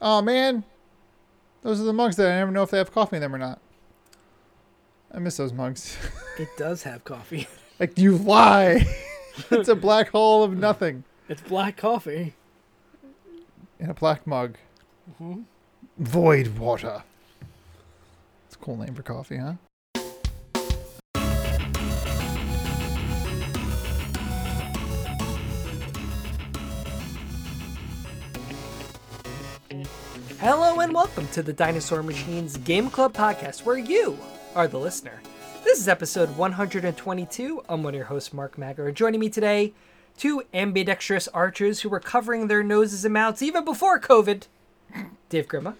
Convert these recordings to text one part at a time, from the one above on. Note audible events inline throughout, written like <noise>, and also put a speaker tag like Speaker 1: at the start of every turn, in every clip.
Speaker 1: Oh man, those are the mugs that I never know if they have coffee in them or not. I miss those mugs. <laughs>
Speaker 2: It does have coffee. <laughs>
Speaker 1: like you lie. <laughs> it's a black hole of nothing
Speaker 2: It's black coffee.
Speaker 1: in a black mug.
Speaker 2: Mm-hmm.
Speaker 1: Void water. It's a cool name for coffee, huh?
Speaker 2: Hello and welcome to the Dinosaur Machines Game Club podcast, where you are the listener. This is episode 122. I'm one of your hosts, Mark Magger. Joining me today, two ambidextrous archers who were covering their noses and mouths even before COVID. Dave Grima.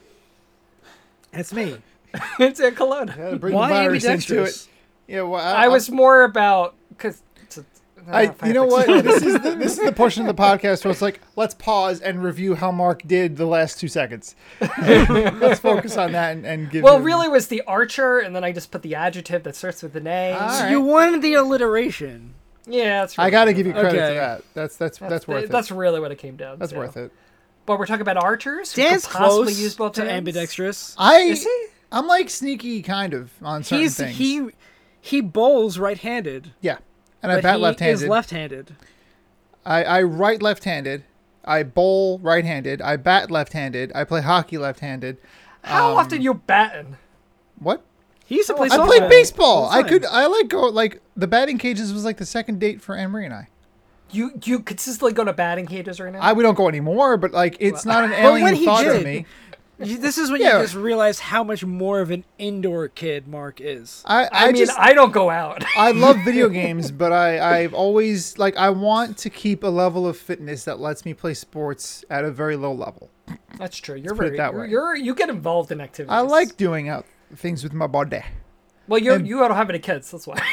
Speaker 3: That's me.
Speaker 2: <laughs> it's Ann Colonna.
Speaker 1: Yeah, bring
Speaker 3: Why
Speaker 1: the virus into
Speaker 3: ambidextrous?
Speaker 1: it. Yeah, well, I,
Speaker 2: I was more about because
Speaker 1: <laughs> I, you know what? this is the, this is the portion of the podcast where it's like, let's pause and review how Mark did the last two seconds. let's focus on that and, and give.
Speaker 2: Well,
Speaker 1: him-
Speaker 2: really, it was the archer, and then I just put the adjective that starts with an A.
Speaker 1: Ah. All
Speaker 3: You
Speaker 1: right.
Speaker 3: won the alliteration.
Speaker 2: Yeah, that's.
Speaker 1: I got to give you credit
Speaker 3: Okay.
Speaker 1: for that. That's that's that's, worth it.
Speaker 2: That's really what it came down.
Speaker 1: That's
Speaker 2: to.
Speaker 1: worth it.
Speaker 2: But we're talking about archers. Who
Speaker 3: Dan's
Speaker 2: could possibly
Speaker 3: close
Speaker 2: use both
Speaker 3: to
Speaker 2: hands.
Speaker 3: ambidextrous.
Speaker 1: I
Speaker 2: Is he?
Speaker 1: I'm like sneaky kind of on certain
Speaker 3: He's
Speaker 1: things.
Speaker 3: he he bowls right-handed,
Speaker 1: yeah, and I
Speaker 3: but
Speaker 1: bat
Speaker 3: he
Speaker 1: left-handed.
Speaker 3: is left-handed.
Speaker 1: I I write left-handed. I bowl right-handed. I bat left-handed. I play hockey left-handed.
Speaker 2: How
Speaker 1: Um,
Speaker 2: often you batting?
Speaker 1: What?
Speaker 3: He used to
Speaker 2: Oh,
Speaker 3: play.
Speaker 1: I
Speaker 3: softball
Speaker 1: played baseball.
Speaker 3: all the
Speaker 1: I
Speaker 3: time.
Speaker 1: could. I like go like the batting cages was like the second date for Anne Marie and I.
Speaker 2: You you consistently go to batting cages right now.
Speaker 1: I we don't go anymore, but like it's not an
Speaker 3: <laughs> But when
Speaker 1: alien
Speaker 3: he
Speaker 1: thought
Speaker 3: did,
Speaker 1: of me.
Speaker 3: you- this is when
Speaker 1: Yeah.
Speaker 3: you just realize how much more of an indoor kid Mark is.
Speaker 1: I I,
Speaker 2: I mean,
Speaker 1: just
Speaker 2: I don't go
Speaker 1: <laughs>
Speaker 2: out.
Speaker 3: <laughs>
Speaker 1: I love video games, but I I've always like I want to keep a level of fitness that lets me play sports at a very low level.
Speaker 2: That's true. You're
Speaker 1: put it
Speaker 2: very
Speaker 1: that
Speaker 2: you're,
Speaker 1: way.
Speaker 2: you're you get involved in activities.
Speaker 1: I like doing out things with my body.
Speaker 2: Well, you
Speaker 1: and-
Speaker 2: you don't have any kids. That's why. <laughs>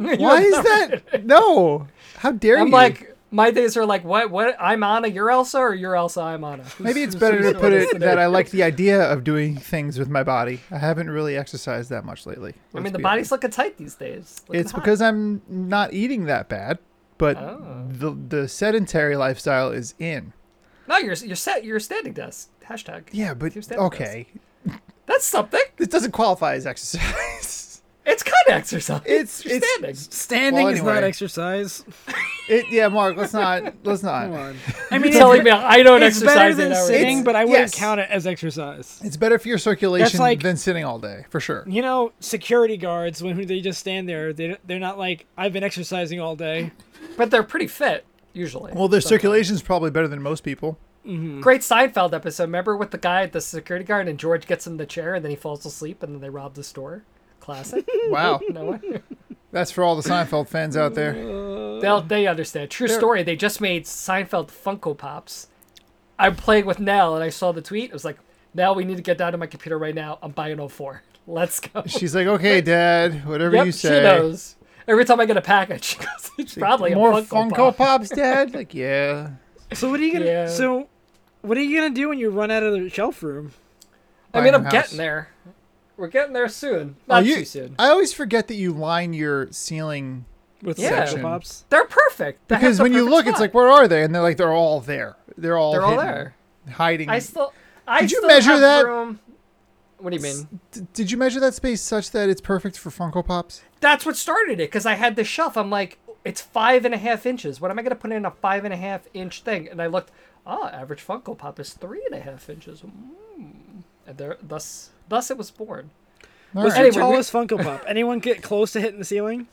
Speaker 2: You
Speaker 1: Why
Speaker 2: have <laughs>
Speaker 1: is
Speaker 2: no-
Speaker 1: that? No. How dare
Speaker 2: I'm
Speaker 1: you?
Speaker 2: like my days are like what what I'm Anna, you're Elsa, or you're Elsa, I'm Anna. Who's- <laughs>
Speaker 1: Maybe it's
Speaker 2: who's-
Speaker 1: better
Speaker 2: who's
Speaker 1: to
Speaker 2: doing
Speaker 1: put
Speaker 2: this
Speaker 1: it
Speaker 2: today?
Speaker 1: that I like
Speaker 2: <laughs>
Speaker 1: the idea of doing things with my body. I haven't really exercised that much lately.
Speaker 2: I mean,
Speaker 1: let's
Speaker 2: the
Speaker 1: be
Speaker 2: body's looking tight these days. Looking
Speaker 1: It's
Speaker 2: hot.
Speaker 1: because I'm not eating that bad, but
Speaker 2: Oh.
Speaker 1: the the sedentary lifestyle is in.
Speaker 2: no, you're you're set. You're standing desk. Hashtag.
Speaker 1: Yeah, but
Speaker 2: Keep standing
Speaker 1: okay,
Speaker 2: That's something.
Speaker 1: this doesn't qualify as exercise. <laughs>
Speaker 2: It's kind of exercise.
Speaker 1: It's-
Speaker 2: you're
Speaker 1: it's-
Speaker 2: standing.
Speaker 3: Standing
Speaker 1: Well,
Speaker 3: is not
Speaker 1: anyway. <laughs>
Speaker 3: exercise.
Speaker 1: it, yeah, Mark, let's not let's not.
Speaker 3: Come on. I
Speaker 2: You're
Speaker 3: mean,
Speaker 2: telling me
Speaker 3: it's,
Speaker 2: I don't
Speaker 3: it's
Speaker 2: exercise
Speaker 3: better
Speaker 2: eight
Speaker 3: than
Speaker 2: hours a
Speaker 3: sitting,
Speaker 2: day?
Speaker 3: but I wouldn't
Speaker 1: Yes.
Speaker 3: count it as exercise.
Speaker 1: It's better for your circulation
Speaker 3: like-
Speaker 1: than sitting all day, for sure.
Speaker 2: Mm.
Speaker 3: You know, security guards when they just stand there, they they're not like I've been exercising all
Speaker 1: <laughs>
Speaker 3: day.
Speaker 2: but they're pretty fit usually.
Speaker 1: Well, their circulation's probably better than most people.
Speaker 3: Hmm.
Speaker 2: Great Seinfeld episode. Remember with the guy at the security guard and George gets in the chair and then he falls asleep and then they rob the store.
Speaker 3: <laughs>
Speaker 2: Classic.
Speaker 1: Wow,
Speaker 2: no one.
Speaker 1: that's for all the Seinfeld fans out there.
Speaker 2: They'll they understand. True story. They just made Seinfeld Funko Pops. I'm playing with Nell and I saw the tweet. It was like, Nell, we need to get down to my computer right now. I'm buying 04. <laughs> Let's go.
Speaker 1: She's like, okay, Dad, whatever
Speaker 2: yep,
Speaker 1: you
Speaker 2: she
Speaker 1: say.
Speaker 2: knows. Every time I get a package, <laughs> she goes, it's probably
Speaker 1: More
Speaker 2: a Funko, Pop.
Speaker 1: Pops, Dad.
Speaker 2: <laughs>
Speaker 1: Like, yeah.
Speaker 3: So what are you gonna?
Speaker 2: Yeah.
Speaker 3: So what are you gonna do when you run out of the shelf room?
Speaker 2: I mean,
Speaker 1: buying
Speaker 2: I'm
Speaker 1: a house.
Speaker 2: getting there. We're getting there soon.
Speaker 1: Oh,
Speaker 2: Not
Speaker 1: you-
Speaker 2: too soon.
Speaker 1: I always forget that you line your ceiling
Speaker 3: with
Speaker 2: Yeah.
Speaker 3: Funko
Speaker 1: Section.
Speaker 3: Pops.
Speaker 2: They're perfect. They have
Speaker 1: because
Speaker 2: the
Speaker 1: when you
Speaker 2: perfect
Speaker 1: look, it's
Speaker 2: spot.
Speaker 1: like, where are they? And they're like, they're all there. They're all
Speaker 2: they're all
Speaker 1: hidden,
Speaker 2: there.
Speaker 1: hiding.
Speaker 2: I still. I
Speaker 1: Did you
Speaker 2: still
Speaker 1: measure
Speaker 2: have
Speaker 1: that?
Speaker 2: Room. What do you mean?
Speaker 1: D- Did you measure that space such that it's perfect for Funko Pops?
Speaker 2: That's what started it because I had the shelf. I'm like, it's five and a half inches. What am I going to put in a five and a half inch thing? And I looked. Ah, average Funko Pop is three and a half inches. Mm. And there, thus, thus it was born.
Speaker 1: All
Speaker 3: What's
Speaker 1: right.
Speaker 2: Anyway,
Speaker 3: your tallest Funko Pop? Anyone get close to hitting the ceiling?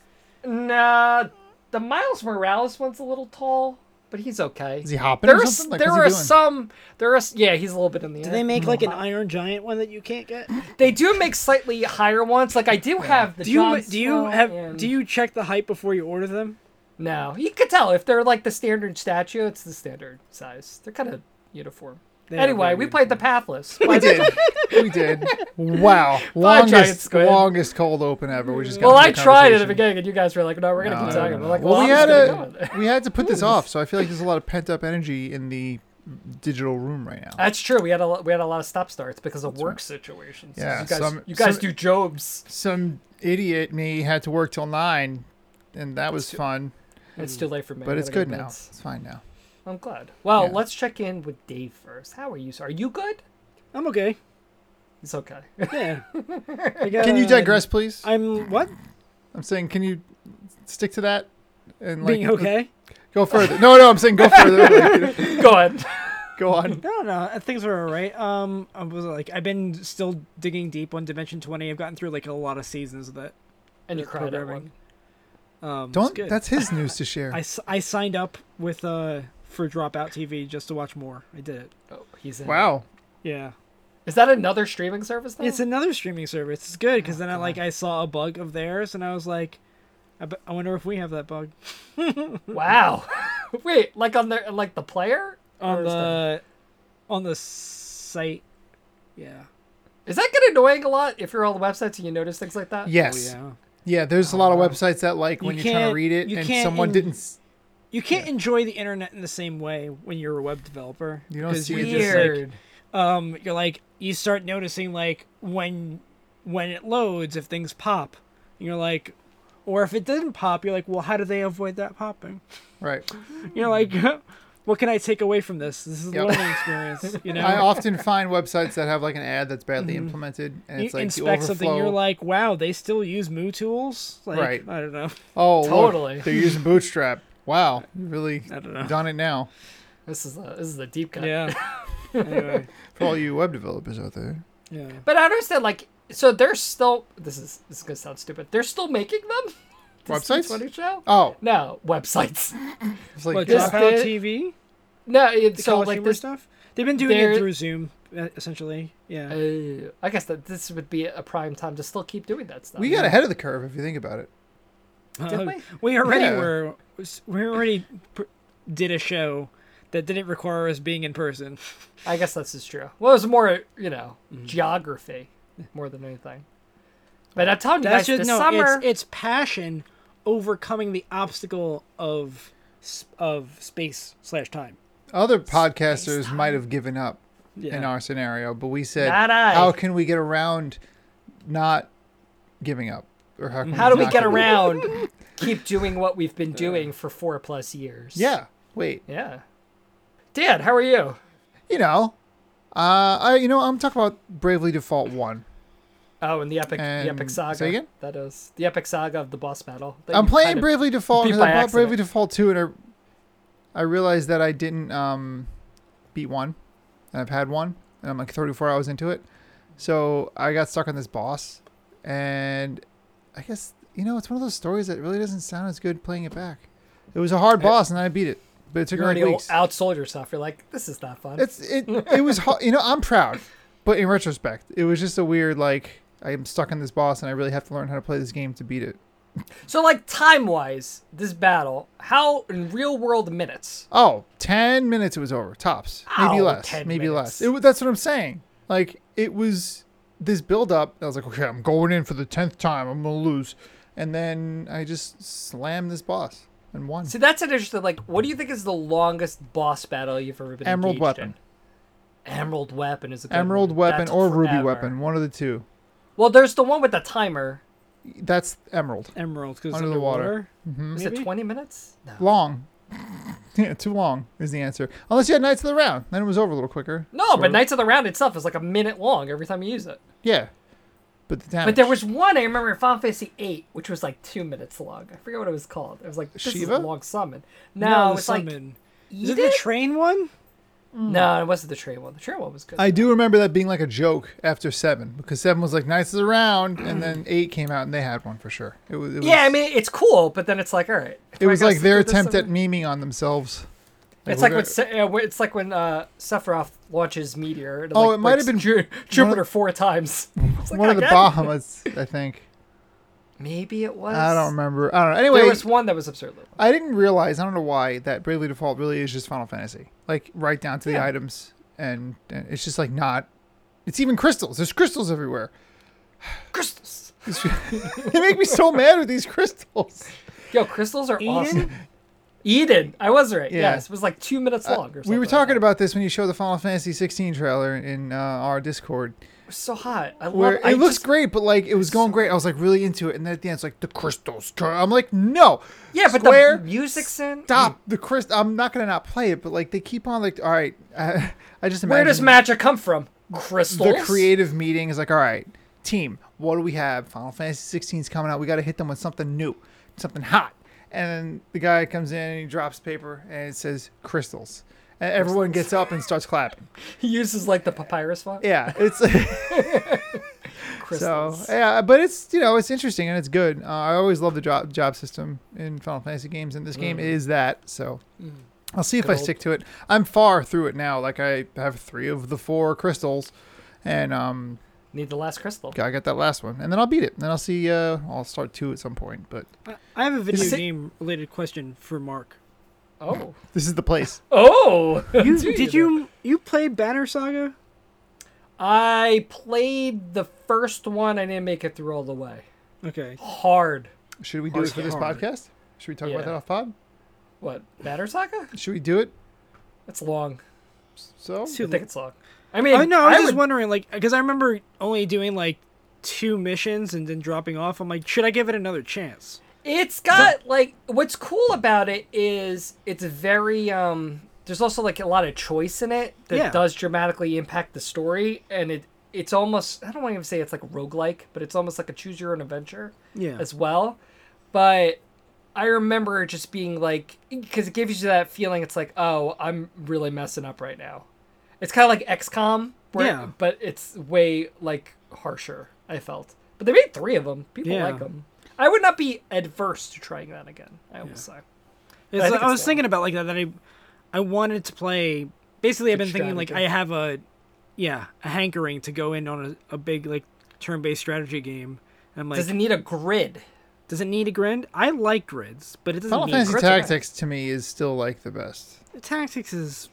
Speaker 2: Nah, the Miles Morales one's a little tall, but he's okay.
Speaker 1: Is he hopping
Speaker 2: There
Speaker 1: or
Speaker 2: are
Speaker 1: something? Like,
Speaker 2: there
Speaker 1: what's he
Speaker 2: are
Speaker 1: doing?
Speaker 2: some there are s- yeah he's a little bit in the
Speaker 3: Do
Speaker 2: air.
Speaker 3: they make like an Iron Giant one that you can't get?
Speaker 2: They do make slightly higher ones. Like I do have the.
Speaker 3: Do you
Speaker 2: John
Speaker 3: do you
Speaker 2: Snow
Speaker 3: have
Speaker 2: and-
Speaker 3: do you check the height before you order them?
Speaker 2: No, you could tell if they're like the standard statue. It's the standard size. They're kind of uniform.
Speaker 3: They are
Speaker 2: anyway,
Speaker 3: very
Speaker 2: we played the Pathless.
Speaker 1: <laughs> We did. we
Speaker 2: <laughs>
Speaker 1: did. Wow.
Speaker 2: giant
Speaker 1: Longest,
Speaker 2: squid.
Speaker 1: longest cold open ever. We just got
Speaker 2: well,
Speaker 1: into
Speaker 2: I
Speaker 1: the
Speaker 2: tried at the
Speaker 1: conversation.
Speaker 2: beginning, and you guys were like, "No, we're gonna keep
Speaker 1: No,
Speaker 2: talking."
Speaker 1: no,
Speaker 2: We're
Speaker 1: no.
Speaker 2: like,
Speaker 1: well, we
Speaker 2: I'm
Speaker 1: had
Speaker 2: just gonna go
Speaker 1: a
Speaker 2: with
Speaker 1: <laughs>
Speaker 2: it."
Speaker 1: we had to put this off, so I feel like there's a lot of pent up energy in the digital room right now.
Speaker 2: That's true. We had a lo- we had a lot of stop starts because of work situations.
Speaker 1: Yeah,
Speaker 2: you guys,
Speaker 1: some-
Speaker 2: you guys
Speaker 1: some-
Speaker 2: do jobs.
Speaker 1: Some idiot me had to work till nine, and that was fun.
Speaker 2: It's too late for me.
Speaker 1: But
Speaker 2: I
Speaker 1: it's
Speaker 2: gotta go
Speaker 1: good
Speaker 2: to
Speaker 1: now.
Speaker 2: beds.
Speaker 1: It's fine now.
Speaker 2: I'm glad. Well,
Speaker 1: Yeah.
Speaker 2: let's check in with Dave first. How are you? sir? Are you good?
Speaker 3: I'm okay.
Speaker 2: It's okay. <laughs>
Speaker 3: Yeah.
Speaker 1: Can you digress, please?
Speaker 3: I'm what?
Speaker 1: I'm saying, can you stick to that and like
Speaker 3: Being okay?
Speaker 1: go further? No, no, I'm saying go
Speaker 3: <laughs>
Speaker 1: further. Like,
Speaker 2: Go ahead.
Speaker 1: go on.
Speaker 3: No, no, uh, things were alright. Um, I was like, I've been still digging deep on Dimension Twenty. I've gotten through like a lot of seasons of that
Speaker 2: And you cried at
Speaker 3: programming.
Speaker 2: one.
Speaker 3: Um, it's
Speaker 1: Don't.
Speaker 3: good.
Speaker 1: That's his news to share.
Speaker 3: <laughs> I, s- I signed up with uh for Dropout TV just to watch more. I did it.
Speaker 2: Oh, he's in.
Speaker 1: wow.
Speaker 3: Yeah,
Speaker 2: Is that another streaming service? Though?
Speaker 1: Oh.
Speaker 3: it's another streaming service. It's good because then I like I saw a bug of theirs and I was like, I, bet- I wonder if we have that bug
Speaker 2: wow. <laughs> Wait, like on the like the player? Or
Speaker 3: on
Speaker 2: is that-
Speaker 3: the on the site. Yeah.
Speaker 2: Is that get annoying a lot if you're on the websites and you notice things like that?
Speaker 1: Yes.
Speaker 3: Oh, yeah. Oh,
Speaker 1: Yeah, there's a lot of websites that like
Speaker 3: You
Speaker 1: when you're trying to
Speaker 3: can't-
Speaker 1: read it
Speaker 3: you
Speaker 1: and
Speaker 3: can't
Speaker 1: someone
Speaker 3: in-
Speaker 1: didn't. s-
Speaker 3: You can't enjoy the internet in the same way when you're a web developer.
Speaker 1: You don't
Speaker 3: 'cause
Speaker 1: see
Speaker 3: you're
Speaker 1: it
Speaker 3: just,
Speaker 1: like-
Speaker 2: Weird.
Speaker 3: like, um, you're like you start noticing like when when it loads if things pop, and you're like, or if it doesn't pop, you're like, well, how do they avoid that popping?
Speaker 1: Right.
Speaker 3: You're like, <laughs> what can I take away from this? This is a
Speaker 1: Yep.
Speaker 3: learning experience,
Speaker 1: <laughs>
Speaker 3: you know.
Speaker 1: I often find websites that have like an ad that's badly implemented, and
Speaker 3: you
Speaker 1: it's like you
Speaker 3: inspect
Speaker 1: overflow.
Speaker 3: something, you're like, wow, they still use Moo tools. Like,
Speaker 1: Right.
Speaker 3: I don't know. <laughs>
Speaker 1: oh, look,
Speaker 2: Totally.
Speaker 1: they're using Bootstrap. Wow, you really
Speaker 3: I don't know.
Speaker 1: done it now
Speaker 2: This is a this is a deep cut.
Speaker 3: Yeah. anyway.
Speaker 1: for all you web developers out there.
Speaker 3: Yeah.
Speaker 2: But I understand like so they're still this is this is gonna sound stupid. They're still making them? This
Speaker 1: Websites?
Speaker 2: Funny show?
Speaker 1: Oh,
Speaker 2: No, websites. <laughs>
Speaker 1: it's like
Speaker 3: What,
Speaker 2: this
Speaker 3: Dropout
Speaker 2: did-
Speaker 3: TV?
Speaker 2: No, it's
Speaker 3: The
Speaker 2: so
Speaker 3: college
Speaker 2: like
Speaker 3: humor
Speaker 2: this
Speaker 3: stuff? They've been doing it
Speaker 2: there-
Speaker 3: through Zoom, uh, essentially. Yeah.
Speaker 2: Uh, I guess that this would be a prime time to still keep doing that stuff.
Speaker 1: we got ahead of the curve if you think about it.
Speaker 3: <laughs>
Speaker 2: did
Speaker 3: Uh,
Speaker 2: we?
Speaker 3: we already
Speaker 1: Yeah.
Speaker 3: were. We already pr- did a show that didn't require us being in person. <laughs>
Speaker 2: I guess this is true. Well, it was more, you know,
Speaker 1: Mm-hmm. <laughs>
Speaker 2: geography more than anything. But I'm telling you
Speaker 3: That's
Speaker 2: guys,
Speaker 3: just
Speaker 2: this
Speaker 3: no.
Speaker 2: summer,
Speaker 3: It's, it's passion overcoming the obstacle of s- of space slash time.
Speaker 1: Other podcasters might have given up
Speaker 3: Yeah.
Speaker 1: in our scenario, but we said,
Speaker 2: Not I.
Speaker 1: how can we get around not giving up? Or how, can
Speaker 2: how do we
Speaker 1: not
Speaker 2: get
Speaker 1: give up? <laughs>
Speaker 2: around? keep doing what we've been doing for four plus years.
Speaker 1: Yeah. Wait.
Speaker 2: Yeah. Dan, how are you?
Speaker 1: You know, uh, I you know I'm talking about Bravely Default One.
Speaker 2: Oh, and the epic,
Speaker 1: And
Speaker 2: the epic saga.
Speaker 1: say again?
Speaker 2: That is the epic saga of the boss battle. that
Speaker 1: I'm
Speaker 2: you
Speaker 1: playing
Speaker 2: kind of-
Speaker 1: Bravely Default
Speaker 2: beat
Speaker 1: because
Speaker 2: by
Speaker 1: I bought
Speaker 2: accident.
Speaker 1: Bravely Default Two, and I I realized that I didn't um, beat one, and I've had one, and I'm like 34 hours into it, so I got stuck on this boss, and I guess you know it's one of those stories that really doesn't sound as good playing it back. It was a hard boss, and I beat it, but it took
Speaker 2: You
Speaker 1: me like
Speaker 2: already um,
Speaker 1: weeks.
Speaker 2: outsold yourself. You're like, this is not fun.
Speaker 1: It's it. It was hard. You know, I'm proud, but in retrospect, it was just a weird like I'm stuck in this boss, and I really have to learn how to play this game to beat it.
Speaker 2: So, like time wise, this battle, how in real world minutes?
Speaker 1: Oh, 10 minutes it was over, tops. Maybe
Speaker 2: Ow,
Speaker 1: less.
Speaker 2: 10
Speaker 1: Maybe
Speaker 2: Oh,
Speaker 1: less.
Speaker 2: minutes.
Speaker 1: It, wa- that's what I'm saying. Like, it was this build up. I was like, okay, I'm going in for the 10th time. I'm going to lose. And then I just slammed this boss and won.
Speaker 2: See, that's an interesting. Like, what do you think is the longest boss battle you've ever been
Speaker 1: Emerald
Speaker 2: engaged
Speaker 1: Weapon.
Speaker 2: in? Emerald Weapon is a good
Speaker 1: Emerald
Speaker 2: one.
Speaker 1: Weapon
Speaker 2: That's
Speaker 1: or Ruby
Speaker 2: forever.
Speaker 1: Weapon, one of the two.
Speaker 2: Well, there's the one with the timer.
Speaker 1: That's Emerald.
Speaker 3: Emeralds because
Speaker 1: Under the
Speaker 3: underwater.
Speaker 1: water.
Speaker 2: Is
Speaker 3: Maybe?
Speaker 2: it 20 minutes? No.
Speaker 1: Long. <laughs> yeah, too long is the answer. Unless you had Knights of the Round. Then it was over a little quicker.
Speaker 2: No,
Speaker 1: sort
Speaker 2: but
Speaker 1: of.
Speaker 2: Knights of the Round itself is like a minute long every time you use it.
Speaker 1: Yeah. But the damage.
Speaker 2: But there was one I remember in Final Fantasy VIII, which was like two minutes long. I forget what it was called. It was like this is a
Speaker 1: Shiva?
Speaker 2: long summon. No,
Speaker 3: No, the
Speaker 2: it's like
Speaker 3: summon. Is it
Speaker 2: Edith?
Speaker 3: the train one?
Speaker 2: no, it wasn't the train one. The train one was good.
Speaker 1: I do remember that being like a joke after seven because seven was like Knights of the Round, and then
Speaker 2: <clears throat>
Speaker 1: eight came out and they had one for sure. It was, it was
Speaker 2: yeah, I mean it's cool, but then it's like all right.
Speaker 1: it
Speaker 2: do I
Speaker 1: was
Speaker 2: gotta
Speaker 1: like
Speaker 2: sit
Speaker 1: their
Speaker 2: through this
Speaker 1: attempt
Speaker 2: summon?
Speaker 1: at memeing on themselves.
Speaker 2: It's
Speaker 1: we're
Speaker 2: like when Se- uh, when- it's like when uh, Sephiroth launches meteor. And
Speaker 1: Oh,
Speaker 2: like,
Speaker 1: it might have
Speaker 2: breaks
Speaker 1: been
Speaker 2: Ju- Jupiter four times. It's
Speaker 1: gonna-
Speaker 2: like,
Speaker 1: one of the
Speaker 2: again?
Speaker 1: Bahamas, I think.
Speaker 2: Maybe <laughs> it was.
Speaker 1: I don't remember. I don't know. Anyway,
Speaker 2: There was one that was absurdly. long.
Speaker 1: I didn't realize. I don't know why that Bravely Default really is just Final Fantasy, like right down to the
Speaker 2: Yeah.
Speaker 1: items, and, and it's just like not. It's even crystals. There's crystals everywhere. <laughs>
Speaker 2: Crystals.
Speaker 1: they make me
Speaker 2: <laughs>
Speaker 1: so mad with these crystals.
Speaker 2: Yo, crystals are
Speaker 3: Eden?
Speaker 2: awesome. Eden, I was right.
Speaker 1: Yeah. Uh,
Speaker 2: Yes, it was like two minutes long. Or something
Speaker 1: We were
Speaker 2: like
Speaker 1: talking
Speaker 2: that.
Speaker 1: about this when you showed the Final Fantasy 16 trailer in uh, our Discord.
Speaker 2: It was so hot. I love.
Speaker 1: where
Speaker 2: I
Speaker 1: it looks
Speaker 2: just-
Speaker 1: great, but like it was going great. I was like really into it, and then at the end, it's like the crystals. Turn. I'm like, no,
Speaker 2: Yeah, but
Speaker 1: Square,
Speaker 2: the music's in.
Speaker 1: stop the crystal. I'm not gonna not play it, but like they keep on like, all right. <laughs> I, I just imagine
Speaker 2: Where does magic come from? crystals.
Speaker 1: the creative meeting is like, all right, team, what do we have? Final Fantasy 16 is coming out. We got to hit them with something new, something hot. And then the guy comes in and he drops paper and it says crystals. And everyone gets up and starts clapping.
Speaker 2: <laughs> He uses like the papyrus font.
Speaker 1: Yeah, it's <laughs> so
Speaker 2: crystals.
Speaker 1: yeah, but it's you know it's interesting and it's good. Uh, I always love the job job system in Final Fantasy games, and this game is that. So
Speaker 2: Hmm.
Speaker 1: I'll see if
Speaker 2: Mm. Good
Speaker 1: I
Speaker 2: old-
Speaker 1: stick to it. I'm far through it now. Like I have three of the four crystals, and um,
Speaker 2: Need the last crystal.
Speaker 1: I got that last one, and then I'll beat it. And then I'll see. Uh, I'll start two at some point, but
Speaker 3: I- I have a video
Speaker 1: Is it-
Speaker 3: game related question for Mark.
Speaker 2: Oh.
Speaker 1: this is the place.
Speaker 2: Oh.
Speaker 3: <laughs>
Speaker 2: <laughs>
Speaker 3: You,
Speaker 2: Do
Speaker 3: did you you play Banner Saga?
Speaker 2: I played the first one. I didn't make it through all the way.
Speaker 3: Okay.
Speaker 2: Hard.
Speaker 1: Should we do it for this
Speaker 3: Hard.
Speaker 1: podcast? Should we talk
Speaker 2: Yeah.
Speaker 1: about that off pod?
Speaker 2: What? Batter Saga?
Speaker 1: Should we do it?
Speaker 2: It's long.
Speaker 1: So
Speaker 2: I think it's long. I mean,
Speaker 3: Oh no, I was just
Speaker 2: would-
Speaker 3: wondering, like, because I remember only doing like two missions and then dropping off. I'm like, should I give it another chance?
Speaker 2: It's got like what's cool about it is it's very um there's also like a lot of choice in it that
Speaker 3: Yeah.
Speaker 2: does dramatically impact the story and it it's almost I don't want to even say it's like roguelike, but it's almost like a choose your own adventure
Speaker 3: Yeah.
Speaker 2: as well. But I remember it just being like cuz it gives you that feeling it's like, "Oh, I'm really messing up right now." It's kind of like XCOM, where,
Speaker 3: Yeah.
Speaker 2: but it's way like harsher. I felt, but they made three of them. People
Speaker 3: Yeah.
Speaker 2: like them. I would not be adverse to trying that again. I will say.
Speaker 3: It's
Speaker 2: I
Speaker 3: like-
Speaker 2: think
Speaker 3: I,
Speaker 2: it's
Speaker 3: was
Speaker 2: long.
Speaker 3: thinking about like that. That I, I wanted to play. Basically, I've been
Speaker 2: Good
Speaker 3: thinking like I
Speaker 2: strategy.
Speaker 3: have a, yeah, a hankering to go in on a, a big like turn-based strategy game. And I'm like,
Speaker 2: Does it need a grid?
Speaker 3: does it need a grid? I like grids, but it doesn't
Speaker 1: Final
Speaker 3: need
Speaker 1: Fantasy
Speaker 3: grids.
Speaker 1: Tactics to me is still like the best.
Speaker 3: Tactics is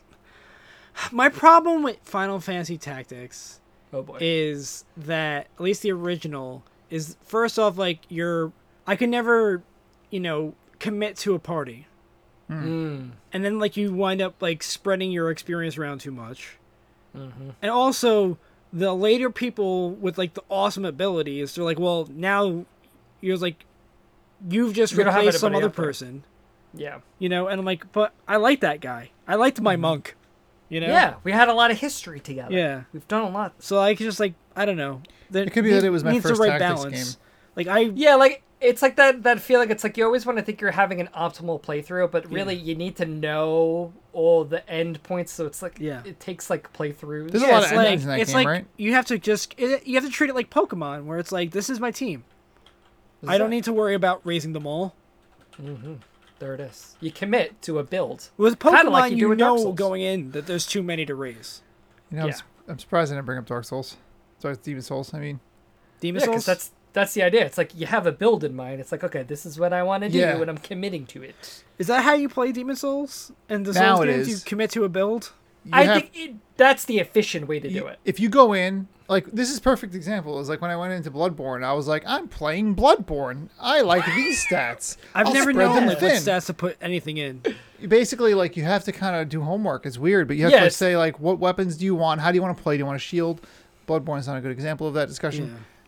Speaker 3: my problem with Final Fantasy Tactics
Speaker 2: Oh boy.
Speaker 3: is that at least the original is first off like you're I could never, you know, commit to a party.
Speaker 2: Hmm.
Speaker 3: And then like you wind up like spreading your experience around too much. And also the later people with like the awesome abilities, they're like, well, now you're like you've just
Speaker 2: We don't have
Speaker 3: replaced some
Speaker 2: anybody
Speaker 3: other
Speaker 2: out there.
Speaker 3: person
Speaker 2: yeah.
Speaker 3: you know and i'm like but i like that guy i liked my
Speaker 1: Mm-hmm.
Speaker 3: monk you know
Speaker 2: yeah. We had a lot of history together.
Speaker 3: Yeah.
Speaker 2: We've done a lot.
Speaker 3: so i could just like i don't know there,
Speaker 1: It could be
Speaker 3: need-
Speaker 1: that it was my
Speaker 3: needs the
Speaker 1: first
Speaker 3: right
Speaker 1: tactics
Speaker 3: balance.
Speaker 1: game.
Speaker 3: like i
Speaker 2: Yeah, like it's like that that feeling. It's like you always want to think you're having an optimal playthrough, but really you need to know all the end points. So it's like
Speaker 3: Yeah.
Speaker 2: it takes like playthroughs.
Speaker 1: There's a
Speaker 3: yeah,
Speaker 1: lot
Speaker 3: it's
Speaker 1: of endings in
Speaker 3: like
Speaker 1: that
Speaker 3: it's
Speaker 1: game,
Speaker 3: like
Speaker 1: right?
Speaker 3: you have to just it, you have to treat it like pokemon where it's like this is my team i don't
Speaker 2: that-
Speaker 3: need to worry about raising them all
Speaker 2: There it is. You commit to a build.
Speaker 3: with
Speaker 2: Kinda
Speaker 3: pokemon
Speaker 2: like you
Speaker 3: you,
Speaker 2: do with Dark
Speaker 3: know
Speaker 2: Souls.
Speaker 3: going in that there's too many to raise
Speaker 1: You know, I'm,
Speaker 2: Yeah.
Speaker 1: s- I'm surprised I didn't bring up Dark Souls. Sorry, Demon Souls. I mean,
Speaker 3: demon
Speaker 2: Yeah, 'cause
Speaker 3: souls
Speaker 2: that's that's the idea. It's like you have a build in mind. It's like okay, this is what I want to do,
Speaker 1: Yeah.
Speaker 2: and I'm committing to it.
Speaker 3: is that how you play demon souls and the
Speaker 1: Now it
Speaker 3: souls
Speaker 1: is.
Speaker 3: games you commit to a build
Speaker 1: you
Speaker 2: I
Speaker 1: have-
Speaker 2: think it, that's the efficient way to
Speaker 1: you-
Speaker 2: do it.
Speaker 1: If you go in, like this is perfect example is like when I went into Bloodborne, I was like, I'm playing Bloodborne. I like these stats.
Speaker 3: i've
Speaker 1: I'll
Speaker 3: never
Speaker 1: spread
Speaker 3: known
Speaker 1: them
Speaker 3: like what
Speaker 1: thin."
Speaker 3: stats to put anything in
Speaker 1: You Basically, like you have to kind of do homework. It's weird, but you have
Speaker 2: Yeah,
Speaker 1: to
Speaker 2: it's-
Speaker 1: say like, what weapons do you want? How do you want to play? Do you want a shield? Bloodborne's not a good example of that discussion,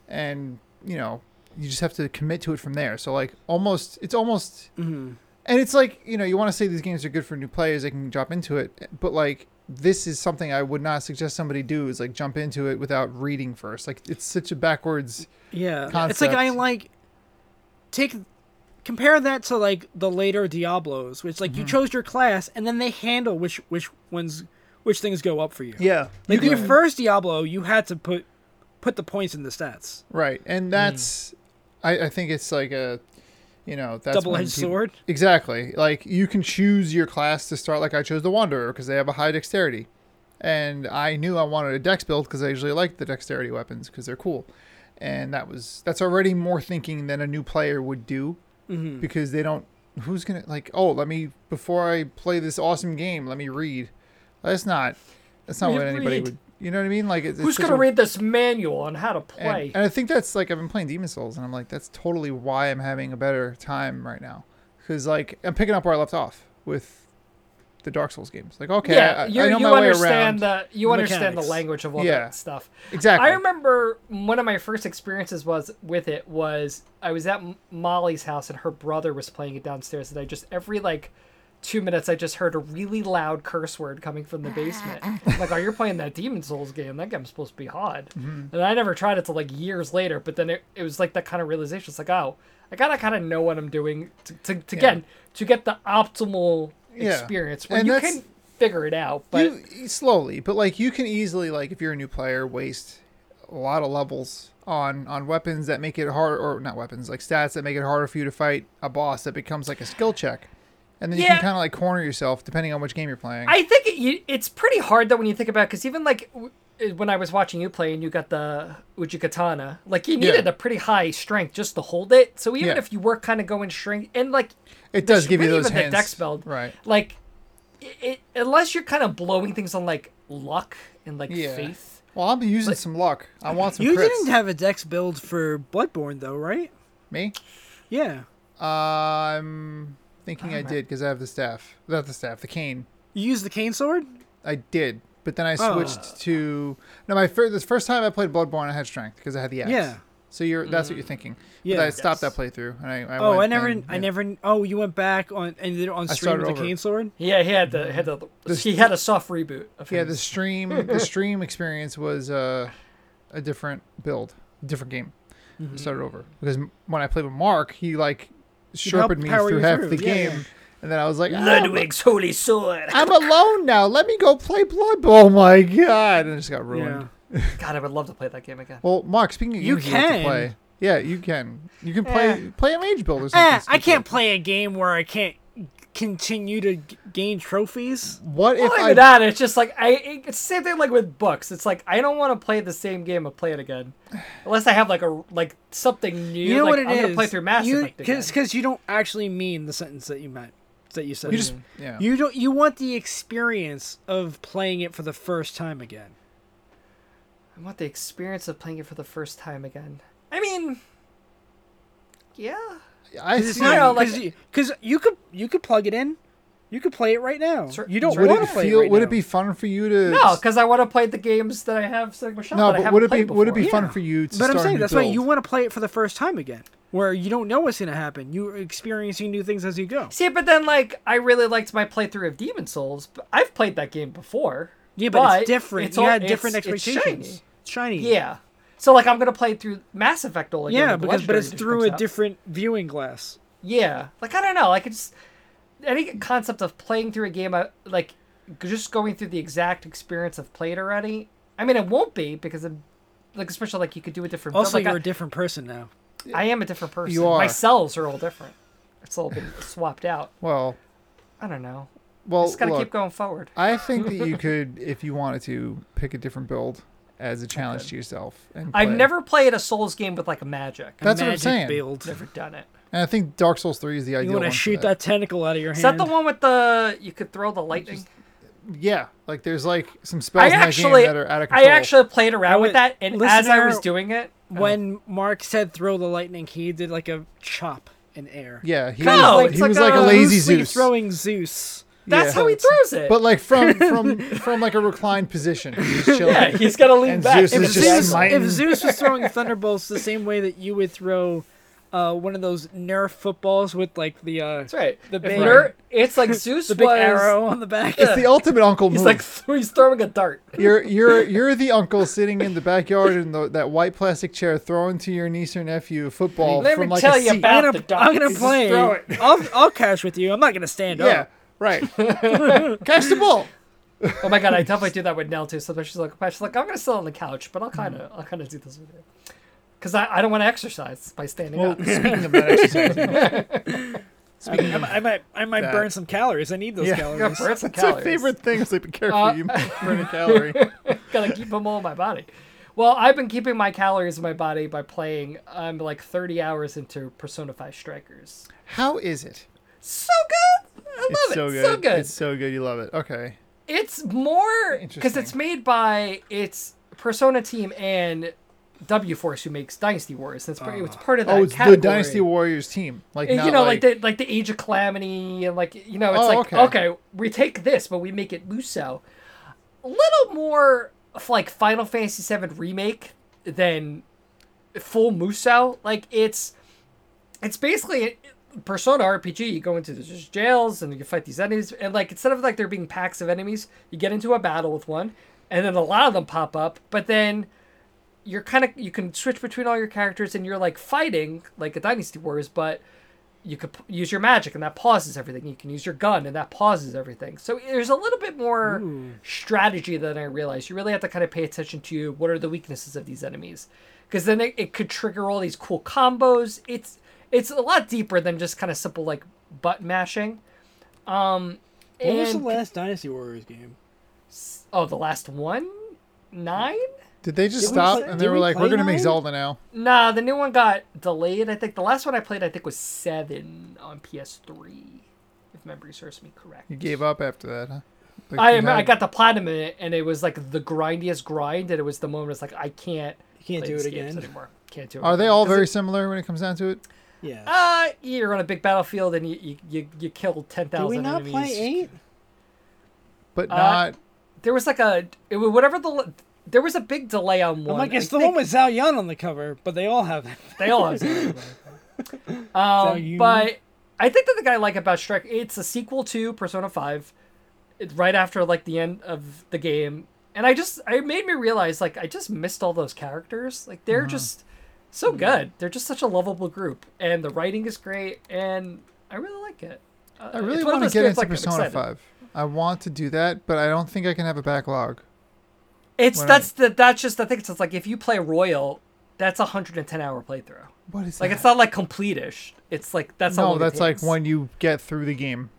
Speaker 3: Yeah.
Speaker 1: and you know, you just have to commit to it from there. So like, almost, it's almost, and it's like you know, you want to say these games are good for new players; they can drop into it, but like. This is something I would not suggest somebody do is like jump into it without reading first. Like it's such a backwards
Speaker 3: Yeah. It's like I
Speaker 1: concept.
Speaker 3: like take compare that to like the later Diablos, which like
Speaker 1: Mm-hmm.
Speaker 3: you chose your class and then they handle which which ones which things go up for you.
Speaker 1: Yeah.
Speaker 3: Like in your first Diablo, you had to put put the points in the stats.
Speaker 1: right.
Speaker 2: Hmm.
Speaker 1: And that's I, I think it's like a you know, that's
Speaker 3: Double
Speaker 1: when
Speaker 3: edged
Speaker 1: people-
Speaker 3: sword.
Speaker 1: Exactly. Like you can choose your class to start like I chose the wanderer because they have a high dexterity. And I knew I wanted a dex build because I usually like the dexterity weapons because they're cool. And that was that's already more thinking than a new player would do
Speaker 2: Mm-hmm.
Speaker 1: because they don't who's going to like, "Oh, let me before I play this awesome game, let me read." That's not that's not
Speaker 2: We
Speaker 1: what anybody
Speaker 2: read.
Speaker 1: would you know what I mean? Like, it's,
Speaker 2: Who's
Speaker 1: it's such
Speaker 2: gonna
Speaker 1: a-
Speaker 2: read this manual on how to
Speaker 1: and,
Speaker 2: play?
Speaker 1: and I think that's like I've been playing Demon Souls, and I'm like, that's totally why I'm having a better time right now, because like I'm picking up where I left off with the Dark Souls games. Like, okay,
Speaker 2: yeah,
Speaker 1: I,
Speaker 2: you,
Speaker 1: I know
Speaker 2: you
Speaker 1: my way around.
Speaker 2: understand the you understand the
Speaker 3: mechanics.
Speaker 2: language of all
Speaker 1: Yeah.
Speaker 2: that stuff.
Speaker 1: exactly.
Speaker 2: I remember one of my first experiences was with it was I was at M- Molly's house and her brother was playing it downstairs and I just every like two minutes, I just heard a really loud curse word coming from the basement. I'm like, oh, you're playing that Demon Souls game. That game's supposed to be hard.
Speaker 1: Mm-hmm.
Speaker 2: And I never tried it till like years later, but then it, it was like that kind of realization. It's like, oh, I gotta kind of know what I'm doing to, to, to again, to get the optimal
Speaker 1: Yeah.
Speaker 2: experience where
Speaker 1: And
Speaker 2: you
Speaker 1: that's-
Speaker 2: can figure it out. But
Speaker 1: you slowly, but like you can easily like if you're a new player waste a lot of levels on on weapons that make it hard or not weapons like stats that make it harder for you to fight a boss that becomes like a skill check, and then you
Speaker 2: Yeah.
Speaker 1: can kind of like corner yourself depending on which game you're playing.
Speaker 2: I think it, you, it's pretty hard though when you think about because even like w- when I was watching you play and you got the Uji Katana, like you needed
Speaker 1: Yeah.
Speaker 2: a pretty high strength just to hold it. So even
Speaker 1: Yeah.
Speaker 2: if you were kind of going strength and like
Speaker 1: it does give you
Speaker 2: really
Speaker 1: those
Speaker 2: even
Speaker 1: hints,
Speaker 2: the dex build.
Speaker 1: right?
Speaker 2: like i- it, unless you're kind of blowing things on like luck and like
Speaker 1: Yeah.
Speaker 2: faith.
Speaker 1: Well, I'm using some luck. I want some
Speaker 3: You
Speaker 1: crits.
Speaker 3: didn't have a dex build for Bloodborne though, right?
Speaker 1: Me?
Speaker 3: Yeah.
Speaker 1: Uh, I'm thinking
Speaker 3: Ah,
Speaker 1: I did because I have the staff. Not the staff, the cane.
Speaker 3: You used the cane sword?
Speaker 1: I did, but then I
Speaker 3: Oh.
Speaker 1: switched to no. My first, the first time I played Bloodborne, I had strength because I had the axe.
Speaker 3: Yeah.
Speaker 1: So you're that's what you're thinking. Yeah.
Speaker 3: Yeah.
Speaker 1: But I stopped that playthrough and I. I
Speaker 3: Oh,
Speaker 1: went
Speaker 3: I never,
Speaker 1: and-
Speaker 3: I
Speaker 1: yeah.
Speaker 3: never. Oh, you went back on and did it on stream
Speaker 1: started
Speaker 3: with the
Speaker 1: over.
Speaker 3: cane sword.
Speaker 2: Yeah, he had the had the he had a soft reboot of
Speaker 1: Yeah,
Speaker 2: him.
Speaker 1: the stream
Speaker 3: <laughs>
Speaker 1: the stream experience was uh, a different build, different game.
Speaker 3: Mm-hmm.
Speaker 1: I started over because m- when I played with Mark, he like sharpened me
Speaker 3: power
Speaker 1: through
Speaker 3: you
Speaker 1: half
Speaker 3: through.
Speaker 1: the
Speaker 3: Yeah, yeah.
Speaker 1: game, and then I was like, "Ah,
Speaker 2: Ludwig's holy sword.
Speaker 1: I'm alone now. Let me go play Blood Bowl. Oh my god! And it just got ruined.
Speaker 3: Yeah.
Speaker 2: God, I would love to play that game again.
Speaker 1: Well, Mark, speaking of
Speaker 3: You
Speaker 1: games you love to
Speaker 3: can.
Speaker 1: play, yeah, you can. You can play
Speaker 3: Eh.
Speaker 1: play a mage build or something.
Speaker 3: Ah, I
Speaker 1: stupid.
Speaker 3: can't play a game where I can't continue to g- gain trophies.
Speaker 1: What if
Speaker 2: Not
Speaker 1: I?
Speaker 2: even that. It's just like I. It's the same thing like with books. It's like I don't want to play the same game and play it again, unless I have like a like something new.
Speaker 3: You know
Speaker 2: like,
Speaker 3: what it is?
Speaker 2: I'm gonna play through Mass
Speaker 3: you,
Speaker 2: Effect again.
Speaker 3: Because you don't actually mean the sentence that you meant that you said.
Speaker 1: You just yeah.
Speaker 3: you don't you want the experience of playing it for the first time again.
Speaker 2: I want the experience of playing it for the first time again. I mean, yeah.
Speaker 1: I
Speaker 3: It's
Speaker 1: see.
Speaker 2: not
Speaker 3: not
Speaker 2: all like-
Speaker 3: because you, 'cause you could you could plug it in, you could play it right now.
Speaker 2: Cer-
Speaker 3: you don't
Speaker 1: would
Speaker 3: want
Speaker 1: it
Speaker 3: to play
Speaker 1: feel?
Speaker 3: it. Right
Speaker 1: would
Speaker 3: now.
Speaker 1: it be fun for you to?
Speaker 2: No, because I want to play the games that I have sitting on my shelf.
Speaker 1: No, but
Speaker 2: that I haven't
Speaker 1: would it be
Speaker 2: played
Speaker 1: would it be
Speaker 2: before.
Speaker 1: fun
Speaker 3: Yeah.
Speaker 1: for you to
Speaker 3: But
Speaker 1: start
Speaker 3: I'm
Speaker 1: a
Speaker 3: saying
Speaker 1: new
Speaker 3: that's why
Speaker 1: build?
Speaker 3: you want to play it for the first time again, where you don't know what's going to happen. You're experiencing new things as you go.
Speaker 2: See, but then like I really liked my playthrough of Demon Souls. But I've played that game before.
Speaker 3: Yeah, but, it's different. you
Speaker 2: all-
Speaker 3: had different
Speaker 2: it's- it's
Speaker 3: expectations.
Speaker 2: shiny.
Speaker 3: shiny.
Speaker 2: Yeah. So like I'm gonna play through Mass Effect all again.
Speaker 3: Yeah,
Speaker 2: when the
Speaker 3: because but
Speaker 2: Legendary
Speaker 3: it's
Speaker 2: Edition
Speaker 3: through
Speaker 2: comes
Speaker 3: a
Speaker 2: out.
Speaker 3: different viewing glass.
Speaker 2: Yeah, like I don't know, like it's any concept of playing through a game, I- like just going through the exact experience I've played already. I mean, it won't be because I'm like especially like you could do a different. build.
Speaker 3: Also,
Speaker 2: like,
Speaker 3: you're
Speaker 2: I-
Speaker 3: a different person now.
Speaker 2: I am a different person.
Speaker 1: You are.
Speaker 2: My cells are all different. It's all been swapped out.
Speaker 1: well,
Speaker 2: I don't know.
Speaker 1: well,
Speaker 2: Just gotta
Speaker 1: Oh, look,
Speaker 2: keep going forward.
Speaker 1: I think that
Speaker 3: <laughs>
Speaker 1: you could, if you wanted to, pick a different build as a challenge to yourself. And
Speaker 2: I've
Speaker 1: play.
Speaker 2: never played a Souls game with like a magic.
Speaker 1: That's what I'm
Speaker 3: Magic
Speaker 1: saying.
Speaker 3: Build.
Speaker 2: Never done it.
Speaker 1: And I think Dark Souls Three is the
Speaker 3: You
Speaker 1: ideal
Speaker 3: want
Speaker 1: one.
Speaker 3: to
Speaker 1: for
Speaker 3: shoot
Speaker 1: that.
Speaker 3: that tentacle out of your
Speaker 2: Is
Speaker 3: hand.
Speaker 2: that the one with the you could throw the lightning?
Speaker 1: Yeah, like there's like some
Speaker 2: I
Speaker 1: spells in that game
Speaker 2: actually,
Speaker 1: that are out of
Speaker 2: I
Speaker 1: control.
Speaker 2: actually played around with
Speaker 3: would-
Speaker 2: that, and as I
Speaker 3: listener,
Speaker 2: was doing it, um,
Speaker 3: when Mark said throw the lightning, he did like a chop in air.
Speaker 1: yeah, he
Speaker 2: No,
Speaker 1: was like,
Speaker 2: it's
Speaker 1: he
Speaker 2: like
Speaker 1: was like a
Speaker 2: a
Speaker 1: lazy
Speaker 3: Loosely
Speaker 1: Zeus.
Speaker 3: Oh, throwing Zeus.
Speaker 2: that's
Speaker 1: Yeah.
Speaker 2: how he throws it.
Speaker 1: But like <laughs> from from from like a reclined position, <laughs> he's chilling.
Speaker 2: yeah, he's gotta lean
Speaker 1: And
Speaker 2: back.
Speaker 1: Zeus
Speaker 2: It
Speaker 1: is
Speaker 2: was
Speaker 1: just
Speaker 3: Zeus,
Speaker 1: smiting.
Speaker 3: if Zeus was throwing thunderbolts the same way that you would throw uh, one of those Nerf footballs with like the uh,
Speaker 2: That's right. The
Speaker 3: big-
Speaker 2: It's
Speaker 3: <laughs>
Speaker 2: like Zeus
Speaker 3: the big
Speaker 2: was.
Speaker 3: arrow on the back.
Speaker 1: It's the ultimate uncle move.
Speaker 2: He's like <laughs> he's throwing a dart.
Speaker 1: you're you're you're the uncle sitting in the backyard in the, that white plastic chair, throwing to your niece or nephew a football
Speaker 2: Let
Speaker 1: from
Speaker 2: me
Speaker 1: like
Speaker 2: tell
Speaker 1: a E
Speaker 2: you
Speaker 1: seat.
Speaker 2: about-
Speaker 3: <laughs>
Speaker 2: the
Speaker 3: I'm gonna,
Speaker 2: dog.
Speaker 3: I'm gonna
Speaker 2: Just
Speaker 3: play.
Speaker 2: throw it.
Speaker 1: <laughs>
Speaker 3: I'll, I'll cash with you. I'm not gonna stand
Speaker 1: yeah,
Speaker 3: up.
Speaker 1: <laughs> right. Catch the ball.
Speaker 2: Oh my god, I definitely do that with Nell too. Sometimes she's like, she's like, I'm gonna sit on the couch, but I'll kind
Speaker 3: Hmm.
Speaker 2: of, I'll kind of do this with you, because I, I don't want to exercise by standing
Speaker 1: Well,
Speaker 2: up.
Speaker 1: speaking of <laughs> that exercise,
Speaker 3: I, mean, I might- I might, I might
Speaker 1: That.
Speaker 3: burn some calories. I need those
Speaker 1: Yeah. <laughs>
Speaker 2: I gotta burn
Speaker 3: calories.
Speaker 2: some
Speaker 1: that's my
Speaker 2: calories.
Speaker 1: favorite thing. It's like be careful,
Speaker 2: Uh,
Speaker 1: <laughs> you might burn a calorie.
Speaker 2: gotta keep them all in my body. Well, I've been keeping my calories in my body by playing. I'm like 30 hours into Persona 5 Strikers.
Speaker 1: How is it?
Speaker 2: So good. I love
Speaker 1: It's
Speaker 2: it.
Speaker 1: so good.
Speaker 2: So good.
Speaker 1: It's so good. You love it. Okay.
Speaker 2: It's more because
Speaker 1: Interesting.
Speaker 2: it's made by it's Persona team and W Force who makes Dynasty Wars. It's, part it's part of that
Speaker 1: Oh, it's
Speaker 2: category.
Speaker 1: the Dynasty Warriors team. Like
Speaker 2: And,
Speaker 1: not
Speaker 2: you know,
Speaker 1: like,
Speaker 2: like, the like the Age of Calamity and like you know, it's
Speaker 1: Oh,
Speaker 2: like okay.
Speaker 1: okay.
Speaker 2: we take this, but we make it Muso. A little more of like Final Fantasy VII remake than full Muso. Like it's it's basically Persona RPG, you go into the just jails and you fight these enemies. And like instead of like there being packs of enemies, you get into a battle with one, and then a lot of them pop up. But then you're kind of you can switch between all your characters, and you're like fighting like a Dynasty Warriors, but you could p- use your magic, and that pauses everything. You can use your gun, and that pauses everything. So there's a little bit more strategy than I realized. You really have to kind of pay attention to what are the weaknesses of these enemies, because then it, it could trigger all these cool combos. It's it's a lot deeper than just kind of simple like button mashing. Um,
Speaker 3: What was the
Speaker 2: and-
Speaker 3: last Dynasty Warriors game?
Speaker 2: oh the last one nine?
Speaker 1: Did they just
Speaker 3: Did we
Speaker 1: stop
Speaker 3: play-
Speaker 1: and
Speaker 3: did
Speaker 1: they were
Speaker 3: we
Speaker 1: like,
Speaker 3: play
Speaker 1: "We're gonna make
Speaker 3: nine?
Speaker 1: Zelda now"?
Speaker 2: Nah, the new one got delayed. I think the last one I played I think was seven on PS3, if memory serves me correct.
Speaker 1: You gave up after that, huh? Like,
Speaker 2: I
Speaker 1: you
Speaker 2: am, I
Speaker 1: had-
Speaker 2: got the platinum in it, and it was like the grindiest grind, and it was the moment it's like I can't
Speaker 3: You can't
Speaker 2: play
Speaker 3: do
Speaker 2: these
Speaker 3: it
Speaker 2: games
Speaker 3: again.
Speaker 2: anymore. Can't do it.
Speaker 1: Are they
Speaker 2: again.
Speaker 1: all
Speaker 2: 'Cause it-
Speaker 1: very similar when it comes down to it?
Speaker 3: Yeah.
Speaker 2: Uh, you're on a big battlefield and you you, you, you kill ten
Speaker 3: Did
Speaker 2: thousand.
Speaker 3: we not
Speaker 2: enemies.
Speaker 3: play eight?
Speaker 1: But
Speaker 2: Uh,
Speaker 1: not.
Speaker 2: There was like a it was whatever the there was a big delay on
Speaker 3: I'm
Speaker 2: one.
Speaker 3: like,
Speaker 2: I
Speaker 3: it's Oh the
Speaker 2: think
Speaker 3: one with Zhao Yun on the cover, but they all have it.
Speaker 2: they all have. something <laughs> like that.
Speaker 3: So
Speaker 2: um,
Speaker 3: you-
Speaker 2: but I think that the guy I like about Strike it's a sequel to Persona Five, It's right after like the end of the game, and I just it made me realize like I just missed all those characters. Like they're just so good. They're just such a lovable group, and the writing is great, and I really like it. Uh,
Speaker 1: I really
Speaker 2: it's one of
Speaker 1: want to
Speaker 2: those
Speaker 1: get
Speaker 2: games,
Speaker 1: into
Speaker 2: like, I'm
Speaker 1: Persona
Speaker 2: excited.
Speaker 1: Five. I want to do that, but I don't think I can have a backlog.
Speaker 2: It's
Speaker 1: when
Speaker 2: that's the that's just the thing. It's just like if you play Royal, that's a hundred and ten hour playthrough.
Speaker 1: What is
Speaker 2: Like
Speaker 1: that?
Speaker 2: it's not like completish. It's like that's how
Speaker 1: no,
Speaker 2: long it
Speaker 1: that's like
Speaker 2: takes.
Speaker 1: when you get through the game.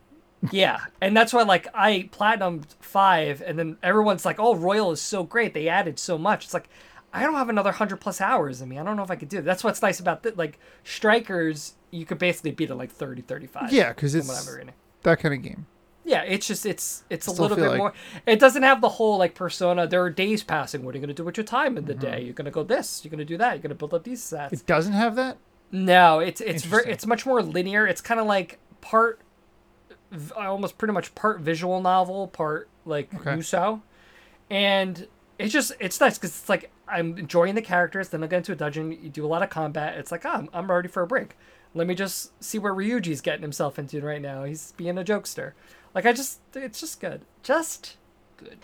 Speaker 2: Yeah, and that's why like I platinumed five, and then everyone's like, "Oh, Royal is so great. They added so much." It's like I don't have another hundred plus hours in me. I don't know if I could do it. That's what's nice about th- like Strikers. You could basically beat it like 30, 35.
Speaker 1: Yeah, because
Speaker 2: from
Speaker 1: it's
Speaker 2: what I'm reading.
Speaker 1: that kind of game.
Speaker 2: Yeah, it's just it's it's a
Speaker 1: Still
Speaker 2: little
Speaker 1: feel
Speaker 2: bit
Speaker 1: like-
Speaker 2: more. It doesn't have the whole like persona. There are days passing. What are you gonna do with your time
Speaker 1: Mm-hmm.
Speaker 2: in the day? You're gonna go this. You're gonna do that. You're gonna build up these stats.
Speaker 1: It doesn't have that.
Speaker 2: no, it's it's very
Speaker 1: Interesting.
Speaker 2: it's much more linear. It's kind of like part, v- almost pretty much part visual novel, part like
Speaker 1: Okay.
Speaker 2: Musou, and it's just it's nice because it's like I'm enjoying the characters. Then I'll get into a dungeon. You do a lot of combat. It's like ah, I'm I'm ready for a break. Let me just see where Ryuji's getting himself into right now. He's being a jokester. Like I just, it's just good, just good.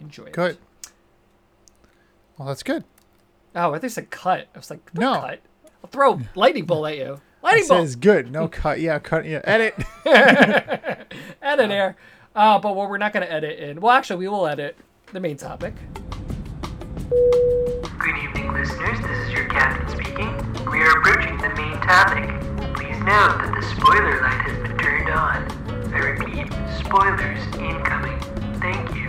Speaker 2: Enjoy it.
Speaker 1: Good. Well, that's good.
Speaker 2: Oh, I think it's a cut. I was like,
Speaker 1: No.
Speaker 2: no. cut. I'll throw a lightning bolt at you. Lightning
Speaker 1: It
Speaker 2: bolt.
Speaker 1: says good. No cut. Yeah, cut. Yeah, edit.
Speaker 2: edit air. Uh, but what we're not going to edit in. Well, actually, we will edit the main topic.
Speaker 4: Good evening, listeners. This is your captain speaking. We are approaching the main topic. Please note that the spoiler light has been turned on. I repeat, spoilers incoming. Thank you.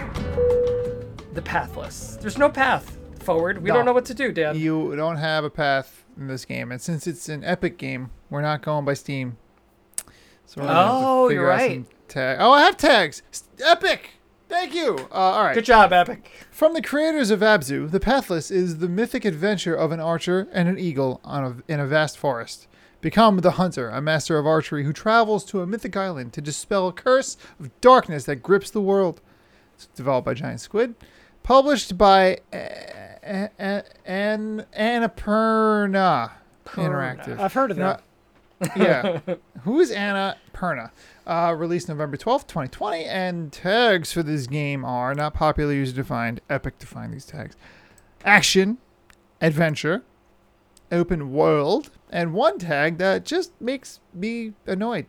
Speaker 2: The pathless. There's no path forward. We
Speaker 1: No.
Speaker 2: don't know what to do, Dan.
Speaker 1: you don't have a path in this game, and since it's an epic game, we're not going by Steam. So we're gonna have to
Speaker 2: Oh,
Speaker 1: figure
Speaker 2: you're
Speaker 1: out some Tag. Oh, I have tags. S- Epic. Thank you. Uh, all right.
Speaker 2: Good job, Epic.
Speaker 1: From the creators of Abzu, The Pathless is the mythic adventure of an archer and an eagle on a, in a vast forest. Become the hunter, a master of archery who travels to a mythic island to dispel a curse of darkness that grips the world. It's developed by Giant Squid. Published by A- A- A- An- Annapurna Interactive.
Speaker 3: I've heard of
Speaker 1: No,
Speaker 3: that.
Speaker 1: yeah. Who is Anna Perna? Uh, released November 12th, 2020. And tags for this game are not popular user defined. Epic defined these tags. Action, adventure, open world, and one tag that just makes me annoyed.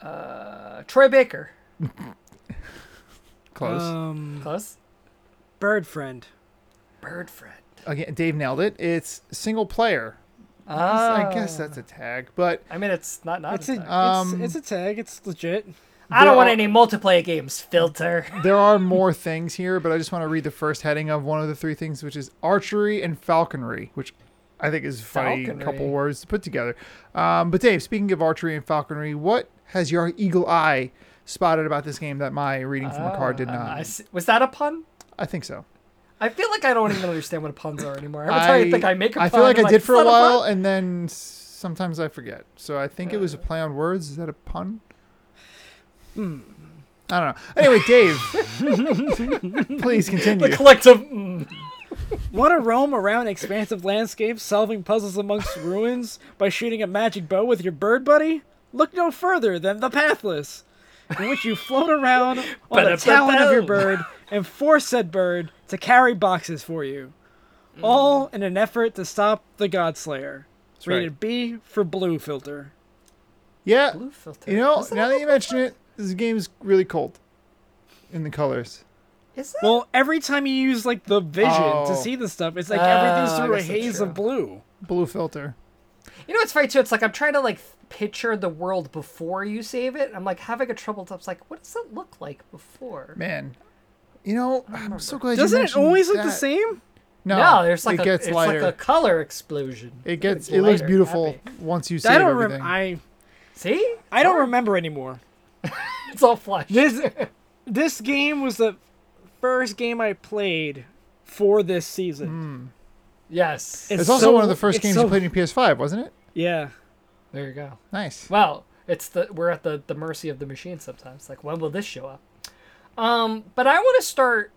Speaker 2: Uh, Troy Baker.
Speaker 1: Close.
Speaker 3: Um,
Speaker 2: Close.
Speaker 3: Bird Friend.
Speaker 2: Bird friend.
Speaker 1: Again, Dave nailed it. It's single player.
Speaker 2: Ah.
Speaker 1: I guess that's a tag, but
Speaker 2: I mean, it's not not.
Speaker 3: It's
Speaker 2: a
Speaker 3: a,
Speaker 2: tag.
Speaker 1: Um,
Speaker 3: it's, it's a tag. It's legit.
Speaker 2: I
Speaker 1: there
Speaker 2: don't want
Speaker 1: are-
Speaker 2: any multiplayer games. Filter.
Speaker 1: there are more things here, but I just want to read the first heading of one of the three things, which is archery and falconry, which I think is a funny
Speaker 2: Falconry.
Speaker 1: couple words to put together. Um, but Dave, speaking of archery and falconry, what has your eagle eye spotted about this game that my reading from a card did not?
Speaker 2: Uh, I
Speaker 1: I,
Speaker 2: s- was that a pun?
Speaker 1: think so.
Speaker 2: I feel like I don't even understand what puns are anymore. Every time I think I make a pun,
Speaker 1: I feel like
Speaker 2: I'm
Speaker 1: I did for
Speaker 2: "Is
Speaker 1: a
Speaker 2: that pun?" Uh.
Speaker 1: while, and then s- sometimes I forget. So I think it was a play on words. Is that a pun? Hmm.
Speaker 2: <laughs>
Speaker 1: I don't know. Anyway, Dave, please continue.
Speaker 2: The collective. mm.
Speaker 3: Want to roam around expansive landscapes, solving puzzles amongst ruins by shooting a magic bow with your bird buddy? Look no further than the Pathless, in which you float around on the
Speaker 2: Ba-da-ba-boom.
Speaker 3: talon of your bird and force said bird to carry boxes for you,
Speaker 1: Mm.
Speaker 3: all in an effort to stop the Godslayer.
Speaker 1: right.
Speaker 3: Rated B for blue filter.
Speaker 1: Yeah.
Speaker 2: Blue filter.
Speaker 1: You know,
Speaker 2: Is it
Speaker 1: now
Speaker 2: a
Speaker 1: that you mention it, this game's really cold in the colors.
Speaker 2: Is it?
Speaker 3: Well, every time you use like the vision to
Speaker 1: Oh. Ah,
Speaker 3: see the stuff, it's like
Speaker 2: Oh,
Speaker 3: everything's
Speaker 2: I
Speaker 3: through a
Speaker 2: guess that's
Speaker 3: haze
Speaker 2: true.
Speaker 3: of blue.
Speaker 1: Blue filter.
Speaker 2: you know what's funny too? It's like I'm trying to like picture the world before you save it. I'm like having a trouble. It's like, what does it look like before?
Speaker 1: Man. You know, I'm so glad you
Speaker 3: Doesn't it
Speaker 1: mentioned
Speaker 3: always look the
Speaker 1: that.
Speaker 3: same?
Speaker 1: No,
Speaker 2: no, there's like
Speaker 1: oh, it
Speaker 2: a,
Speaker 1: gets
Speaker 2: it's
Speaker 1: lighter.
Speaker 2: like a color explosion.
Speaker 1: it gets it looks
Speaker 2: lighter,
Speaker 1: beautiful
Speaker 2: happy.
Speaker 1: once you save
Speaker 3: I don't
Speaker 1: everything.
Speaker 3: remember. I
Speaker 2: See,
Speaker 3: I don't remember anymore.
Speaker 2: it's all flushed.
Speaker 3: This
Speaker 1: <laughs>
Speaker 3: this game was the first game I played for this
Speaker 1: Hmm.
Speaker 3: season.
Speaker 2: yes,
Speaker 1: it's
Speaker 3: It's
Speaker 1: also
Speaker 3: so-
Speaker 1: one of the first
Speaker 3: it's
Speaker 1: games
Speaker 3: so-
Speaker 1: you played in PS5, wasn't it?
Speaker 3: Yeah.
Speaker 2: there you go.
Speaker 1: Nice.
Speaker 2: Wow, it's the we're at the the mercy of the machine sometimes. Like, when will this show up? Um, but I want to start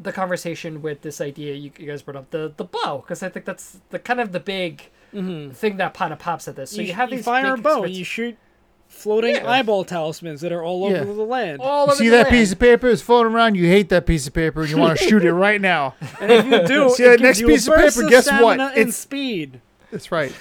Speaker 2: the conversation with this idea you, you guys brought up the the bow because I think that's the kind of the big thing that kind of pops at this. So you, have these
Speaker 3: fire a
Speaker 2: big
Speaker 3: bow and
Speaker 2: expensive-
Speaker 3: you shoot floating
Speaker 2: Yeah.
Speaker 3: eyeball talismans that are all over
Speaker 1: Yeah. Oh.
Speaker 3: the land.
Speaker 2: all
Speaker 1: You
Speaker 2: over
Speaker 1: see
Speaker 2: the
Speaker 1: that
Speaker 2: land.
Speaker 1: piece of paper is floating around. You hate that piece of paper and you want to shoot
Speaker 3: <laughs>
Speaker 1: it right now.
Speaker 3: And if you
Speaker 1: <laughs>
Speaker 3: do,
Speaker 1: See that
Speaker 3: it gives
Speaker 1: next
Speaker 3: you a
Speaker 1: piece of
Speaker 3: burst
Speaker 1: paper? Guess what?
Speaker 3: stamina And
Speaker 1: It's-
Speaker 3: speed.
Speaker 1: That's right.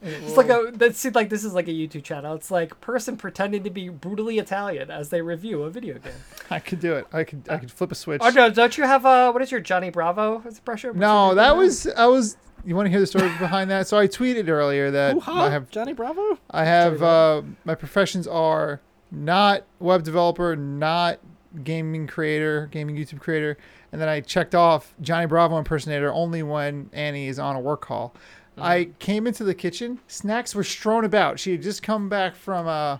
Speaker 2: It's like a that seemed like this is like a YouTube channel. It's like person pretending to be brutally Italian as they review a video game.
Speaker 1: I could do it. I could I could flip a switch.
Speaker 2: Oh no, don't you have uh what is your Johnny Bravo is it pressure?
Speaker 3: <laughs>
Speaker 1: No, that was I was. You want to hear the story behind that? So I tweeted earlier that
Speaker 3: Ooh-ha,
Speaker 1: I have
Speaker 3: Johnny Bravo.
Speaker 1: I have uh, my professions are not web developer, not gaming creator, gaming YouTube creator, and then I checked off Johnny Bravo impersonator only when Annie is on a work call. I came into the kitchen. Snacks were strewn about. She had just come back from uh,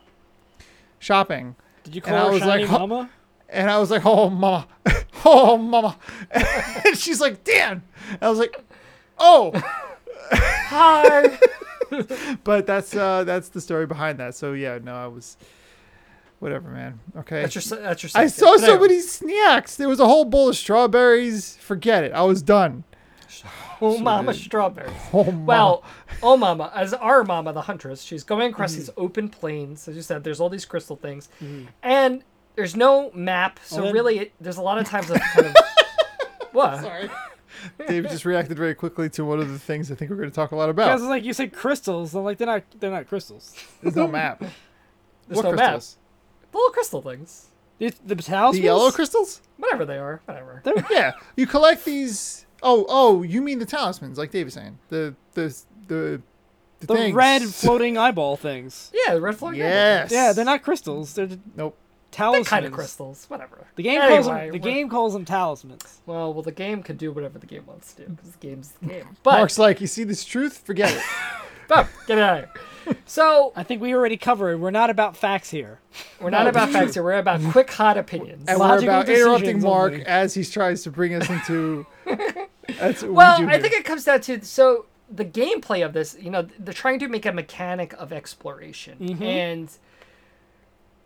Speaker 1: shopping,
Speaker 3: Did you
Speaker 1: And
Speaker 3: call
Speaker 1: I
Speaker 3: her
Speaker 1: was
Speaker 3: Shiny
Speaker 1: like, huh?
Speaker 3: Mama?
Speaker 1: and I was like, "Oh, mama, <laughs> oh, mama," <laughs> and she's like, "Dan," I was like, "Oh." <laughs>
Speaker 2: Hi.
Speaker 1: but that's uh that's the story behind that. So yeah, no, I was whatever, man. Okay.
Speaker 2: that's your that's your
Speaker 1: I
Speaker 2: second.
Speaker 1: saw
Speaker 2: But
Speaker 1: so
Speaker 2: anyway.
Speaker 1: many snacks. There was a whole bowl of strawberries. Forget it. I was
Speaker 2: <laughs>
Speaker 1: done.
Speaker 2: Oh, Mama Strawberry.
Speaker 1: Oh, my.
Speaker 2: Well, oh, Mama, as our Mama, the Huntress, she's going across these
Speaker 1: Mm-hmm.
Speaker 2: open plains. As you said, there's all these crystal things. And there's no map,
Speaker 1: Oh,
Speaker 2: so
Speaker 3: Well, then-
Speaker 2: really, it, there's a lot of
Speaker 1: <laughs>
Speaker 2: times of kind of. what?
Speaker 1: Dave just reacted very quickly to one of the things I think we're going to talk a lot
Speaker 3: Because
Speaker 1: about.
Speaker 3: like you said, crystals. I'm like they're not. They're not crystals.
Speaker 1: There's no map.
Speaker 2: <laughs> There's
Speaker 1: what
Speaker 2: no map.
Speaker 1: crystals?
Speaker 2: The little crystal things.
Speaker 3: The, the talismans.
Speaker 1: The yellow crystals?
Speaker 2: Whatever they are, whatever.
Speaker 1: Yeah. You collect these. Oh, oh, you mean the talismans, like Dave was saying. The the the the,
Speaker 3: The
Speaker 1: things.
Speaker 3: red floating eyeball things.
Speaker 2: Yeah, the red flag.
Speaker 1: Yes.
Speaker 3: Yeah, they're not crystals. They're just
Speaker 1: Nope.
Speaker 3: talismans.
Speaker 2: Kind of crystals, whatever.
Speaker 3: The game calls
Speaker 2: Anyway,
Speaker 3: them. The
Speaker 2: we're-
Speaker 3: game calls them talismans.
Speaker 2: Well, well, the game can do whatever the game wants to because the game's the game.
Speaker 3: <laughs>
Speaker 2: But
Speaker 1: Mark's like, you see this truth? Forget it.
Speaker 2: Oh, get it out of
Speaker 3: <laughs>
Speaker 2: here. So
Speaker 3: I think we already covered. We're not about facts here.
Speaker 2: we're not about facts here. We're about quick, hot opinions.
Speaker 1: and we're
Speaker 3: Logical
Speaker 1: about interrupting
Speaker 3: decisions
Speaker 1: Mark
Speaker 3: only.
Speaker 1: as he tries to bring us
Speaker 2: <laughs>
Speaker 1: into. that's what
Speaker 2: Well,
Speaker 1: we do
Speaker 2: I
Speaker 1: here.
Speaker 2: think it comes down to so the gameplay of this. You know, they're trying to make a mechanic of exploration,
Speaker 3: Mm-hmm.
Speaker 2: and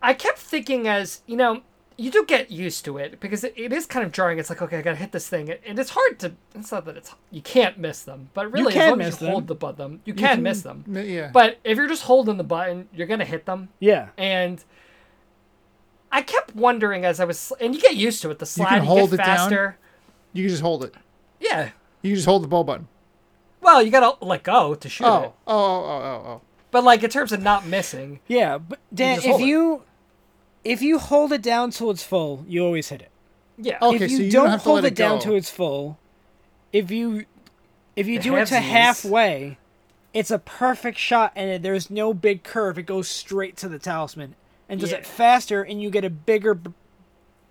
Speaker 2: I kept thinking as you know, you do get used to it because it, it is kind of jarring. It's like okay, I gotta hit this thing, and it's hard to. It's not that it's you can't miss them, but really, as
Speaker 3: can
Speaker 2: long as
Speaker 3: miss
Speaker 2: you
Speaker 3: them.
Speaker 2: hold the button, you, can, miss them.
Speaker 1: M- yeah.
Speaker 2: But if you're just holding the button, you're gonna hit them,
Speaker 3: Yeah.
Speaker 2: and. I kept wondering as I was, and you get used to it. The slide,
Speaker 1: can
Speaker 2: you,
Speaker 1: hold it
Speaker 2: get
Speaker 1: down.
Speaker 2: faster.
Speaker 1: you can just hold it.
Speaker 2: Yeah,
Speaker 1: You can just hold the ball button.
Speaker 2: Well, you gotta let go to shoot it.
Speaker 1: Oh, oh, oh, oh, oh,
Speaker 2: But like in terms of not missing,
Speaker 3: Yeah, but Dan,
Speaker 2: just
Speaker 3: if
Speaker 2: hold it.
Speaker 3: you if you hold it down till it's full, you always hit it.
Speaker 2: yeah.
Speaker 1: oh. Okay,
Speaker 3: if you,
Speaker 1: so you
Speaker 3: don't,
Speaker 1: have to
Speaker 3: hold
Speaker 1: let
Speaker 3: it down
Speaker 1: go.
Speaker 3: to its full, if you if you
Speaker 2: The
Speaker 3: do it to
Speaker 2: halfsies.
Speaker 3: halfway, it's a perfect shot and it- there's no big curve. It goes straight to the talisman and does
Speaker 2: Yeah.
Speaker 3: it faster, and you get a bigger b-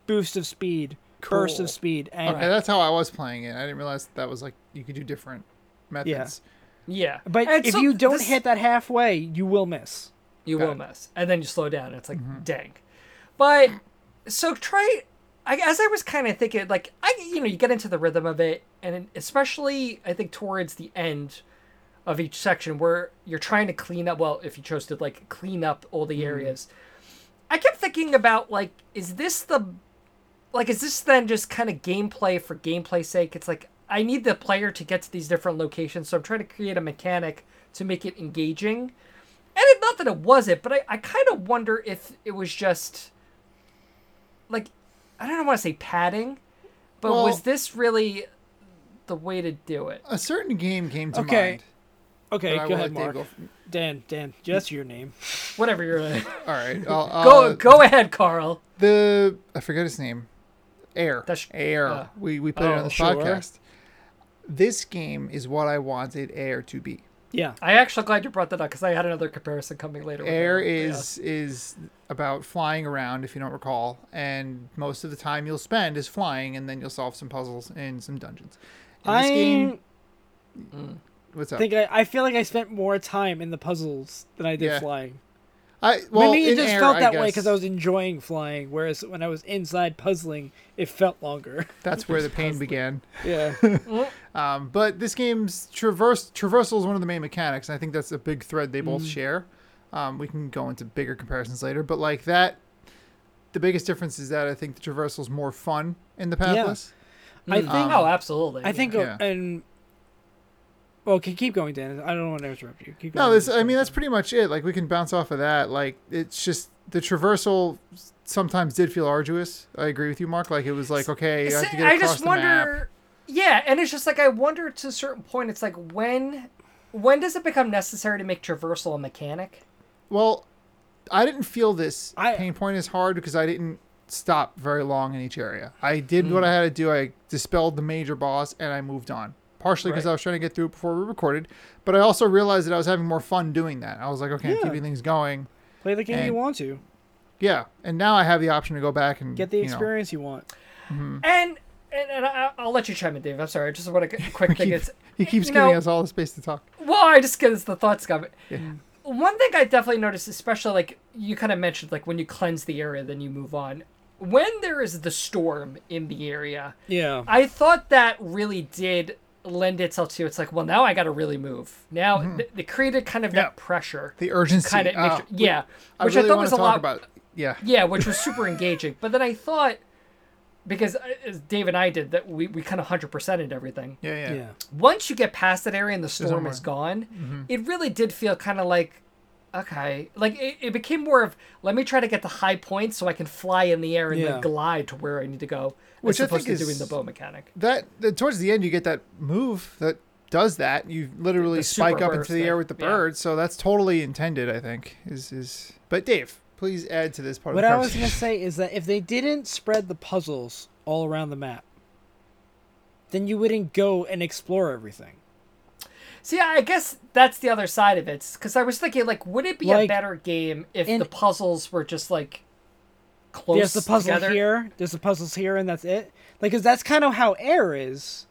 Speaker 3: boost of speed, burst
Speaker 2: Cool.
Speaker 3: of speed, and
Speaker 1: Okay, that's how I was playing it. I didn't realize that was like you could do different methods.
Speaker 2: yeah.
Speaker 3: but
Speaker 2: And
Speaker 3: if
Speaker 2: so
Speaker 3: you don't
Speaker 2: this-
Speaker 3: hit that halfway, you will miss.
Speaker 2: you will
Speaker 1: it.
Speaker 2: miss, and then you slow down. And it's like dang. But so try. I, as I was kind of thinking, like I, you know, you get into the rhythm of it, and especially I think towards the end of each section where you're trying to clean up. Well, if you chose to like clean up all the areas, I kept thinking about like, is this the like is this then just kind of gameplay for gameplay's sake? It's like I need the player to get to these different locations, so I'm trying to create a mechanic to make it engaging. And it, not that it wasn't, but I, I kind of wonder if it was just like I don't want to say padding, but
Speaker 1: Well-
Speaker 2: was this really the way to do it?
Speaker 1: A certain game came to
Speaker 3: Okay.
Speaker 1: mind.
Speaker 3: Okay,
Speaker 1: but I
Speaker 3: go
Speaker 1: will
Speaker 3: ahead,
Speaker 1: let
Speaker 3: Mark.
Speaker 1: Dave
Speaker 3: Dan, Dan, that's your name.
Speaker 2: Whatever you're in.
Speaker 1: go- All
Speaker 2: <laughs>
Speaker 1: right. I'll,
Speaker 2: go
Speaker 1: uh,
Speaker 2: go ahead, Carl.
Speaker 1: The I forget his name. Air.
Speaker 2: That's-
Speaker 1: Air.
Speaker 2: uh,
Speaker 1: we we put it
Speaker 2: oh,
Speaker 1: on the
Speaker 3: sure.
Speaker 1: podcast. This game is what I wanted Air to be.
Speaker 3: Yeah.
Speaker 2: I actually glad you brought that up because I had another comparison coming later. with
Speaker 1: Air
Speaker 3: Uh-huh.
Speaker 2: that. Yeah.
Speaker 1: is is about flying around, if you don't recall, and most of the time you'll spend is flying, and then you'll solve some puzzles and some dungeons. In this
Speaker 3: I
Speaker 1: game, what's up?
Speaker 3: think I, I feel like I spent more time in the puzzles than I did
Speaker 1: Yeah.
Speaker 3: flying.
Speaker 1: I well,
Speaker 3: Maybe it
Speaker 1: in
Speaker 3: just
Speaker 1: Air,
Speaker 3: felt
Speaker 1: I
Speaker 3: that way
Speaker 1: guess
Speaker 3: because I was enjoying flying, whereas when I was inside puzzling, it felt longer. <laughs>
Speaker 1: that's where the pain began.
Speaker 3: Yeah.
Speaker 1: Hmm. Um, but this game's traverse traversal is one of the main mechanics, and I think that's a big thread they
Speaker 3: Mm-hmm.
Speaker 1: both share. Um, we can go into bigger comparisons later, but like that, the biggest difference is that I think the traversal is more fun in the pathless.
Speaker 3: I think
Speaker 2: oh, absolutely.
Speaker 3: I think
Speaker 1: Ah, Yeah.
Speaker 3: and well, okay, keep going, Dan. I don't want to interrupt you. Keep going.
Speaker 1: No, this I mean that's pretty much it. Like we can bounce off of that. Like it's just the traversal sometimes did feel arduous. I agree with you, Mark. Like it was like okay, I have to
Speaker 2: See,
Speaker 1: get across
Speaker 2: just
Speaker 1: the map.
Speaker 2: wonder. Yeah, and it's just like I wonder to a certain point. It's like when, when does it become necessary to make traversal a mechanic?
Speaker 1: Well, I didn't feel this
Speaker 3: I-
Speaker 1: pain point as hard because I didn't stop very long in each area. I did what I had to do. I dispelled the major boss and I moved on. Partially because
Speaker 2: Right.
Speaker 1: I was trying to get through it before we recorded, but I also realized that I was having more fun doing that. I was like, okay, I'm
Speaker 3: Yeah.
Speaker 1: keeping things going.
Speaker 3: play the game you
Speaker 1: and-
Speaker 3: want to,
Speaker 1: Yeah, and now I have the option to go back and
Speaker 3: get the
Speaker 1: you know,
Speaker 3: experience you, want.
Speaker 2: And and, and I, I'll let you chime in, Dave. I'm sorry. I just want to
Speaker 1: <laughs>
Speaker 2: quick thing.
Speaker 1: keep-
Speaker 2: It's
Speaker 1: he keeps
Speaker 2: you
Speaker 1: giving
Speaker 2: know-
Speaker 1: us all the space to talk.
Speaker 2: Well, I just get it's the thoughts of it. One thing I definitely noticed, especially like you kind of mentioned, like when you cleanse the area, then you move on. When there is the storm in the area,
Speaker 3: Yeah.
Speaker 2: I thought that really did lend itself to. It's like, well, now I got to really move. Now th- it created kind of
Speaker 1: Mm-hmm. Yeah.
Speaker 2: that pressure.
Speaker 1: The urgency.
Speaker 2: kind of
Speaker 1: Ah,
Speaker 2: yeah,
Speaker 1: I
Speaker 2: which
Speaker 1: really
Speaker 2: I thought
Speaker 1: want
Speaker 2: was
Speaker 1: to
Speaker 2: a
Speaker 1: talk
Speaker 2: lot.
Speaker 1: about. Yeah,
Speaker 2: Yeah, which was super engaging. But then I thought, because uh, as Dave and I did, that we, we kind of 100%ed everything
Speaker 1: yeah, yeah.
Speaker 3: yeah.
Speaker 2: once you get past that area and the storm
Speaker 1: more.
Speaker 2: is gone,
Speaker 1: Mm-hmm.
Speaker 2: it really did feel kind of like, okay, like it, it became more of let me try to get the high point so I can fly in the air and
Speaker 3: Yeah.
Speaker 2: then glide to where I need to go,
Speaker 1: Which I
Speaker 2: as opposed
Speaker 1: think
Speaker 2: to
Speaker 1: is-
Speaker 2: doing the bow mechanic.
Speaker 1: that, that towards the end you get that move that does that you literally
Speaker 2: The super
Speaker 1: spike up
Speaker 2: burst
Speaker 1: into the
Speaker 2: thing,
Speaker 1: air with the
Speaker 2: yeah.
Speaker 1: bird so that's totally intended i think is is but dave please add to this part
Speaker 3: What
Speaker 1: of the
Speaker 3: I was gonna
Speaker 1: conversation.
Speaker 3: say is that if they didn't spread the puzzles all around the map, then you wouldn't go and explore everything.
Speaker 2: See, I guess that's the other side of it because I was thinking like, would it be a
Speaker 3: Like,
Speaker 2: better game if
Speaker 3: in-
Speaker 2: the puzzles were just like close
Speaker 3: There's the puzzle
Speaker 2: together?
Speaker 3: here. There's the puzzles here, and that's it. Like, cause that's kind of how air is,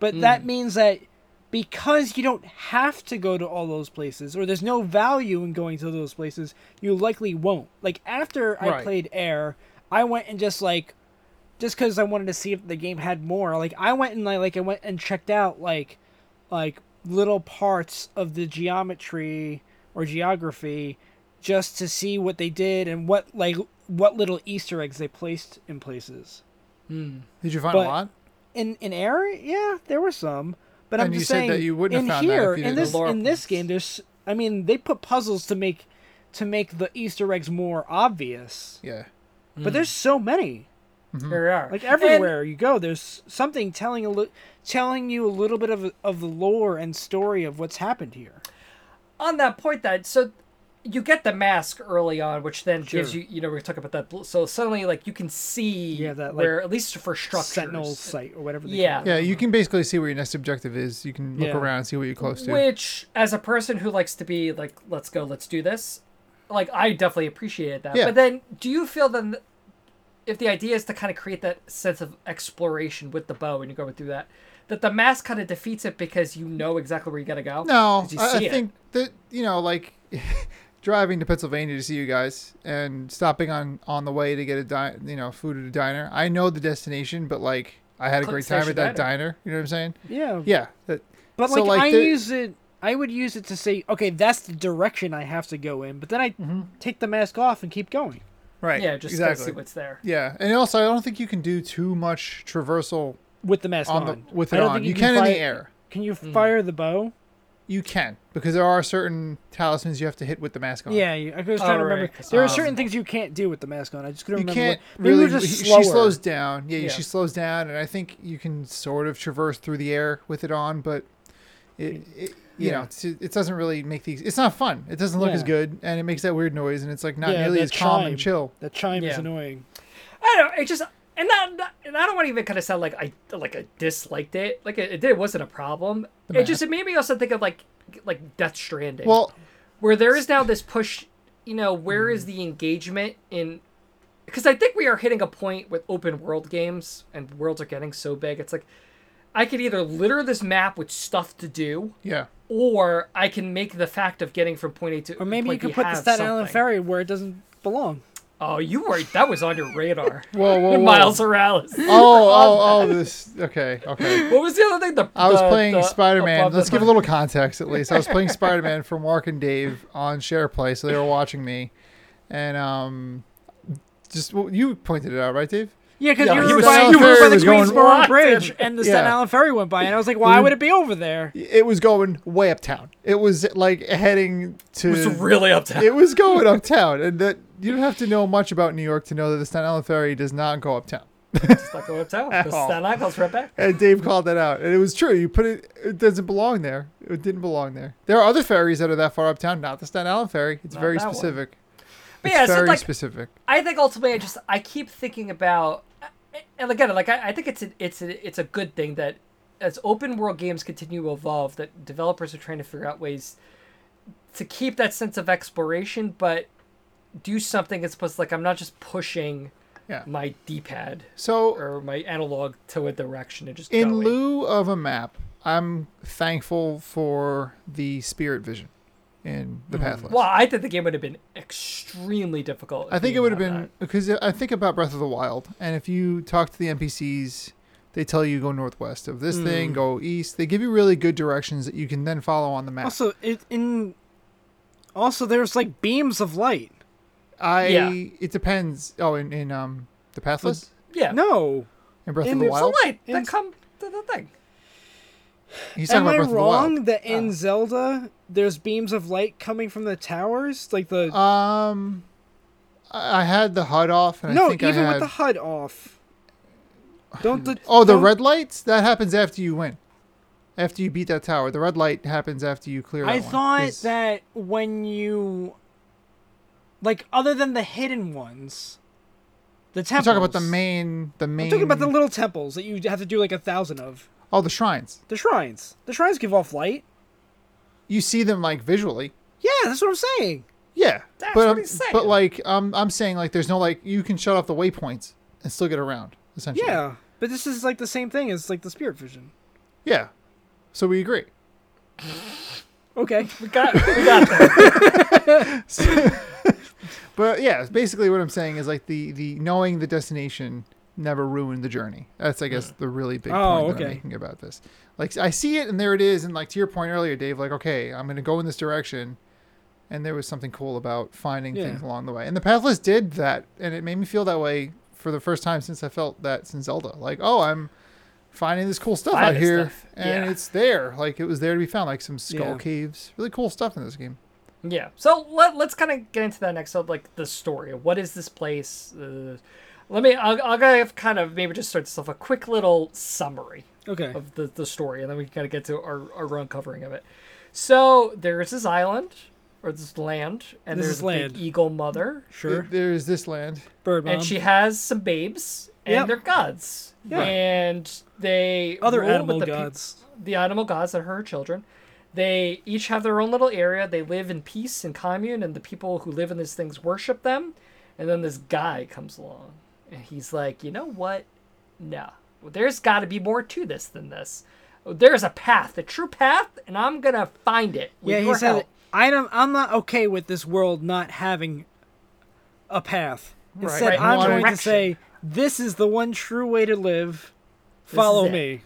Speaker 3: but that means that because you don't have to go to all those places, or there's no value in going to those places, you likely won't. Like after I
Speaker 1: Right.
Speaker 3: played air, I went and just like, just cause I wanted to see if the game had more. Like I went and I like I went and checked out like, like little parts of the geometry or geography just to see what they did and what like what little Easter eggs they placed in places.
Speaker 1: did you find
Speaker 3: but-
Speaker 1: a lot
Speaker 3: In in air, yeah, there were some, but I'm
Speaker 1: And you
Speaker 3: just
Speaker 1: said
Speaker 3: saying
Speaker 1: that you wouldn't have found
Speaker 3: in
Speaker 1: that if
Speaker 3: here
Speaker 1: you
Speaker 3: in
Speaker 1: didn't-
Speaker 3: this
Speaker 2: The lore
Speaker 3: in this
Speaker 2: points.
Speaker 3: game there's I mean they put puzzles to make to make the Easter eggs more obvious,
Speaker 1: yeah Mm.
Speaker 3: but there's so many.
Speaker 2: Mm-hmm. There are
Speaker 3: Like
Speaker 2: And-
Speaker 3: everywhere you go, there's something telling a li- telling you a little bit of of the lore and story of what's happened here.
Speaker 2: on that point that so you get the mask early on which then gives
Speaker 3: Sure.
Speaker 2: you you know we talked about that bl- so suddenly like you can see
Speaker 3: Yeah, that,
Speaker 2: where at least for structures
Speaker 3: Sentinel site or whatever. They
Speaker 2: Yeah.
Speaker 3: Call it.
Speaker 1: yeah you can basically see where your next objective is you can look
Speaker 3: Yeah.
Speaker 1: around and see what you're close to
Speaker 2: which as a person who likes to be like let's go let's do this like i definitely appreciated that
Speaker 1: Yeah.
Speaker 2: but then do you feel then if the idea is to kind of create that sense of exploration with the bow and you're going through that that the mask kind of defeats it because you know exactly where you gotta go
Speaker 1: no
Speaker 2: 'Cause you
Speaker 1: i, I
Speaker 2: see it.
Speaker 1: think that you know like <laughs> driving to pennsylvania to see you guys and stopping on on the way to get a di- you know food at a diner i know the destination but like i had a
Speaker 2: Click
Speaker 1: great time
Speaker 2: station
Speaker 1: at that
Speaker 2: diner.
Speaker 1: diner you know what i'm saying
Speaker 3: Yeah.
Speaker 1: yeah that,
Speaker 3: But
Speaker 1: So,
Speaker 3: like,
Speaker 1: like,
Speaker 3: I
Speaker 1: the-
Speaker 3: use it, I would use it to say, okay, that's the direction I have to go in. But then I
Speaker 2: Mm-hmm.
Speaker 3: take the mask off and keep going.
Speaker 1: right
Speaker 2: yeah just gotta
Speaker 1: exactly
Speaker 2: see what's there
Speaker 1: Yeah, and also I don't think you can do too much traversal
Speaker 3: with the mask
Speaker 1: on
Speaker 3: on.
Speaker 1: the- with it
Speaker 3: I don't
Speaker 1: on.
Speaker 3: think
Speaker 1: You can in the
Speaker 3: fire-
Speaker 1: air.
Speaker 3: Can you fire the bow?
Speaker 1: You can because there are certain talismans you have to hit with the mask on.
Speaker 3: Yeah, you- I was trying to
Speaker 2: Oh,
Speaker 3: remember.
Speaker 2: right.
Speaker 3: There are
Speaker 2: Um,
Speaker 3: certain things you can't do with the mask on. I just couldn't
Speaker 1: You
Speaker 3: remember.
Speaker 1: can't
Speaker 3: what,
Speaker 1: <laughs>
Speaker 3: maybe
Speaker 1: really.
Speaker 3: it was just
Speaker 1: she-
Speaker 3: slower.
Speaker 1: she slows down. Yeah,
Speaker 3: Yeah.
Speaker 1: she slows down, and I think you can sort of traverse through the air with it on, but it, it you
Speaker 3: Yeah.
Speaker 1: know, it's, it doesn't really make these. It's not fun. It doesn't look as
Speaker 3: Yeah.
Speaker 1: good, and it makes that weird noise, and it's like not
Speaker 3: Yeah,
Speaker 1: nearly
Speaker 3: that
Speaker 1: as calm
Speaker 3: chime.
Speaker 1: and chill.
Speaker 3: That chime is
Speaker 2: Yeah.
Speaker 3: annoying.
Speaker 2: I don't. It just and that, that- and I don't want to even kind of sound like I like I disliked it. Like it, it did- wasn't a problem.
Speaker 1: The
Speaker 2: It just it made me also think of like like Death Stranding,
Speaker 1: Well,
Speaker 2: where there is now this push. You know, where
Speaker 3: Mm.
Speaker 2: is the engagement in? Because I think we are hitting a point with open world games, and worlds are getting so big. It's like I could either litter this map with stuff to do,
Speaker 1: yeah.
Speaker 2: or I can make the fact of getting from point A to
Speaker 3: Or maybe you
Speaker 2: point B
Speaker 3: could put the
Speaker 2: have
Speaker 3: Staten Island
Speaker 2: something.
Speaker 3: Ferry where it doesn't belong.
Speaker 2: Oh, you were that was on your
Speaker 3: <laughs>
Speaker 2: radar.
Speaker 1: Whoa,
Speaker 2: <laughs>
Speaker 1: whoa, whoa.
Speaker 2: Miles Morales.
Speaker 1: Oh, oh, oh! This okay, okay.
Speaker 2: <laughs> What was the other thing? The,
Speaker 1: I was
Speaker 2: the-
Speaker 1: playing
Speaker 2: the-
Speaker 1: Spider Man.
Speaker 2: above
Speaker 1: Let's
Speaker 2: the-
Speaker 1: give a little context at least. I
Speaker 2: <laughs>
Speaker 1: was playing Spider Man from Mark and Dave on SharePlay, so they were watching me, and um, just well, you pointed it out, right, Dave?
Speaker 3: Yeah, because
Speaker 2: Yeah,
Speaker 3: you
Speaker 2: he
Speaker 3: were
Speaker 2: was-
Speaker 3: by,
Speaker 2: Staten
Speaker 3: you were
Speaker 2: Ferry
Speaker 3: by the
Speaker 2: was going-
Speaker 3: Queensboro
Speaker 2: Locked
Speaker 3: Bridge,
Speaker 2: in.
Speaker 3: and the Staten
Speaker 1: Yeah.
Speaker 3: Island Ferry went by, and I was like, why would it be over there?
Speaker 1: It was going way uptown. It was like heading to.
Speaker 2: It was really up
Speaker 3: <laughs>
Speaker 2: to
Speaker 1: <laughs> it was going uptown, and that you don't have to know much about New York to know that the Staten Island Ferry does not go uptown.
Speaker 2: It's not going uptown. The
Speaker 1: all.
Speaker 2: Staten Island goes right back.
Speaker 1: And Dave called that out, and it was true. You put it; it doesn't belong there. It didn't belong there. There are other ferries that are that far uptown, not the Staten Island ferry. It's very
Speaker 2: that one.
Speaker 1: specific.
Speaker 2: But
Speaker 1: It's
Speaker 2: yeah, so
Speaker 1: very
Speaker 2: like
Speaker 1: specific.
Speaker 2: I think ultimately, I just I keep thinking about, and again, like I, I think it's a, it's a, it's a good thing that as open world games continue to evolve, that developers are trying to figure out ways to keep that sense of exploration, but do something as opposed to like I'm not just pushing
Speaker 1: Yeah.
Speaker 2: my D-pad
Speaker 1: So
Speaker 2: or my analog to a direction and just
Speaker 1: in
Speaker 2: going.
Speaker 1: lieu of a map, I'm thankful for the spirit vision in the Pathless.
Speaker 2: Mm-hmm. Well, I think the game would have been extremely difficult. if
Speaker 1: I think
Speaker 2: we
Speaker 1: it would have
Speaker 2: didn't
Speaker 1: been because I think about Breath of the Wild, and if you talk to the NPCs, they tell you go northwest of this
Speaker 3: Mm.
Speaker 1: thing, go east. They give you really good directions that you can then follow on the map.
Speaker 3: Also, it, in also there's like beams of light.
Speaker 1: I
Speaker 2: Yeah.
Speaker 1: it depends. Oh, in, in um the Pathless
Speaker 2: that. Yeah.
Speaker 3: No,
Speaker 1: in Breath
Speaker 3: in
Speaker 1: of the
Speaker 3: Breath
Speaker 1: Wild.
Speaker 2: Light
Speaker 3: In-
Speaker 2: that come to the thing.
Speaker 1: He's talking
Speaker 3: am
Speaker 1: about
Speaker 3: I
Speaker 1: Breath of the
Speaker 3: wrong
Speaker 1: Wild. Oh.
Speaker 3: that in Zelda there's beams of light coming from the towers, like the
Speaker 1: Um, I I had the HUD off, and I
Speaker 3: no,
Speaker 1: think
Speaker 3: even
Speaker 1: I had
Speaker 3: with the HUD off. Don't the
Speaker 1: Oh, the
Speaker 3: don't-
Speaker 1: red lights? That happens after you win. After you beat that tower. The red light happens after you clear that
Speaker 3: I
Speaker 1: one,
Speaker 3: thought
Speaker 1: 'cause-
Speaker 3: that when you like other than the hidden ones, the
Speaker 1: You
Speaker 3: temples.
Speaker 1: talk about the main the main
Speaker 3: I'm talking about the little temples that you have to do like a thousand of.
Speaker 1: Oh, the shrines.
Speaker 3: The shrines. The shrines give off light.
Speaker 1: You see them like visually.
Speaker 3: Yeah, that's what I'm saying.
Speaker 1: Yeah.
Speaker 2: That's
Speaker 1: but
Speaker 2: what
Speaker 1: um,
Speaker 2: he's saying.
Speaker 1: but like um I'm saying like there's no like you can shut off the waypoints and still get around, essentially.
Speaker 3: Yeah, but this is like the same thing as like the spirit vision.
Speaker 1: Yeah. So we agree.
Speaker 3: <laughs> Okay.
Speaker 2: We got, we got that.
Speaker 1: But yeah, basically what I'm saying is like the the knowing the destination never ruined the journey. That's I guess the really big
Speaker 3: Oh,
Speaker 1: point that I'm
Speaker 3: okay.
Speaker 1: making about this. Like I see it and there it is, and like to your point earlier, Dave, like okay, I'm gonna go in this direction, and there was something cool about finding
Speaker 3: Yeah.
Speaker 1: things along the way. And the Pathless did that, and it made me feel that way for the first time since I felt that since Zelda. Like oh, I'm finding this cool stuff
Speaker 2: Find
Speaker 1: out
Speaker 2: this
Speaker 1: here,
Speaker 2: stuff.
Speaker 1: and
Speaker 2: Yeah.
Speaker 1: it's there. Like it was there to be found, like some skull
Speaker 3: Yeah.
Speaker 1: caves, really cool stuff in this game.
Speaker 2: yeah. So let, let's kind of get into that next, so, like the story. What is this place? Uh, let me. I'll, I'll kind of- kind of maybe just start this off a quick little summary
Speaker 3: Okay.
Speaker 2: of the, the story, and then we kind of get to our, our uncovering of it. So there's this island or this land, and
Speaker 3: This
Speaker 2: there's
Speaker 3: is
Speaker 2: a big
Speaker 3: land.
Speaker 2: eagle mother,
Speaker 3: Sure.
Speaker 1: There's this land.
Speaker 3: Bird mom.
Speaker 2: and she has some babes, and
Speaker 3: Yep.
Speaker 2: they're gods,
Speaker 3: Yeah.
Speaker 2: and they
Speaker 3: Other
Speaker 2: rule with
Speaker 3: animal
Speaker 2: the peop-
Speaker 3: gods.
Speaker 2: the animal gods are her children. They each have their own little area. They live in peace and commune, and the people who live in these things worship them. And then this guy comes along, and he's like, you know what? No, there's got to be more to this than this. There's a path, a true path, and I'm gonna find it. with
Speaker 3: yeah, he
Speaker 2: your
Speaker 3: said,
Speaker 2: help."
Speaker 3: "I don't. I'm not okay with this world not having a path. Instead,
Speaker 2: Right.
Speaker 3: I'm
Speaker 1: One
Speaker 3: going to
Speaker 2: direction.
Speaker 3: say this is the one true way to live. Follow
Speaker 2: it.
Speaker 3: me."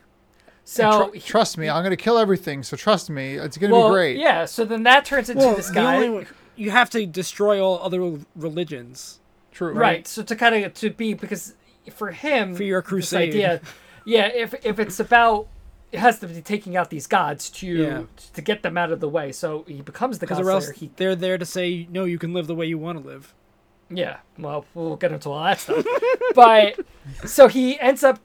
Speaker 2: So
Speaker 1: Tru- trust me, I'm gonna kill everything. So trust me, it's gonna
Speaker 2: well,
Speaker 1: be great.
Speaker 2: yeah. So then that turns into this
Speaker 3: the
Speaker 2: guy.
Speaker 3: only way- you have to destroy all other religions.
Speaker 1: True.
Speaker 2: right so to kind of to be because for him
Speaker 3: For your
Speaker 2: this
Speaker 3: crusade.
Speaker 2: idea Yeah, if if it's about it has to be taking out these gods to
Speaker 3: Yeah.
Speaker 2: to get them out of the way, so he becomes the god
Speaker 3: Because or else
Speaker 2: slayer. He,
Speaker 3: they're there to say, no, you can live the way you want to live.
Speaker 2: yeah, well, we'll get into all that stuff. <laughs> but so he ends up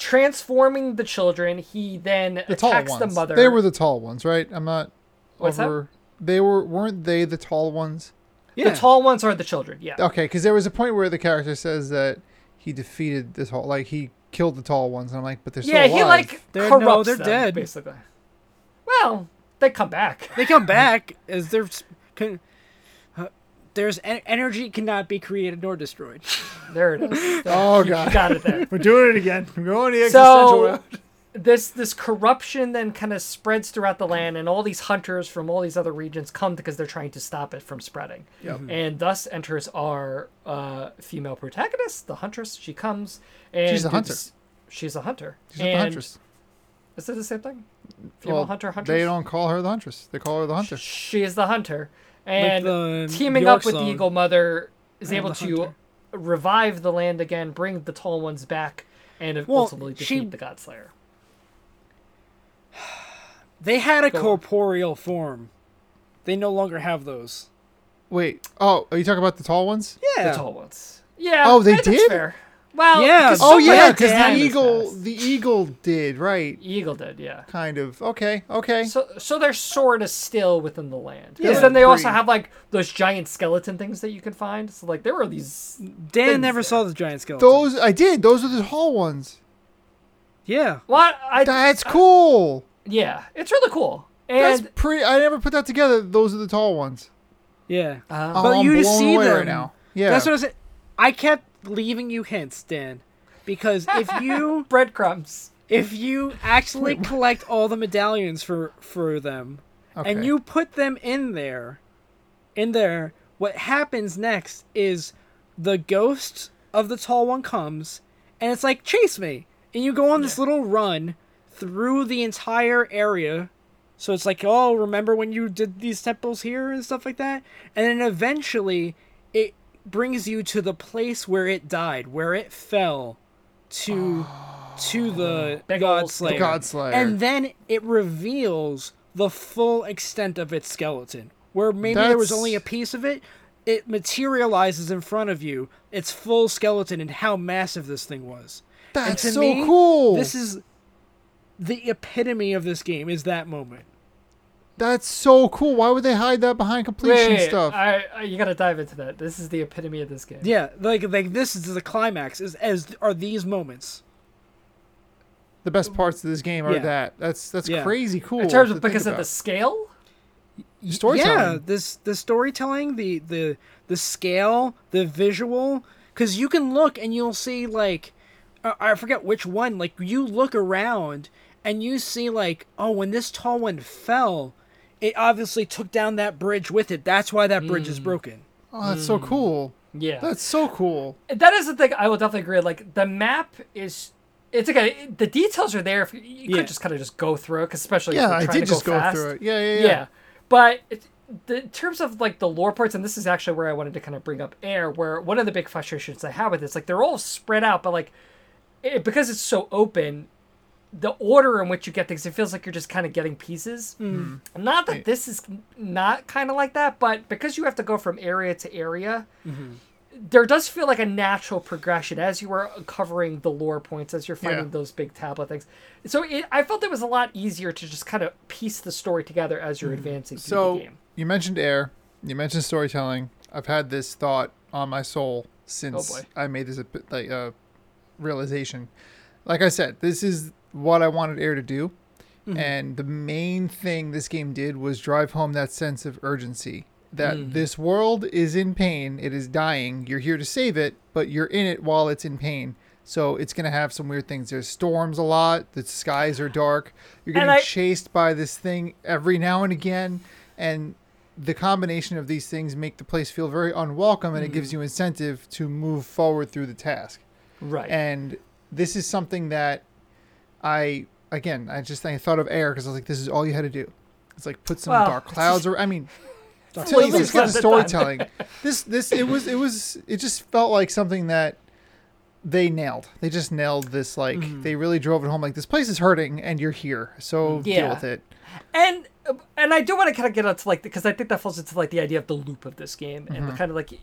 Speaker 2: transforming the children. He then
Speaker 1: The tall
Speaker 2: attacks
Speaker 1: ones.
Speaker 2: the mother.
Speaker 1: They were the tall ones, right? I'm not
Speaker 2: What's that?
Speaker 1: over. They were weren't they the tall ones?
Speaker 3: Yeah.
Speaker 2: The tall ones are the children. Yeah.
Speaker 1: Okay, because there was a point where the character says that he defeated this whole, like he killed the tall ones, and I'm like, but they're still
Speaker 2: yeah,
Speaker 1: alive.
Speaker 2: he like
Speaker 3: They're- no,
Speaker 2: corrupts
Speaker 3: they're
Speaker 2: them,
Speaker 3: dead.
Speaker 2: basically. Well, they come back. <laughs>
Speaker 3: They come back as there's can, uh, there's en- energy cannot be created nor destroyed.
Speaker 2: There it
Speaker 3: <laughs>
Speaker 2: is.
Speaker 1: oh
Speaker 2: You
Speaker 1: god,
Speaker 2: got it there.
Speaker 1: we're doing it again. <laughs> We're going the existential
Speaker 2: so
Speaker 1: route.
Speaker 2: this this corruption then kind of spreads throughout the land and all these hunters from all these other regions come because they're trying to stop it from spreading and thus enters our uh, female protagonist the huntress she comes and
Speaker 1: She's a hunter.
Speaker 2: it's- she's a hunter
Speaker 1: She's not the
Speaker 2: And-
Speaker 1: huntress.
Speaker 2: is it the same thing female
Speaker 1: Well,
Speaker 2: hunter huntress
Speaker 1: They don't call her the huntress. They call her the hunter.
Speaker 2: she is the hunter and
Speaker 3: the
Speaker 2: teaming
Speaker 3: Bjork
Speaker 2: up with the
Speaker 3: song.
Speaker 2: eagle mother is
Speaker 3: am
Speaker 2: able
Speaker 3: the
Speaker 2: to
Speaker 3: hunter.
Speaker 2: revive the land again bring the tall ones back and
Speaker 3: Well,
Speaker 2: ultimately defeat
Speaker 3: she-
Speaker 2: the god slayer
Speaker 3: They had a
Speaker 2: on.
Speaker 3: corporeal form. They no longer have those.
Speaker 1: Wait, oh, are you talking about the tall ones?
Speaker 3: Yeah.
Speaker 2: the tall ones. Yeah.
Speaker 1: Oh, they
Speaker 2: I think it's
Speaker 1: did?
Speaker 2: Fair. Well,
Speaker 3: Yeah.
Speaker 2: because
Speaker 1: Oh
Speaker 2: somebody
Speaker 1: yeah,
Speaker 2: had
Speaker 1: because the
Speaker 2: Dan this
Speaker 1: eagle,
Speaker 2: past.
Speaker 1: the eagle did right,
Speaker 2: eagle did, yeah.
Speaker 1: kind of. Okay, okay.
Speaker 2: So, so they're sort of still within the land. Because
Speaker 1: Yeah.
Speaker 2: then they also
Speaker 1: Agreed.
Speaker 2: have like those giant skeleton things that you can find. So like there were these.
Speaker 3: Dan
Speaker 2: things
Speaker 3: never
Speaker 2: there.
Speaker 3: saw the giant skeleton.
Speaker 1: Those I did. Those are the tall ones.
Speaker 3: Yeah.
Speaker 2: What I
Speaker 1: That's cool.
Speaker 2: yeah, it's really cool.
Speaker 1: That's
Speaker 2: And
Speaker 1: pretty. I never put that together. Those are the tall ones. Oh,
Speaker 3: Yeah.
Speaker 2: Uh,
Speaker 3: but
Speaker 1: I'm
Speaker 3: you
Speaker 1: blown
Speaker 3: see
Speaker 1: away
Speaker 3: them
Speaker 1: right now. Yeah.
Speaker 3: That's what I said. I kept leaving you hints, Dan, because if you
Speaker 2: breadcrumbs.
Speaker 3: if you actually collect all the medallions for for them and
Speaker 1: Okay.
Speaker 3: you put them in there in there what happens next is the ghost of the tall one comes and it's like chase me and you go on this little run through the entire area so it's like oh remember when you did these temples here and stuff like that and then eventually it brings you to the place where it died where it fell to to Oh. the
Speaker 2: Big ol'
Speaker 3: god slayer
Speaker 1: God Slayer.
Speaker 3: and then it reveals the full extent of its skeleton, where maybe there was
Speaker 1: That's-
Speaker 3: only a piece of it. It materializes in front of you, its full skeleton, and how massive this thing was. And
Speaker 1: That's
Speaker 3: to
Speaker 1: so
Speaker 3: me,
Speaker 1: cool.
Speaker 3: This is the epitome of this game. Is that moment?
Speaker 1: That's so cool. Why would they hide that behind completion
Speaker 2: Wait,
Speaker 1: stuff?
Speaker 2: I, I you gotta dive into that. This is the epitome of this game.
Speaker 3: Yeah, like like this is the climax. Is as are these moments.
Speaker 1: the best parts of this game are
Speaker 3: Yeah.
Speaker 1: that. That's that's
Speaker 3: Yeah.
Speaker 1: crazy cool.
Speaker 2: In terms
Speaker 1: to
Speaker 2: of
Speaker 1: think
Speaker 2: because of the
Speaker 1: about.
Speaker 2: scale.
Speaker 1: storytelling.
Speaker 3: Yeah, this the storytelling, the the the scale, the visual, because you can look and you'll see like, I I forget which one. Like you look around and you see like, oh, when this tall one fell, it obviously took down that bridge with it. That's why that bridge is
Speaker 5: Hmm.
Speaker 3: broken.
Speaker 1: Oh, that's
Speaker 3: Mm.
Speaker 1: so cool.
Speaker 2: Yeah.
Speaker 1: That's so cool.
Speaker 2: that is the thing I will definitely agree. Like the map is, it's okay. The details are there. If you, you
Speaker 3: Yeah.
Speaker 2: could just kind of just go through it, 'cause especially if
Speaker 1: Yeah,
Speaker 2: you're
Speaker 1: I
Speaker 2: trying
Speaker 1: did
Speaker 2: to
Speaker 1: just
Speaker 2: go,
Speaker 1: go
Speaker 2: fast.
Speaker 1: through it. Yeah, yeah,
Speaker 2: Yeah,
Speaker 1: yeah.
Speaker 2: but it, the, in terms of like the lore parts, and this is actually where I wanted to kind of bring up air, where one of the big frustrations I have with it's like they're all spread out, but like it, because it's so open. The order in which you get things, it feels like you're just kind of getting pieces.
Speaker 1: Hmm.
Speaker 2: Not that this is not kind of like that, but because you have to go from area to area,
Speaker 1: Mm-hmm.
Speaker 2: there does feel like a natural progression as you are covering the lore points as you're finding
Speaker 1: Yeah.
Speaker 2: those big tablet things so it, i felt it was a lot easier to just kind of piece the story together as you're advancing through the
Speaker 1: Mm-hmm. So
Speaker 2: game
Speaker 1: you mentioned air. You mentioned storytelling. I've had this thought on my soul since
Speaker 2: Oh, boy.
Speaker 1: I made this a, bit, like uh, realization. Like I said, this is what I wanted air to do,
Speaker 2: Mm-hmm.
Speaker 1: and the main thing this game did was drive home that sense of urgency that
Speaker 2: Mm-hmm.
Speaker 1: this world is in pain. It is dying. You're here to save it, but you're in it while it's in pain. So it's gonna have some weird things. There's storms a lot. The skies are dark. You're
Speaker 2: And
Speaker 1: getting
Speaker 2: I-
Speaker 1: chased by this thing every now and again, and the combination of these things make the place feel very unwelcome, and it
Speaker 2: Mm-hmm.
Speaker 1: gives you incentive to move forward through the task.
Speaker 2: right
Speaker 1: And this is something that I again I just I thought of air because I was like, this is all you had to do. It's like put some
Speaker 2: Well,
Speaker 1: dark clouds. Or, I mean, to
Speaker 2: what
Speaker 1: tell you
Speaker 2: we
Speaker 1: this kind of
Speaker 2: said at the time.
Speaker 1: storytelling. this this it was it was it just felt like something that they nailed. They just nailed this. Like they really drove it home. Like this place is hurting, and you're here, so deal
Speaker 5: Yeah.
Speaker 1: with it.
Speaker 5: and and I do want to kind of get into like because I think that falls into like the idea of the loop of this game and the kind of like you